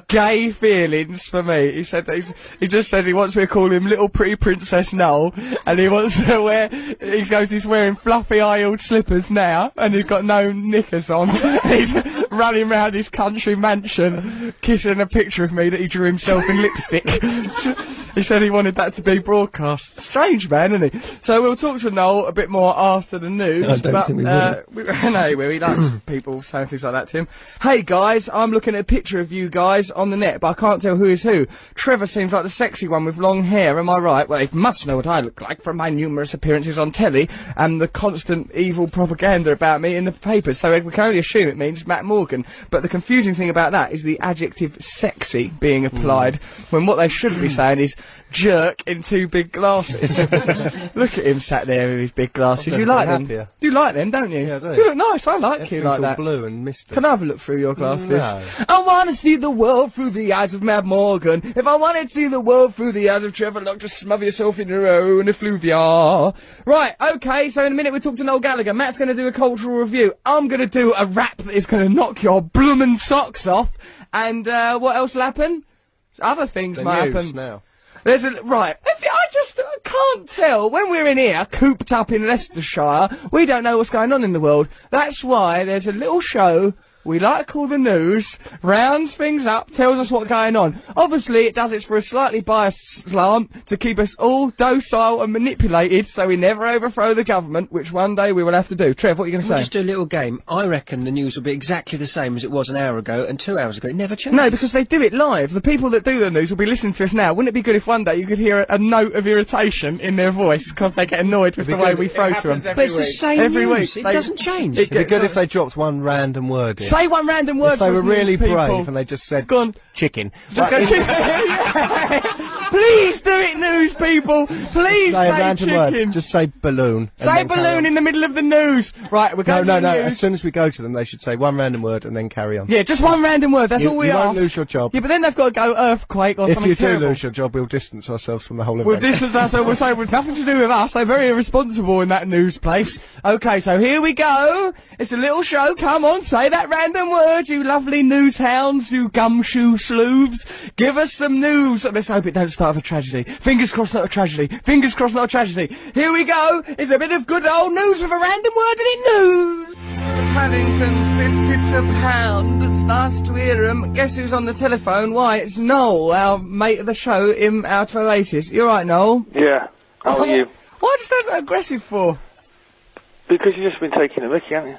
Speaker 1: gay feelings for me. He said that he's, he just says he wants me to call him Little Pretty Princess Noel, and he wants to wear. He goes, he's wearing fluffy high-heeled slippers now, and he's got no knickers on. he's running round his country mansion, kissing a picture of me that he drew himself in lipstick. he said he wanted that to be broadcast. Strange man, isn't he? So we'll talk to Noel a bit more after the news.
Speaker 3: I don't
Speaker 1: but,
Speaker 3: think we
Speaker 1: uh, we, no, we- he likes people saying things like that to him. Hey guys, I'm looking at a picture of you guys on the net, but I can't tell who is who. Trevor seems like the sexy one with long hair, am I right? Well, he must know what I look like from my numerous appearances on telly and the constant evil propaganda about me in the papers, so we can only assume it means Matt Morgan. But the confusing thing about that is the adjective sexy being applied when what they should be saying is jerk in two big glasses. look at him sat there with his big glasses.
Speaker 2: I've
Speaker 1: You
Speaker 2: never
Speaker 1: like
Speaker 2: been
Speaker 1: them?
Speaker 2: happier.
Speaker 1: You like them, don't you?
Speaker 2: Yeah, I do.
Speaker 1: You look nice. I like you
Speaker 2: Everything's
Speaker 1: like
Speaker 2: all
Speaker 1: that.
Speaker 2: blue and misty.
Speaker 1: Can I have a look through your glasses?
Speaker 2: No.
Speaker 1: I want to see the world through the eyes of Matt Morgan. If I wanted to see the world through the eyes of Trevor Locke, just smother yourself in your own effluvia. Right, okay, so in a minute we'll talk to Noel Gallagher. Matt's going to do a cultural review. I'm going to do a rap that is going to knock your bloomin' socks off. And uh, what else will happen? Other things
Speaker 2: The
Speaker 1: might
Speaker 2: news
Speaker 1: happen.
Speaker 2: now.
Speaker 1: There's a right. If I just I can't tell when we're in here, cooped up in Leicestershire, we don't know what's going on in the world. That's why there's a little show we like to call the news, rounds things up, tells us what's going on. Obviously, it does it for a slightly biased slant to keep us all docile and manipulated, so we never overthrow the government, which one day we will have to do. Trev, what are you going to
Speaker 3: We'll
Speaker 1: say?
Speaker 3: just do a little game. I reckon the news will be exactly the same as it was an hour ago and two hours ago. It never changes.
Speaker 1: No, because they do it live. The people that do the news will be listening to us now. Wouldn't it be good if one day you could hear a, a note of irritation in their voice because they get annoyed with the
Speaker 2: It'd be
Speaker 1: way
Speaker 2: good.
Speaker 1: we
Speaker 2: It
Speaker 1: throw to them?
Speaker 2: happens every But it's the week. same
Speaker 1: every
Speaker 2: news.
Speaker 1: Week.
Speaker 2: It doesn't
Speaker 3: change.
Speaker 2: It'd be good if they dropped one random word in.
Speaker 1: Say one random word.
Speaker 2: if they
Speaker 1: for
Speaker 2: were
Speaker 1: us news
Speaker 2: really
Speaker 1: people.
Speaker 2: brave and they just said
Speaker 1: Go on.
Speaker 2: chicken.
Speaker 1: Just
Speaker 2: Like,
Speaker 1: go, "Yeah." Please do it, news people. Please
Speaker 2: say
Speaker 1: say,
Speaker 2: a random
Speaker 1: chicken.
Speaker 2: word. Just say balloon. and
Speaker 1: Say
Speaker 2: then carry on.
Speaker 1: balloon in the middle of the news. Right, we're
Speaker 2: No,
Speaker 1: going
Speaker 2: no,
Speaker 1: to the
Speaker 2: no.
Speaker 1: news.
Speaker 2: As soon as we go to them, they should say one random word and then carry on.
Speaker 1: Yeah, just one random word. That's
Speaker 2: you,
Speaker 1: all we
Speaker 2: you
Speaker 1: ask.
Speaker 2: won't lose your job.
Speaker 1: Yeah, but then they've got to go earthquake or
Speaker 2: if
Speaker 1: something
Speaker 2: you do
Speaker 1: terrible.
Speaker 2: lose your job, we'll distance ourselves from the whole event.
Speaker 1: Well, this is us, so we're saying it's nothing to do with us. They're very irresponsible in that news place. Okay, so here we go. It's a little show. Come on, say that random word, you lovely news hounds, you gumshoe sleuths. Give us some news. Let's hope it don't start with a tragedy. Fingers crossed, not a tragedy. Fingers crossed, not a tragedy. Here we go. It's a bit of good old news with a random word in it. News. Paddington's lifted to pound. It's nice to hear him. Guess who's on the telephone? Why, it's Noel, our mate of the show, him out of Oasis. You're right, Noel.
Speaker 12: Yeah. How are you?
Speaker 1: Why do you sound so aggressive for?
Speaker 12: Because you've just been taking a mickey, haven't you?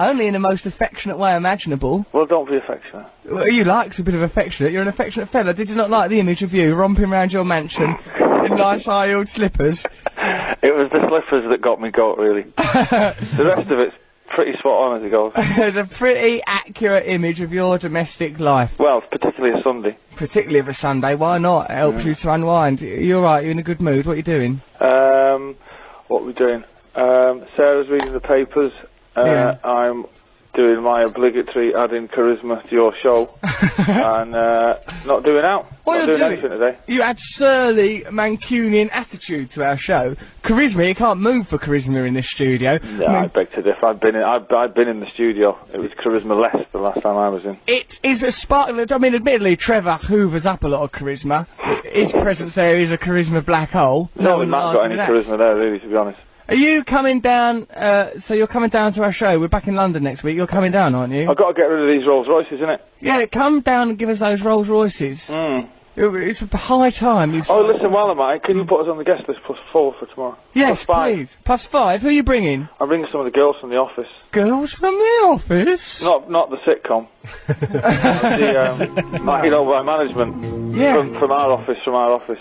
Speaker 1: only in the most affectionate way imaginable.
Speaker 12: Well, don't be affectionate.
Speaker 1: Well, you likes a bit of affectionate. You're an affectionate fella. Did you not like the image of you romping round your mansion in nice high-heeled slippers?
Speaker 12: It was the slippers that got me goat, really. the rest of it's pretty spot on as it goes.
Speaker 1: There's a pretty accurate image of your domestic life.
Speaker 12: Well, particularly a Sunday.
Speaker 1: Particularly of a Sunday, why not? It helps
Speaker 12: Yeah.
Speaker 1: you to unwind. You're right, you're in a good mood. What are you doing?
Speaker 12: Um, what are we doing? Um, Sarah's reading the papers. Uh,
Speaker 1: Yeah.
Speaker 12: I'm doing my obligatory adding charisma to your show. and uh, not doing out.
Speaker 1: What
Speaker 12: not
Speaker 1: you're
Speaker 12: doing,
Speaker 1: doing-
Speaker 12: anything today.
Speaker 1: You add surly Mancunian attitude to our show. Charisma, you can't move for charisma in this studio.
Speaker 12: Yeah,
Speaker 1: I
Speaker 12: I
Speaker 1: mean,
Speaker 12: beg to differ. I've been in. I've, I've been in the studio. It was charisma less the last time I was in.
Speaker 1: it is a sparkle. I mean, admittedly, Trevor hoovers up a lot of charisma. His presence there is a charisma black hole.
Speaker 12: No,
Speaker 1: one
Speaker 12: we've
Speaker 1: will
Speaker 12: not
Speaker 1: argue
Speaker 12: got any
Speaker 1: that.
Speaker 12: charisma there, really, to be honest.
Speaker 1: Are you coming down? Uh, so you're coming down to our show. We're back in London next week. You're coming down, aren't you?
Speaker 12: I've got to get rid of these Rolls Royces, innit?
Speaker 1: Yeah, come down and give us those Rolls Royces.
Speaker 12: Mm.
Speaker 1: It's high time. You've
Speaker 12: Oh, listen, while I'm at it, can you put us on the guest list plus four for tomorrow?
Speaker 1: Yes, please. Plus five. Who are you bringing?
Speaker 12: I'm bringing some of the girls from the office.
Speaker 1: Girls from the office.
Speaker 12: Not not the sitcom. the, um, like, you know, by management.
Speaker 1: Yeah.
Speaker 12: From, from our office, from our office.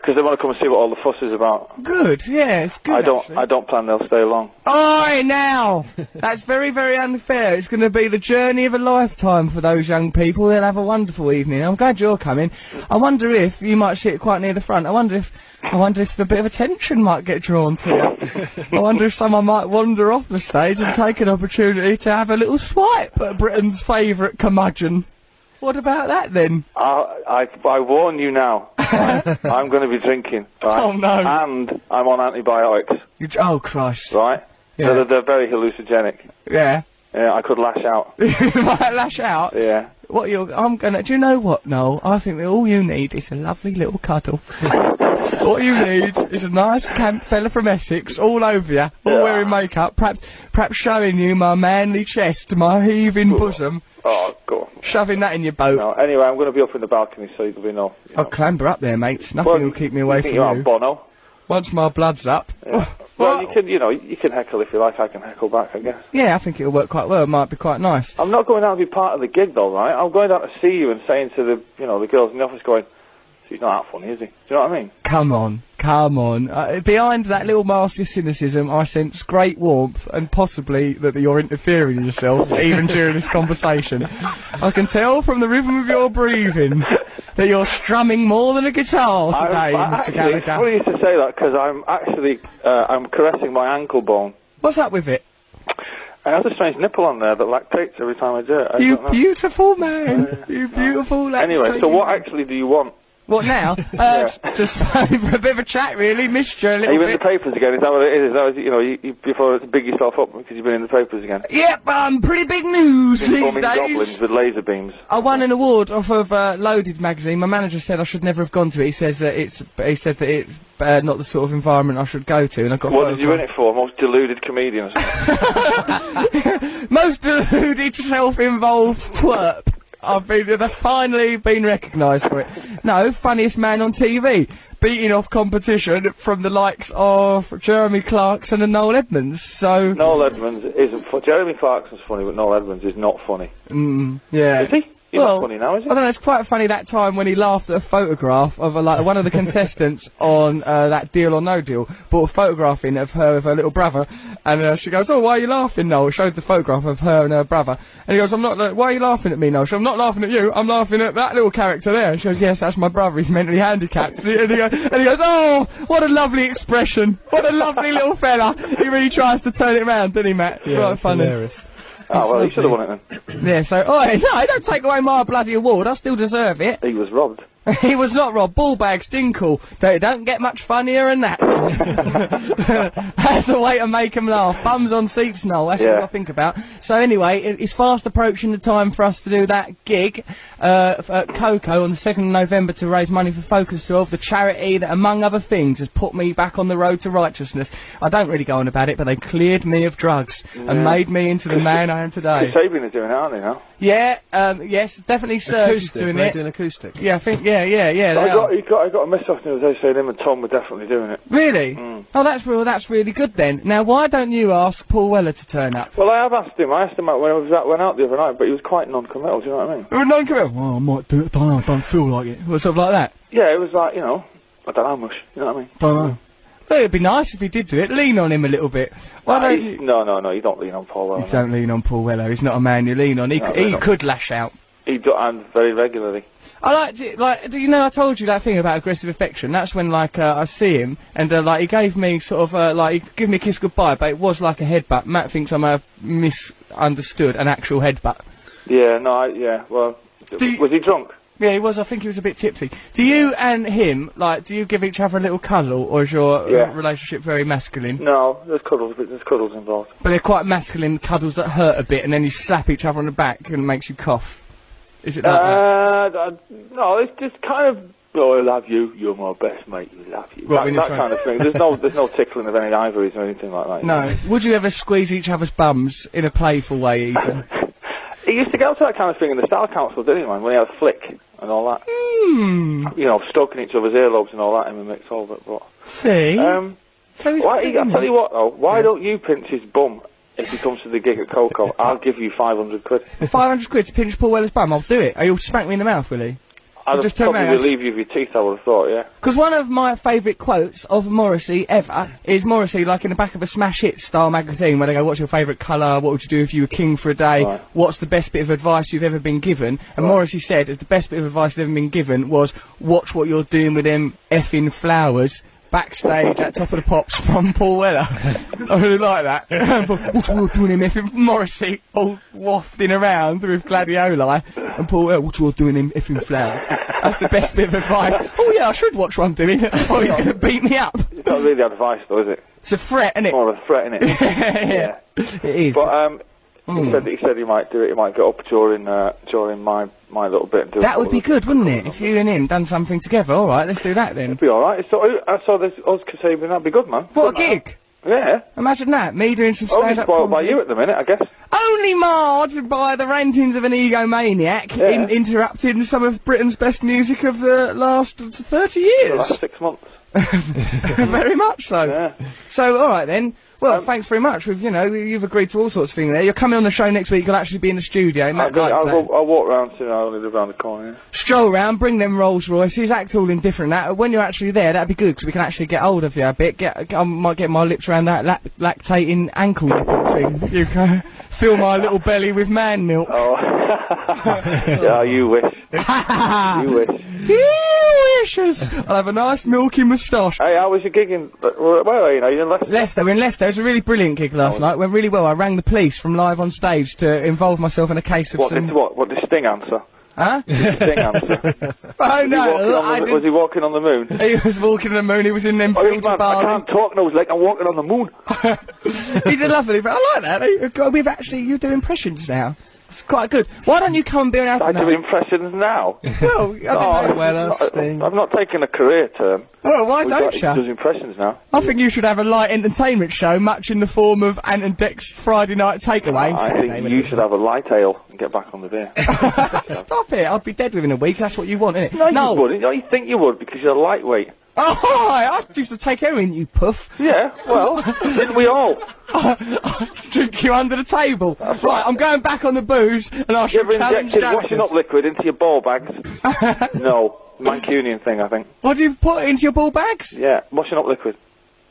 Speaker 12: Because they want to come and see what all the fuss is about.
Speaker 1: Good. Yeah, it's good.
Speaker 12: I don't
Speaker 1: actually.
Speaker 12: I don't plan they'll stay long.
Speaker 1: Oi, now! That's very, very unfair. It's going to be the journey of a lifetime for those young people. They'll have a wonderful evening. I'm glad you're coming. I wonder if you might sit quite near the front. I wonder if I wonder if the bit of attention might get drawn to it. I wonder if someone might wander off the stage and take an opportunity to have a little swipe at Britain's favourite curmudgeon. What about that then?
Speaker 12: I, I, I warn you now. right? I'm going to be drinking. Right?
Speaker 1: Oh, no.
Speaker 12: And I'm on antibiotics.
Speaker 1: You, oh Christ!
Speaker 12: Right?
Speaker 1: Yeah.
Speaker 12: They're, they're very hallucinogenic.
Speaker 1: Yeah.
Speaker 12: Yeah, I could lash out.
Speaker 1: Might lash out.
Speaker 12: Yeah.
Speaker 1: What you're? I'm gonna. Do you know what? No, I think that all you need is a lovely little cuddle. what you need is a nice camp fella from Essex, all over you, all wearing makeup, perhaps, perhaps showing you my manly chest, my heaving bosom,
Speaker 12: Oh, God.
Speaker 1: shoving that in your boat.
Speaker 12: No, anyway, I'm going to be up in the balcony, so there'll be no.
Speaker 1: I'll clamber up there, mate. Nothing will keep me away
Speaker 12: you
Speaker 1: from
Speaker 12: think you're on
Speaker 1: you.
Speaker 12: Bono.
Speaker 1: Once my blood's up.
Speaker 12: Yeah. well, you can, you know, you can heckle if you like. I can heckle back, I guess.
Speaker 1: Yeah, I think it'll work quite well. It might be quite nice.
Speaker 12: I'm not going out to be part of the gig, though, right? I'm going out to see you and saying to the, you know, the girls in the office, going, "He's not that funny, is he?" Do you know what I mean?
Speaker 1: Come on, come on. Uh, behind that little mask of cynicism, I sense great warmth and possibly that you're interfering in yourself even during this conversation. I can tell from the rhythm of your breathing that you're strumming more than a guitar
Speaker 12: I'm-
Speaker 1: today,
Speaker 12: I-
Speaker 1: Mr.
Speaker 12: actually, it's
Speaker 1: Gallagher.
Speaker 12: funny you should say that because I'm actually, uh, I'm caressing my ankle bone.
Speaker 1: What's up with it?
Speaker 12: It has a strange nipple on there that lactates every time I do it. I
Speaker 1: You
Speaker 12: don't know. Uh,
Speaker 1: beautiful man. You beautiful.
Speaker 12: Anyway, so
Speaker 1: lactating-
Speaker 12: what actually do you want?
Speaker 1: What now? Uh, Just for a bit of a chat, really. Missed you a
Speaker 12: Are
Speaker 1: little
Speaker 12: you
Speaker 1: bit.
Speaker 12: in the papers again? Is that what it is? Is that, what you know, you, you, before to big yourself up because you've been in the papers again.
Speaker 1: Yep, um, pretty big news these
Speaker 12: Informing
Speaker 1: days.
Speaker 12: goblins with laser beams.
Speaker 1: I won an award off of uh, Loaded magazine. My manager said I should never have gone to it. He says that it's he said that it's uh, not the sort of environment I should go to, and I got.
Speaker 12: What did you win
Speaker 1: photographed.
Speaker 12: it for? Most deluded comedians.
Speaker 1: Most deluded, self-involved twerp. I've been. I've finally been recognised for it. No, funniest man on TV, beating off competition from the likes of Jeremy Clarkson and Noel Edmonds. So.
Speaker 12: Noel Edmonds isn't fu- Jeremy Clarkson's funny, but Noel Edmonds is not funny.
Speaker 1: Mm, yeah.
Speaker 12: Is he? He's
Speaker 1: well,
Speaker 12: not funny now, is he?
Speaker 1: I don't know. It's quite funny that time when he laughed at a photograph of a, like one of the contestants on uh, that Deal or No Deal brought a photograph in of her with her little brother, and uh, she goes, "Oh, why are you laughing, Noel?" Showed the photograph of her and her brother, and he goes, "I'm not. la- Why are you laughing at me, Noel?" She, goes, "I'm not laughing at you. I'm laughing at that little character there." And she goes, "Yes, that's my brother. He's mentally handicapped." and, he, and he goes, and he goes, "Oh, what a lovely expression. What a lovely little fella." He really tries to turn it around, doesn't he, Matt? It's right funny.
Speaker 12: Ah, well, he should have won it then.
Speaker 1: Yeah, so, oh, no, don't take away my bloody award. I still deserve it.
Speaker 12: He was robbed.
Speaker 1: he was not robbed. Ballbag Stinkle. They don't get much funnier than that. That's the way to make 'em laugh. Bums on seats, Noel. That's
Speaker 9: Yeah.
Speaker 1: what I think about. So anyway, it, it's fast approaching the time for us to do that gig uh, f- at Coco on the 2nd of November to raise money for Focus 12, the charity that, among other things, has put me back on the road to righteousness. I don't really go on about it, but they cleared me of drugs and
Speaker 12: Yeah.
Speaker 1: made me into the man I am today.
Speaker 12: Sabian is doing it, aren't they now?
Speaker 1: Yeah, um, yes, definitely Serge is doing
Speaker 2: they're
Speaker 1: it.
Speaker 2: doing acoustic.
Speaker 1: Yeah, I think, yeah, yeah, yeah.
Speaker 12: I
Speaker 1: They
Speaker 12: got,
Speaker 1: are.
Speaker 12: he got, I got a message off the other day saying him and Tom were definitely doing it.
Speaker 1: Really?
Speaker 12: Mm.
Speaker 1: Oh, that's real. That's really good then. Now, why don't you ask Paul Weller to turn up?
Speaker 12: Well, I have asked him. I asked him out when I was out, went out the other night, but he was quite non-committal. Do you know what I mean?
Speaker 1: Well, no, come here. Well, I might do it. I don't know. I don't feel like it. Well, sort of like that.
Speaker 12: Yeah, it was like you know, I don't know how much. You know what I mean?
Speaker 1: Don't know. Well, it'd be nice if he did do it. Lean on him a little bit. Why
Speaker 12: Nah,
Speaker 1: don't
Speaker 12: he-
Speaker 1: you?
Speaker 12: No, no, no. You don't lean on Paul. Well,
Speaker 1: You don't lean on Paul Weller. He's not a man you lean on. He,
Speaker 12: No,
Speaker 1: c-
Speaker 12: they're
Speaker 1: he
Speaker 12: not.
Speaker 1: could lash out.
Speaker 12: He do, and very regularly.
Speaker 1: I liked it, like, do you know, I told you that thing about aggressive affection. That's when, like, uh, I see him, and, uh, like, he gave me sort of, uh, like, he gave me a kiss goodbye, but it was like a headbutt. Matt thinks I may have misunderstood an actual headbutt.
Speaker 12: Yeah, no, I, yeah. Well, was he drunk?
Speaker 1: Yeah, he was, I think he was a bit tipsy. Do you and him, like, do you give each other a little cuddle, or is your uh,
Speaker 12: Yeah.
Speaker 1: relationship very masculine?
Speaker 12: No, there's cuddles, but there's cuddles involved.
Speaker 1: But they're quite masculine cuddles that hurt a bit, and then you slap each other on the back and it makes you cough. Is it like that?
Speaker 12: Uh, d- no, it's just kind of. Oh, I love you. You're my best mate. You love you.
Speaker 1: Right, we
Speaker 12: that
Speaker 1: need
Speaker 12: that
Speaker 1: to-
Speaker 12: kind of thing. There's no, there's no tickling of any ivories or anything like that. you know.
Speaker 1: No. Would you ever squeeze each other's bums in a playful way, even?
Speaker 12: He used to go to that kind of thing in the style council, didn't he, man? When he had flick and all that.
Speaker 1: Hmm.
Speaker 12: You know, stroking each other's earlobes and all that. Him and mix all that. But
Speaker 1: See?
Speaker 12: Um,
Speaker 1: so he's
Speaker 12: why, I
Speaker 1: thinking-
Speaker 12: tell you what though, why don't you pinch his bum if he comes to the gig at Coco? I'll give you five hundred quid.
Speaker 1: 500 quid to pinch Paul Weller's bum, I'll do it. He'll smack me in the mouth, will he?
Speaker 12: I'd
Speaker 1: Just turn
Speaker 12: probably
Speaker 1: around.
Speaker 12: relieve you of your teeth. I would have thought, yeah.
Speaker 1: Because one of my favourite quotes of Morrissey ever is Morrissey, like in the back of a smash hit style magazine, where they go, "What's your favourite colour? What would you do if you were king for a day?
Speaker 9: Right.
Speaker 1: What's the best bit of advice you've ever been given?" And Morrissey said, "As the best bit of advice you've ever been given was watch what you're doing with them effing flowers." backstage at Top of the Pops from Paul Weller. I really like that. What's Will doing him effing Morrissey all wafting around with gladioli and Paul Weller, what you all doing him effing flowers? That's the best bit of advice. Oh yeah, I should watch one doing it. Oh, he's going to beat me up.
Speaker 12: It's not really advice though, is it?
Speaker 1: It's a threat, innit?
Speaker 12: More of a threat, innit?
Speaker 1: yeah. Hmm. It is.
Speaker 12: Oh, But um, he said he said he might do it. He might get up during uh, during my my little bit. And do
Speaker 1: That
Speaker 12: it
Speaker 1: would be good, wouldn't it? If you and him done something together. All right, let's do that then.
Speaker 12: be all right. So uh, I saw this Oscar saving. That'd be good, man.
Speaker 1: What a gig!
Speaker 12: Yeah.
Speaker 1: Imagine that. Me doing some
Speaker 12: Only
Speaker 1: stand-up.
Speaker 12: spoiled by
Speaker 1: comedy.
Speaker 12: you at the minute, I guess.
Speaker 1: Only marred by the rantings of an egomaniac in- interrupting some of Britain's best music of the last 30
Speaker 12: The
Speaker 1: years.
Speaker 12: last six months.
Speaker 1: very much so. So, all right then. Well,
Speaker 12: Um,
Speaker 1: thanks very much. We've, you know, you've agreed to all sorts of things there. You're coming on the show next week. You'll actually be in the studio.
Speaker 12: I'll,
Speaker 1: Matt
Speaker 12: go,
Speaker 1: likes
Speaker 12: I'll,
Speaker 1: that.
Speaker 12: go- I'll walk round soon. I only live round the corner.
Speaker 1: Stroll round, bring them Rolls Royces, act all indifferent. That when you're actually there, that'd be good 'cause we can actually get hold of you a bit. Get, I might get my lips around that lac- lactating ankle nipple thing. You can fill my little belly with man milk.
Speaker 12: Yeah, Oh. yeah you wish. you wish.
Speaker 1: Delicious. I'll have a nice milky moustache.
Speaker 12: Hey, how was your gig in? Where where are you? now? you in Leicester?
Speaker 1: Leicester, we're in Leicester. It was a really brilliant gig last night. Went really well. I rang the police from live on stage to involve myself in a case of
Speaker 12: What
Speaker 1: some.
Speaker 12: did what? What did Sting answer?
Speaker 1: Huh?
Speaker 12: Did Sting answer?
Speaker 1: Oh
Speaker 12: was, he walking
Speaker 1: no,
Speaker 12: on the,
Speaker 1: I
Speaker 12: was
Speaker 1: didn't.
Speaker 12: he walking on the moon?
Speaker 1: He was walking on the moon. He was in them
Speaker 12: Oh,
Speaker 1: filter
Speaker 12: man, I
Speaker 1: bars.
Speaker 12: can't talk now. It's like I'm walking on the moon.
Speaker 1: He's a lovely, but I like that. Eh? God, We've actually you do impressions now. It's quite good. Why don't you come and be an
Speaker 12: I
Speaker 1: alpha?
Speaker 12: do impressions now.
Speaker 1: Well, I don't know.
Speaker 12: well, I've not taken a career turn.
Speaker 1: Well, why
Speaker 12: We've
Speaker 1: don't
Speaker 12: got-
Speaker 1: ya?
Speaker 12: Does impressions now.
Speaker 1: I think you should have a light entertainment show, much in the form of Ant and Dex Friday night takeaway.
Speaker 12: I
Speaker 1: Saturday,
Speaker 12: think you should have a light ale and get back on the beer.
Speaker 1: Stop it! I'll be dead within a week. That's what you want, isn't it?
Speaker 12: no, you wouldn't. No, you think you would because you're lightweight.
Speaker 1: Oh, I used to take heroin, you puff.
Speaker 12: Yeah, well, didn't we all?
Speaker 1: Drink you under the table. Right, I'm going back on the booze, and I
Speaker 12: You
Speaker 1: shall
Speaker 12: ever
Speaker 1: challenge
Speaker 12: injected
Speaker 1: Danvers.
Speaker 12: washing up liquid into your ball bags? no, Mancunian thing, I think.
Speaker 1: What do you put into your ball bags?
Speaker 12: Yeah, washing up liquid.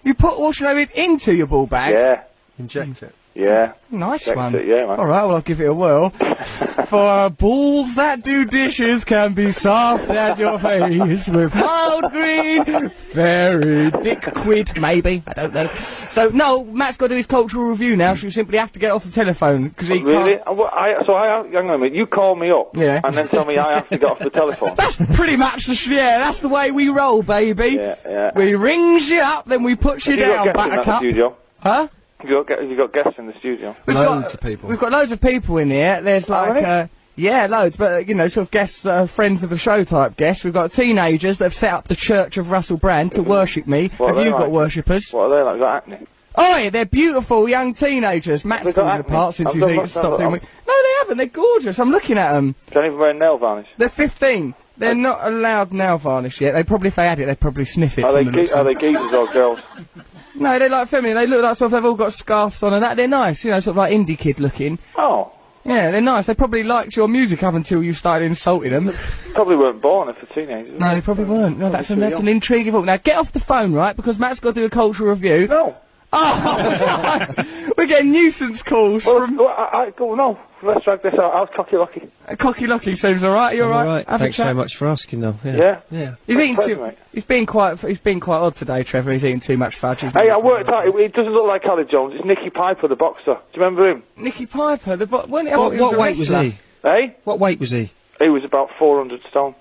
Speaker 1: You put washing liquid into your ball bags?
Speaker 12: Yeah,
Speaker 2: Inject it.
Speaker 12: yeah.
Speaker 1: Nice
Speaker 12: Inject
Speaker 1: one.
Speaker 12: it, yeah, man.
Speaker 1: All right, well I'll give it a whirl. For balls that do dishes can be soft as your face with mild green, very dick quid maybe I don't know. So no, Matt's got to do his cultural review now. So you simply have to get off the telephone because he
Speaker 12: Really?
Speaker 1: can't.
Speaker 12: Uh, well, I, so I, hang on a minute. You call me up
Speaker 1: Yeah.
Speaker 12: and then tell me I have to get off the telephone.
Speaker 1: That's pretty much the sh- yeah. That's the way we roll, baby.
Speaker 12: yeah, yeah.
Speaker 1: We rings you up, then we put you
Speaker 12: Have you
Speaker 1: down,
Speaker 12: got guests in that
Speaker 1: buttercup.
Speaker 12: studio?
Speaker 1: Huh?
Speaker 12: Have you got, gue- have you got guests in the studio?
Speaker 1: We've got, We've got loads of people in here. There's like, uh, yeah, loads, but, uh, you know, sort of guests, uh, friends of the show type guests. We've got teenagers that have set up the Church of Russell Brand to worship me.
Speaker 12: What are
Speaker 1: have
Speaker 12: they
Speaker 1: you
Speaker 12: like?
Speaker 1: got worshippers?
Speaker 12: What are they like? Got acne?
Speaker 1: Oh, yeah, they're beautiful young teenagers. Matt's
Speaker 12: Have they got
Speaker 1: fallen
Speaker 12: acne?
Speaker 1: apart since
Speaker 12: I've
Speaker 1: he's
Speaker 12: not
Speaker 1: eaten-
Speaker 12: looked-
Speaker 1: stopped
Speaker 12: I've-
Speaker 1: doing...
Speaker 12: I've-
Speaker 1: it. No, they haven't. They're gorgeous. I'm looking at them.
Speaker 12: Don't even wear nail varnish.
Speaker 1: They're 15. They're not allowed nail varnish yet. They probably, if they had it, they'd probably sniff it.
Speaker 12: Are they
Speaker 1: from the looks
Speaker 12: ge- are
Speaker 1: of
Speaker 12: they
Speaker 1: it.
Speaker 12: geezers or girls?
Speaker 1: No, they're like feminine. They look like sort of they've all got scarves on and that. They're nice, you know, sort of like indie kid looking.
Speaker 12: Oh,
Speaker 1: Yeah, they're nice. They probably liked your music up until you started insulting them.
Speaker 12: probably weren't born if they're teenagers.
Speaker 1: no, they probably weren't. No, that's, a, that's an intriguing thought. Now get off the phone, right? Because Matt's got to do a cultural review.
Speaker 12: No.
Speaker 1: Oh, we're getting nuisance calls
Speaker 12: Well,
Speaker 1: from uh,
Speaker 12: well, I, I, go, no, let's drag this out. I was cocky lucky.
Speaker 1: Cocky Locky. Seems all right. You're
Speaker 3: I'm
Speaker 1: all
Speaker 3: all
Speaker 1: right. Have a
Speaker 3: Thanks
Speaker 1: chat.
Speaker 3: very much for asking, though. Yeah.
Speaker 12: Yeah.
Speaker 3: Yeah.
Speaker 1: He's eating
Speaker 12: Pleasure,
Speaker 1: too.
Speaker 12: mate.
Speaker 1: He's been quite. He's been quite odd today, Trevor. He's eating too much fudge. He's
Speaker 12: Hey, I worked out. It, it doesn't look like Ali Jones. It's Nicky Piper, the boxer. Do you remember him?
Speaker 1: Nicky Piper. The bo- weren't it,
Speaker 3: What, what weight was
Speaker 1: wrestler.
Speaker 3: he?
Speaker 12: Hey,
Speaker 3: What weight was he?
Speaker 12: he was about 400 stone.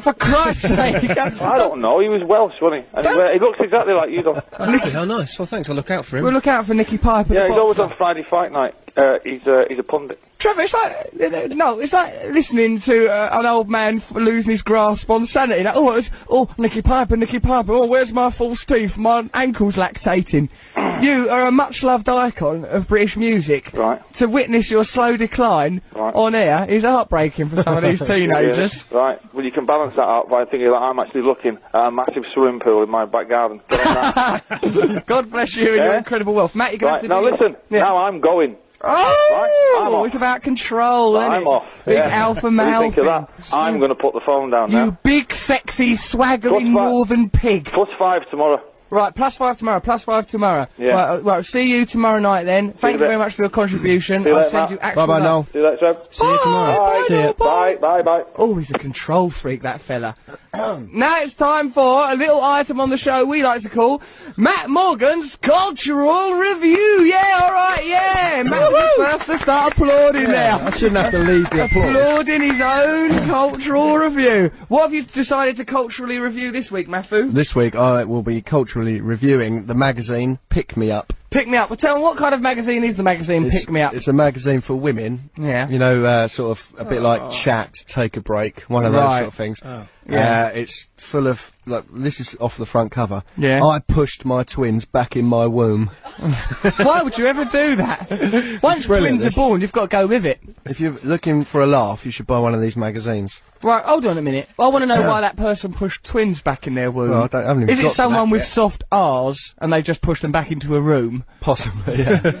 Speaker 1: For Christ's sake!
Speaker 12: I don't know. He was Welsh, wasn't he? And he, wear- he looks exactly like you, though.
Speaker 3: Oh, lovely. Oh, nice. Well, thanks. I'll look out for him.
Speaker 1: We'll look out for Nicky Piper.
Speaker 12: yeah,
Speaker 1: the
Speaker 12: he's always
Speaker 1: boxer.
Speaker 12: on Friday Fight Night. Uh, he's uh, he's a pundit.
Speaker 1: Trevor, it's like uh, no, it's like listening to uh, an old man f- losing his grasp on sanity. Like, oh, it's, oh, Nicky Piper, Nicky Piper. Oh, where's my false teeth? My ankle's lactating.
Speaker 12: Mm.
Speaker 1: you are a much loved icon of British music.
Speaker 12: Right.
Speaker 1: To witness your slow decline
Speaker 12: Right.
Speaker 1: on air is heartbreaking for some of these teenagers.
Speaker 12: Yeah, right. Well, you can balance that out by thinking that I'm actually looking at a massive swimming pool in my back garden. Get on that.
Speaker 1: God bless you and your
Speaker 12: Yeah.
Speaker 1: incredible wealth, Matt. You're gonna
Speaker 12: right.
Speaker 1: have to
Speaker 12: Now
Speaker 1: do-
Speaker 12: listen.
Speaker 1: Yeah.
Speaker 12: Now I'm going.
Speaker 1: Oh,
Speaker 12: Right, I'm off.
Speaker 1: it's about control. isn't
Speaker 12: I'm
Speaker 1: it?
Speaker 12: off.
Speaker 1: Big
Speaker 12: yeah.
Speaker 1: alpha
Speaker 12: What do you
Speaker 1: male.
Speaker 12: think
Speaker 1: thing.
Speaker 12: of that? I'm going to put the phone down
Speaker 1: You
Speaker 12: now.
Speaker 1: big, sexy, swaggering
Speaker 12: What's that?
Speaker 1: northern pig.
Speaker 12: Plus five tomorrow.
Speaker 1: Right, plus five tomorrow, plus five tomorrow.
Speaker 12: Yeah.
Speaker 1: Right, uh, right, see you tomorrow night then. Thank you
Speaker 12: later.
Speaker 1: very much for your contribution.
Speaker 12: See you
Speaker 1: I'll
Speaker 12: later,
Speaker 1: send
Speaker 12: Matt.
Speaker 1: you actual love.
Speaker 12: See you later, Trev.
Speaker 1: See you tomorrow.
Speaker 12: Bye.
Speaker 1: See ya.
Speaker 12: Bye. Bye. Bye.
Speaker 1: Oh, he's a control freak, that fella. now it's time for a little item on the show we like to call Matt Morgan's Cultural Review. Yeah, alright, yeah. Matt was the first to start applauding
Speaker 2: Yeah,
Speaker 1: there.
Speaker 2: I shouldn't have to lead the applause.
Speaker 1: Applauding his own cultural review. What have you decided to culturally review this week, Matthew?
Speaker 2: This week I will be culturally reviewing the magazine Pick Me Up.
Speaker 1: Pick me up. Well, tell me what kind of magazine is the magazine Pick Me Up?
Speaker 2: It's a magazine for women.
Speaker 1: Yeah.
Speaker 2: You know, uh, sort of a bit like chat, take a break, one of those
Speaker 1: Right.
Speaker 2: sort of things.
Speaker 1: Yeah.
Speaker 2: Uh, it's full of like this is off the front cover.
Speaker 1: Yeah.
Speaker 2: I pushed my twins back in my womb.
Speaker 1: Why would you ever do that? Once
Speaker 2: brilliant,
Speaker 1: twins are
Speaker 2: this.
Speaker 1: born, you've got to go with it.
Speaker 2: If you're looking for a laugh, you should buy one of these magazines.
Speaker 1: Right, hold on a minute. I want to know why that person pushed twins back in their womb.
Speaker 2: Well, I don't- I haven't even
Speaker 1: Hmm. Is
Speaker 2: got
Speaker 1: it
Speaker 2: to that
Speaker 1: someone with
Speaker 2: yet.
Speaker 1: soft R's and they just pushed them back into a room?
Speaker 2: Possibly, yeah.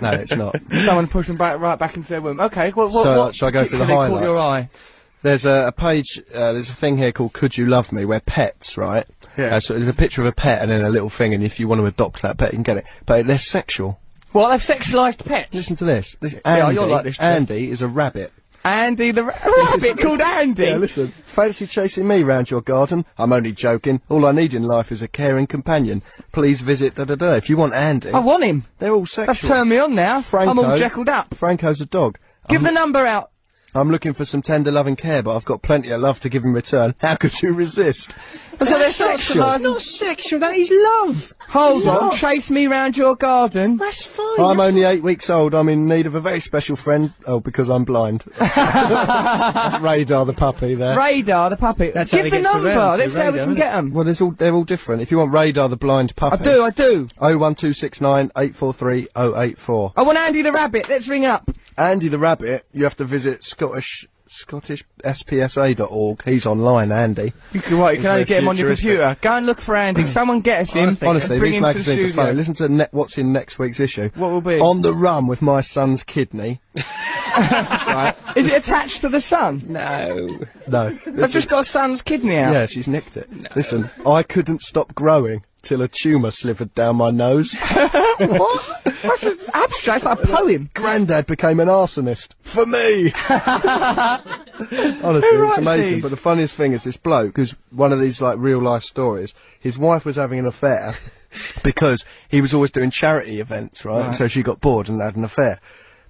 Speaker 2: no, it's not.
Speaker 1: someone pushed them back, right back into their womb. Okay, what, what,
Speaker 2: So,
Speaker 1: what
Speaker 2: shall I go through the
Speaker 1: particularly caught your eye?
Speaker 2: highlights? There's a, a page, uh, there's a thing here called Could You Love Me, where pets, right?
Speaker 1: Yeah.
Speaker 2: Uh, so there's a picture of a pet and then a little thing, and if you want to adopt that pet, you can get it. But they're sexual.
Speaker 1: Well, they've sexualised pets.
Speaker 2: Listen to this. This
Speaker 1: Yeah,
Speaker 2: Andy,
Speaker 1: you're like this, Jim.
Speaker 2: Andy is a rabbit.
Speaker 1: Andy the ra- rabbit called Andy.
Speaker 2: Yeah, listen. Fancy chasing me round your garden? I'm only joking. All I need in life is a caring companion. Please visit da da da. If you want Andy,
Speaker 1: I want him.
Speaker 2: they're all sexual.
Speaker 1: They've turned me on now. I'm all
Speaker 2: Franco. Um,
Speaker 1: jeckled up.
Speaker 2: Franco's a dog.
Speaker 1: Give the number out.
Speaker 2: I'm looking for some tender loving care, but I've got plenty of love to give in return. How could you resist?
Speaker 1: So they're
Speaker 4: That's not- That's
Speaker 1: sexualised.
Speaker 4: not sexual, that is love.
Speaker 1: Hold on,
Speaker 4: Love.
Speaker 1: chase me round your garden.
Speaker 4: That's
Speaker 1: Oh,
Speaker 4: fine.
Speaker 2: I'm
Speaker 4: that's-
Speaker 2: only eight weeks old. I'm in need of a very special friend. Oh, because I'm blind. That's Radar the puppy there.
Speaker 1: Radar the puppy.
Speaker 3: That's how
Speaker 1: Give
Speaker 3: he
Speaker 1: the
Speaker 3: gets
Speaker 1: number.
Speaker 3: around to
Speaker 1: Let's see how we
Speaker 3: Radar,
Speaker 1: can
Speaker 3: innit?
Speaker 1: get them.
Speaker 2: well, it's all, they're all different. If you want Radar the blind
Speaker 1: I
Speaker 2: puppy,
Speaker 1: do, I do.
Speaker 2: 01269 843 084.
Speaker 1: I want Andy the rabbit. Let's ring up.
Speaker 2: Andy the rabbit, you have to visit Scottish Scottish SPSA.org. He's online, Andy.
Speaker 1: You can, right, you
Speaker 2: He's
Speaker 1: can only
Speaker 2: very
Speaker 1: get him on your
Speaker 2: futuristic. Hmm.
Speaker 1: computer. Go and look for Andy. Someone gets him.
Speaker 2: Honestly,
Speaker 1: and bring him to the
Speaker 2: these magazines are funny.
Speaker 1: studio.
Speaker 2: Listen to ne- what's in next week's issue.
Speaker 1: What will be?
Speaker 2: On the run with my son's kidney.
Speaker 1: right. Is it attached to the sun?
Speaker 3: No.
Speaker 2: No.
Speaker 1: I've
Speaker 2: Listen-
Speaker 1: just got a son's kidney out.
Speaker 2: yeah, she's nicked it. Listen, I couldn't stop growing till a tumour slithered down my nose.
Speaker 1: What? That's just abstract. It's like a poem.
Speaker 2: Grandad became an arsonist. For me! Honestly,
Speaker 1: Who
Speaker 2: it's
Speaker 1: writes
Speaker 2: amazing.
Speaker 1: these?
Speaker 2: But the funniest thing is this bloke, who's one of these like real life stories, his wife was having an affair because he was always doing charity events, right?
Speaker 1: Right.
Speaker 2: And so she got bored and had an affair.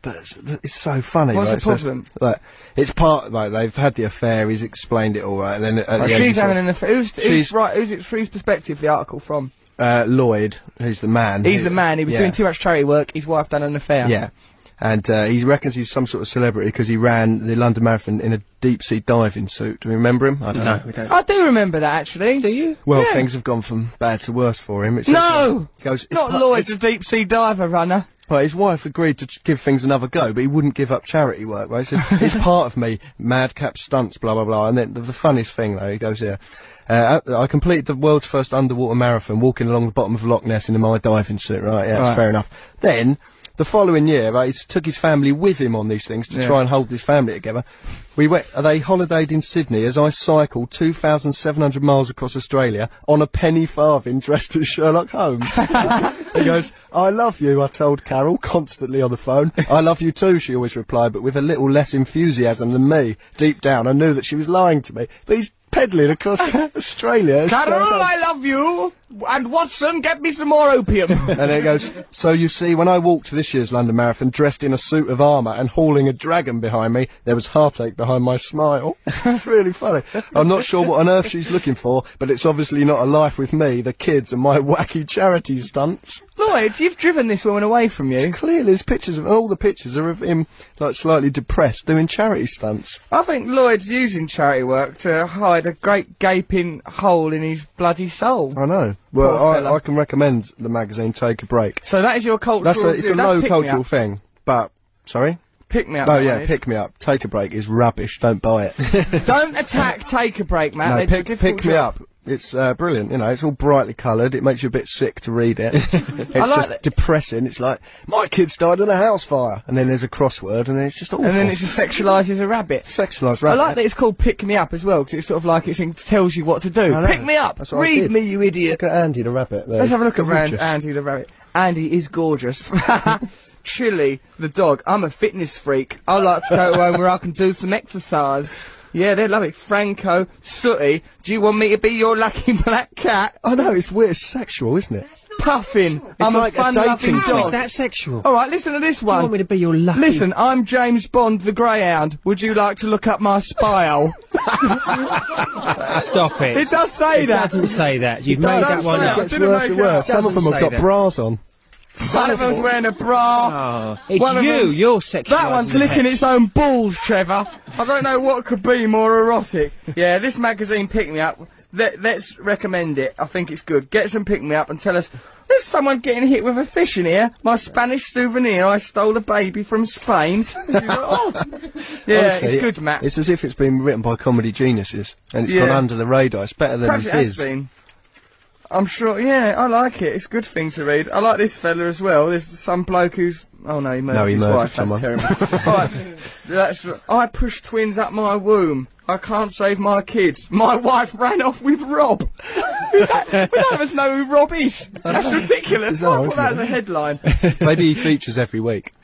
Speaker 2: But it's, it's so funny.
Speaker 1: What's
Speaker 2: right?
Speaker 1: the
Speaker 2: So,
Speaker 1: problem?
Speaker 2: like, it's part like they've had the affair. He's explained it all right, and then at
Speaker 1: Right,
Speaker 2: the
Speaker 1: she's
Speaker 2: end, he sort
Speaker 1: having an affair. Who's, who's
Speaker 2: She's-
Speaker 1: right? Who's it? Whose perspective the article from?
Speaker 2: of, uh, Lloyd, who's the man.
Speaker 1: He's
Speaker 2: who-
Speaker 1: the man. He was
Speaker 2: yeah.
Speaker 1: doing too much charity work. His wife done an affair.
Speaker 2: Yeah. And uh, he reckons he's some sort of celebrity because he ran the London Marathon in a deep sea diving suit. Do we remember him? I don't know. We don't.
Speaker 1: I do remember that actually. Do you?
Speaker 2: Well,
Speaker 1: Yeah.
Speaker 2: things have gone from bad to worse for him. It's
Speaker 1: No!
Speaker 2: He goes,
Speaker 1: Not Lloyd's a deep sea diver runner.
Speaker 2: Well, his wife agreed to ch- give things another go, but he wouldn't give up charity work. Right? He says, it's part of me, madcap stunts, blah blah blah. And then the, the funniest thing though, he goes here. Uh, I I completed the world's first underwater marathon, walking along the bottom of Loch Ness in my diving suit. Right, yeah,
Speaker 1: Right.
Speaker 2: that's fair enough. Then the following year, right, he s- took his family with him on these things to
Speaker 1: Yeah.
Speaker 2: try and hold his family together. We went. uh, They holidayed in Sydney as I cycled 2,700 miles across Australia on a penny farthing, dressed as Sherlock Holmes. He goes, I love you, I told Carol constantly on the phone. I love you too, she always replied, but with a little less enthusiasm than me. Deep down, I knew that she was lying to me. But he's peddling across Australia. as Sherlock
Speaker 1: Carol,
Speaker 2: Holmes.
Speaker 1: I love you. And Watson, get me some more opium.
Speaker 2: And then he goes, So you see, when I walked this year's London Marathon dressed in a suit of armour and hauling a dragon behind me, there was heartache behind my smile. it's really funny. I'm not sure what on earth she's looking for, but it's obviously not a life with me, the kids, and my wacky charity stunts.
Speaker 1: Lloyd, you've driven this woman away from you.
Speaker 2: Clearly, there's pictures of all the pictures are of him like slightly depressed doing charity stunts.
Speaker 1: I think Lloyd's using charity work to hide a great gaping hole in his bloody soul.
Speaker 2: I know.
Speaker 1: Poor
Speaker 2: Well, I,
Speaker 1: fella.
Speaker 2: I can recommend the magazine Take a Break.
Speaker 1: So that is your cultural.
Speaker 2: That's a it's
Speaker 1: view.
Speaker 2: a
Speaker 1: That's
Speaker 2: low
Speaker 1: pick Me
Speaker 2: cultural
Speaker 1: up.
Speaker 2: thing, but sorry.
Speaker 1: Pick me up.
Speaker 2: oh
Speaker 1: that
Speaker 2: yeah,
Speaker 1: one is.
Speaker 2: pick me up. Take a break is rubbish. Don't buy it.
Speaker 1: Don't attack. Take a break, man.
Speaker 2: no,
Speaker 1: Uh, It's a
Speaker 2: pick
Speaker 1: difficult
Speaker 2: pick me
Speaker 1: job.
Speaker 2: up. It's uh, brilliant, you know. It's all brightly coloured. It makes you a bit sick to read it. it's
Speaker 1: like
Speaker 2: just depressing. It's like my kids died in a house fire, and then there's a crossword, and then it's just all.
Speaker 1: And then it just sexualises a rabbit.
Speaker 2: Sexualised
Speaker 1: I
Speaker 2: rabbit.
Speaker 1: like that it's called Pick Me Up as well, because it's sort of like it's in, tells you what to do.
Speaker 2: I know.
Speaker 1: Pick me up!
Speaker 2: That's what I
Speaker 1: Read
Speaker 2: did.
Speaker 1: me, you idiot!
Speaker 2: Look at Andy the rabbit. There.
Speaker 1: Let's have a look at Rand,
Speaker 2: Gorgeous.
Speaker 1: Andy the rabbit. Andy is gorgeous. Chili the dog. I'm a fitness freak. I like to go home where I can do some exercise. Yeah, they love it. Franco, Sooty, do you want me to be your lucky black cat?
Speaker 2: I know it's weird, it's sexual, isn't it?
Speaker 1: Puffin, I'm
Speaker 2: like a
Speaker 1: a fun-loving
Speaker 2: dating
Speaker 1: dog.
Speaker 2: song. Is
Speaker 3: that sexual?
Speaker 1: All right, listen to this one.
Speaker 3: me to be your lucky?
Speaker 1: oh, Listen, I'm James Bond the Greyhound. Would you like to look up my spile?
Speaker 9: Stop it.
Speaker 1: It does say
Speaker 9: It
Speaker 1: that.
Speaker 9: doesn't say that. You've made that one
Speaker 2: It
Speaker 9: up.
Speaker 2: gets worse and worse. Some of them have got bras on.
Speaker 1: One of them's wearing a bra.
Speaker 9: Oh, it's
Speaker 1: One of
Speaker 9: you.
Speaker 1: them's-
Speaker 9: You're sexualising
Speaker 1: That one's
Speaker 9: the
Speaker 1: licking
Speaker 9: pets.
Speaker 1: its own balls, Trevor. I don't know what could be more erotic. Yeah, this magazine picked me up. Let, let's recommend it. I think it's good. Get some pick me up and tell us. There's someone getting hit with a fish in here. My Spanish souvenir. I stole a baby from Spain. This is- oh. Yeah,
Speaker 2: Honestly,
Speaker 1: it's good, Matt.
Speaker 2: It's as if it's been written by comedy geniuses, and it's gone
Speaker 1: Yeah.
Speaker 2: under the radar. It's better than
Speaker 1: Perhaps it
Speaker 2: it
Speaker 1: has
Speaker 2: is.
Speaker 1: been. I'm sure. Yeah, I like it. It's a good thing to read. I like this fella as well. There's some bloke who's. Oh no, he murdered
Speaker 2: he
Speaker 1: his
Speaker 2: murdered
Speaker 1: wife.
Speaker 2: someone.
Speaker 1: That's terrible. All right, that's. I pushed twins up my womb. I can't save my kids. My wife ran off with Rob. we don't we don't even know who Rob is. That's ridiculous. I thought
Speaker 2: Bizarre, isn't
Speaker 1: that
Speaker 2: it?
Speaker 1: was a headline.
Speaker 2: Maybe he features every week.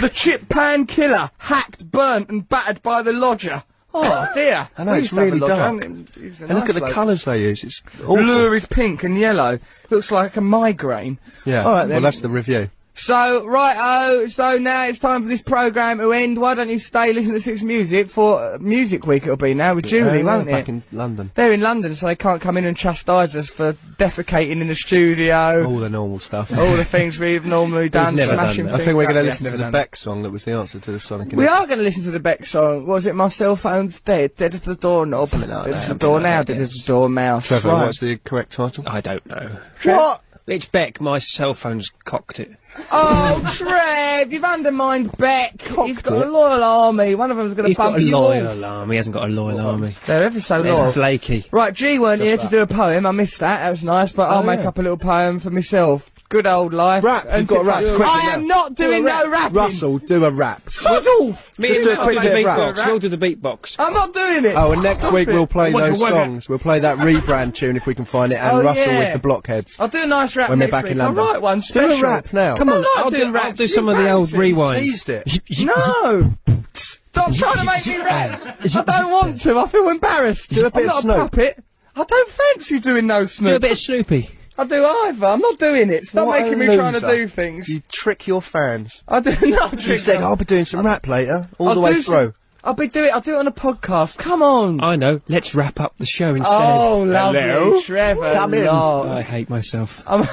Speaker 1: the chip pan killer hacked, burnt, and battered by the lodger. Oh dear.
Speaker 2: I know,
Speaker 1: We
Speaker 2: it's
Speaker 1: used to have a
Speaker 2: really
Speaker 1: lodger.
Speaker 2: dark.
Speaker 1: And he was a
Speaker 2: And look
Speaker 1: nice
Speaker 2: at the
Speaker 1: bloke.
Speaker 2: colours they use. It's awful.
Speaker 1: Blue is pink and yellow. Looks like a migraine.
Speaker 2: Yeah.
Speaker 1: All right, then.
Speaker 2: Well, that's the review.
Speaker 1: So, right, oh, so now it's time for this programme to end. Why don't you stay, listen to Six Music for uh, Music Week it'll be now with Julie,
Speaker 2: Uh,
Speaker 1: won't it?
Speaker 2: back in London.
Speaker 1: They're in London, so they can't come in and chastise us for defecating in the studio.
Speaker 2: All the normal stuff.
Speaker 1: All the things we've normally done,
Speaker 3: never done
Speaker 1: smashing
Speaker 3: that.
Speaker 2: I
Speaker 1: things
Speaker 2: think we're going
Speaker 1: up.
Speaker 2: to
Speaker 1: Yeah,
Speaker 2: listen to
Speaker 1: never
Speaker 2: the
Speaker 1: done
Speaker 2: Beck song that was the answer to the Sonic.
Speaker 1: that. We are going to listen to the Beck song. Was it my cell phone's dead? Dead as the doorknob.
Speaker 3: Something like
Speaker 1: dead
Speaker 3: that,
Speaker 1: as the
Speaker 3: something
Speaker 1: door
Speaker 3: like
Speaker 1: now.
Speaker 3: that,
Speaker 1: Dead
Speaker 3: yes.
Speaker 1: as the door mouse.
Speaker 2: Trevor,
Speaker 1: right.
Speaker 2: what's the correct title?
Speaker 3: I don't know.
Speaker 1: what?
Speaker 3: It's Beck. My cell phone's cocked it.
Speaker 1: Oh, Trev, you've undermined Beck. He's got
Speaker 3: it.
Speaker 1: a loyal army. One of them's going to
Speaker 3: He's
Speaker 1: bump
Speaker 3: got a
Speaker 1: you
Speaker 3: loyal
Speaker 1: off.
Speaker 3: alarm. He hasn't got a loyal army.
Speaker 1: They're ever so
Speaker 3: They're
Speaker 1: loyal.
Speaker 3: flaky.
Speaker 1: Right, G weren't here to
Speaker 2: that.
Speaker 1: do a poem. I missed that. That was nice, but I'll
Speaker 2: Oh,
Speaker 1: make
Speaker 2: yeah.
Speaker 1: up a little poem for myself. Good old life.
Speaker 2: Rap, you've got a rap, quick
Speaker 1: I
Speaker 2: now.
Speaker 1: am not doing no rapping.
Speaker 2: Russell, do a rap.
Speaker 1: Sod off.
Speaker 3: Me
Speaker 2: Just
Speaker 3: and
Speaker 2: do a
Speaker 3: Matt will
Speaker 2: quick
Speaker 3: do the
Speaker 2: bit of
Speaker 3: beatbox.
Speaker 1: rap.
Speaker 3: We'll do the beatbox.
Speaker 1: I'm not doing it.
Speaker 2: Oh, and next
Speaker 1: Stop
Speaker 2: week
Speaker 1: it.
Speaker 2: we'll play
Speaker 1: Wugga,
Speaker 2: those
Speaker 1: wugga.
Speaker 2: songs. We'll play that rebrand tune if we can find it, and
Speaker 1: Oh,
Speaker 2: Russell
Speaker 1: yeah.
Speaker 2: with the blockheads.
Speaker 1: I'll do a nice rap
Speaker 2: When we're
Speaker 1: next
Speaker 2: back
Speaker 1: week.
Speaker 2: in
Speaker 1: I'll
Speaker 2: London.
Speaker 1: write one
Speaker 2: Do
Speaker 1: special.
Speaker 2: a rap now.
Speaker 1: Oh, Come on,
Speaker 3: I'll
Speaker 1: I'll
Speaker 3: do, I'll
Speaker 1: rap.
Speaker 3: do
Speaker 1: You
Speaker 3: some of the old
Speaker 1: embarrassing.
Speaker 3: rewinds.
Speaker 2: Teased it.
Speaker 1: No! Stop trying to make me rap. I don't want to. I feel embarrassed.
Speaker 2: Do a
Speaker 1: I'm
Speaker 2: bit of
Speaker 1: not
Speaker 2: Snoop.
Speaker 1: a puppet. I don't fancy doing no Snoop.
Speaker 3: Do a bit of Snoopy.
Speaker 1: I do either. I'm not doing it. Stop
Speaker 2: What a
Speaker 1: making me trying to
Speaker 2: loser.
Speaker 1: do things.
Speaker 2: You trick your fans.
Speaker 1: I do not.
Speaker 2: You said I'll be doing some rap later, all
Speaker 1: I'll
Speaker 2: the
Speaker 1: do
Speaker 2: way
Speaker 1: some-
Speaker 2: through.
Speaker 1: I'll be doing. I'll do it on a podcast. Come on.
Speaker 3: I know. Let's wrap up the show instead.
Speaker 1: oh, lovely,
Speaker 3: Hello?
Speaker 1: Trevor.
Speaker 2: Come in.
Speaker 1: Lark.
Speaker 3: I hate myself.
Speaker 1: I'm-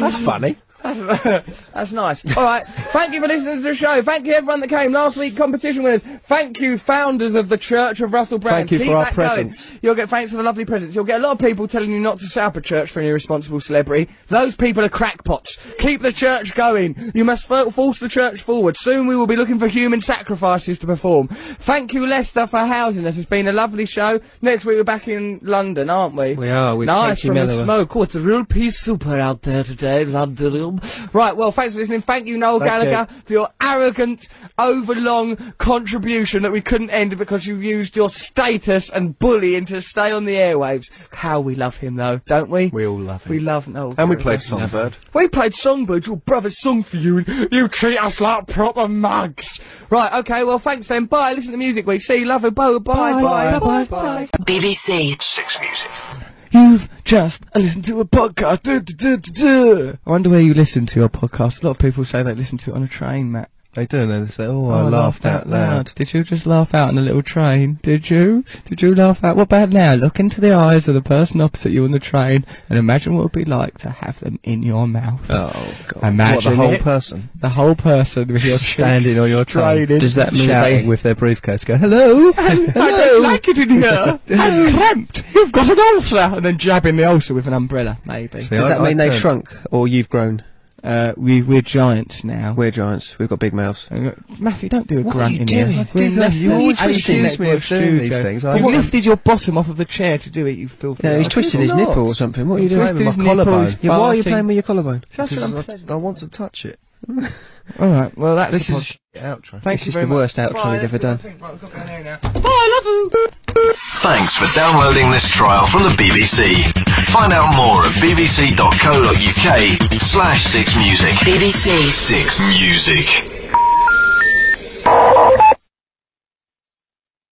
Speaker 3: That's funny.
Speaker 1: That's nice. All right. Thank you for listening to the show. Thank you everyone that came last week. Competition winners. Thank you founders of the Church of Russell Brand.
Speaker 2: Thank you
Speaker 1: Keep
Speaker 2: for our
Speaker 1: that going.
Speaker 2: presents.
Speaker 1: You'll get thanks for the lovely presents. You'll get a lot of people telling you not to set up a church for an irresponsible celebrity. Those people are crackpots. Keep the church going. You must fo- force the church forward. Soon we will be looking for human sacrifices to perform. Thank you Lester for housing us. It's been a lovely show. Next week we're back in London, aren't we?
Speaker 3: We are. With
Speaker 1: nice
Speaker 3: Katie
Speaker 1: from the
Speaker 3: Mellower.
Speaker 1: smoke. Oh, it's a real peace super out there today, London. Right, well, thanks for listening. Thank you, Noel
Speaker 2: Thank
Speaker 1: Gallagher, for your arrogant, overlong contribution that we couldn't end because you used your status and bullying to stay on the airwaves. How we love him, though, don't we?
Speaker 2: We all love
Speaker 1: We
Speaker 2: it.
Speaker 1: love Noel.
Speaker 2: And we
Speaker 1: very
Speaker 2: played
Speaker 1: much.
Speaker 2: Songbird.
Speaker 1: We played Songbird, your brother's song for you, and you treat us like proper mugs. Right, okay, well, thanks then. Bye. Listen to Music Week. See you, love you. Bye. Bye. Bye. Bye. Bye.
Speaker 13: BBC.
Speaker 1: You've just listened to a podcast. Duh, duh, duh, duh, duh. I wonder where you listen to your podcast. A lot of people say they listen to it on a train, Matt.
Speaker 2: They do, and then they say, "Oh,
Speaker 1: Oh,
Speaker 2: I laughed out loud."
Speaker 1: Did you just laugh out on a little train? Did you? Did you laugh out? What about now? Look into the eyes of the person opposite you on the train and imagine what it would be like to have them in your mouth.
Speaker 2: Oh God! what,
Speaker 1: Imagine
Speaker 2: the whole
Speaker 1: it.
Speaker 2: person
Speaker 1: The whole person with your
Speaker 2: standing on your train.
Speaker 1: Draining.
Speaker 2: Does that mean
Speaker 1: Shouting.
Speaker 2: they, with their briefcase, go, "Hello,
Speaker 1: I
Speaker 2: hello"?
Speaker 1: don't like it in here. I'm cramped. You've got an ulcer. And then jabbing the ulcer with an umbrella, maybe.
Speaker 2: See,
Speaker 3: Does
Speaker 2: I-
Speaker 3: that
Speaker 2: I
Speaker 3: mean they've
Speaker 2: turn-
Speaker 3: shrunk or you've grown?
Speaker 11: Uh, we we're giants now.
Speaker 3: We're giants. We've got big mouths.
Speaker 11: Matthew, don't do a
Speaker 3: What are
Speaker 11: grunt
Speaker 3: you
Speaker 11: in
Speaker 3: doing?
Speaker 11: here.
Speaker 3: I didn't- you always accuse me of doing these things. I-
Speaker 11: You
Speaker 3: What-
Speaker 11: lifted your bottom off of the chair to do it. You filthy.
Speaker 3: No, he's
Speaker 11: arsehole.
Speaker 3: twisted his nipple or something. What are you
Speaker 11: He's
Speaker 3: doing?
Speaker 11: twisted his nipples.
Speaker 3: Yeah, why are you playing with your collarbone?
Speaker 11: Such an
Speaker 2: I, I want to touch it.
Speaker 11: All right. Well, that's
Speaker 3: This
Speaker 11: the
Speaker 3: is
Speaker 11: pod-
Speaker 2: a shit outro.
Speaker 11: Thank
Speaker 3: This
Speaker 11: you
Speaker 3: is
Speaker 11: very
Speaker 3: the
Speaker 11: much.
Speaker 3: worst outro
Speaker 11: Bye.
Speaker 3: we've ever done.
Speaker 11: Bye. I love you.
Speaker 12: Thanks for downloading this trial from the BBC. Find out more at bbc.co.uk slash 6music. BBC 6music.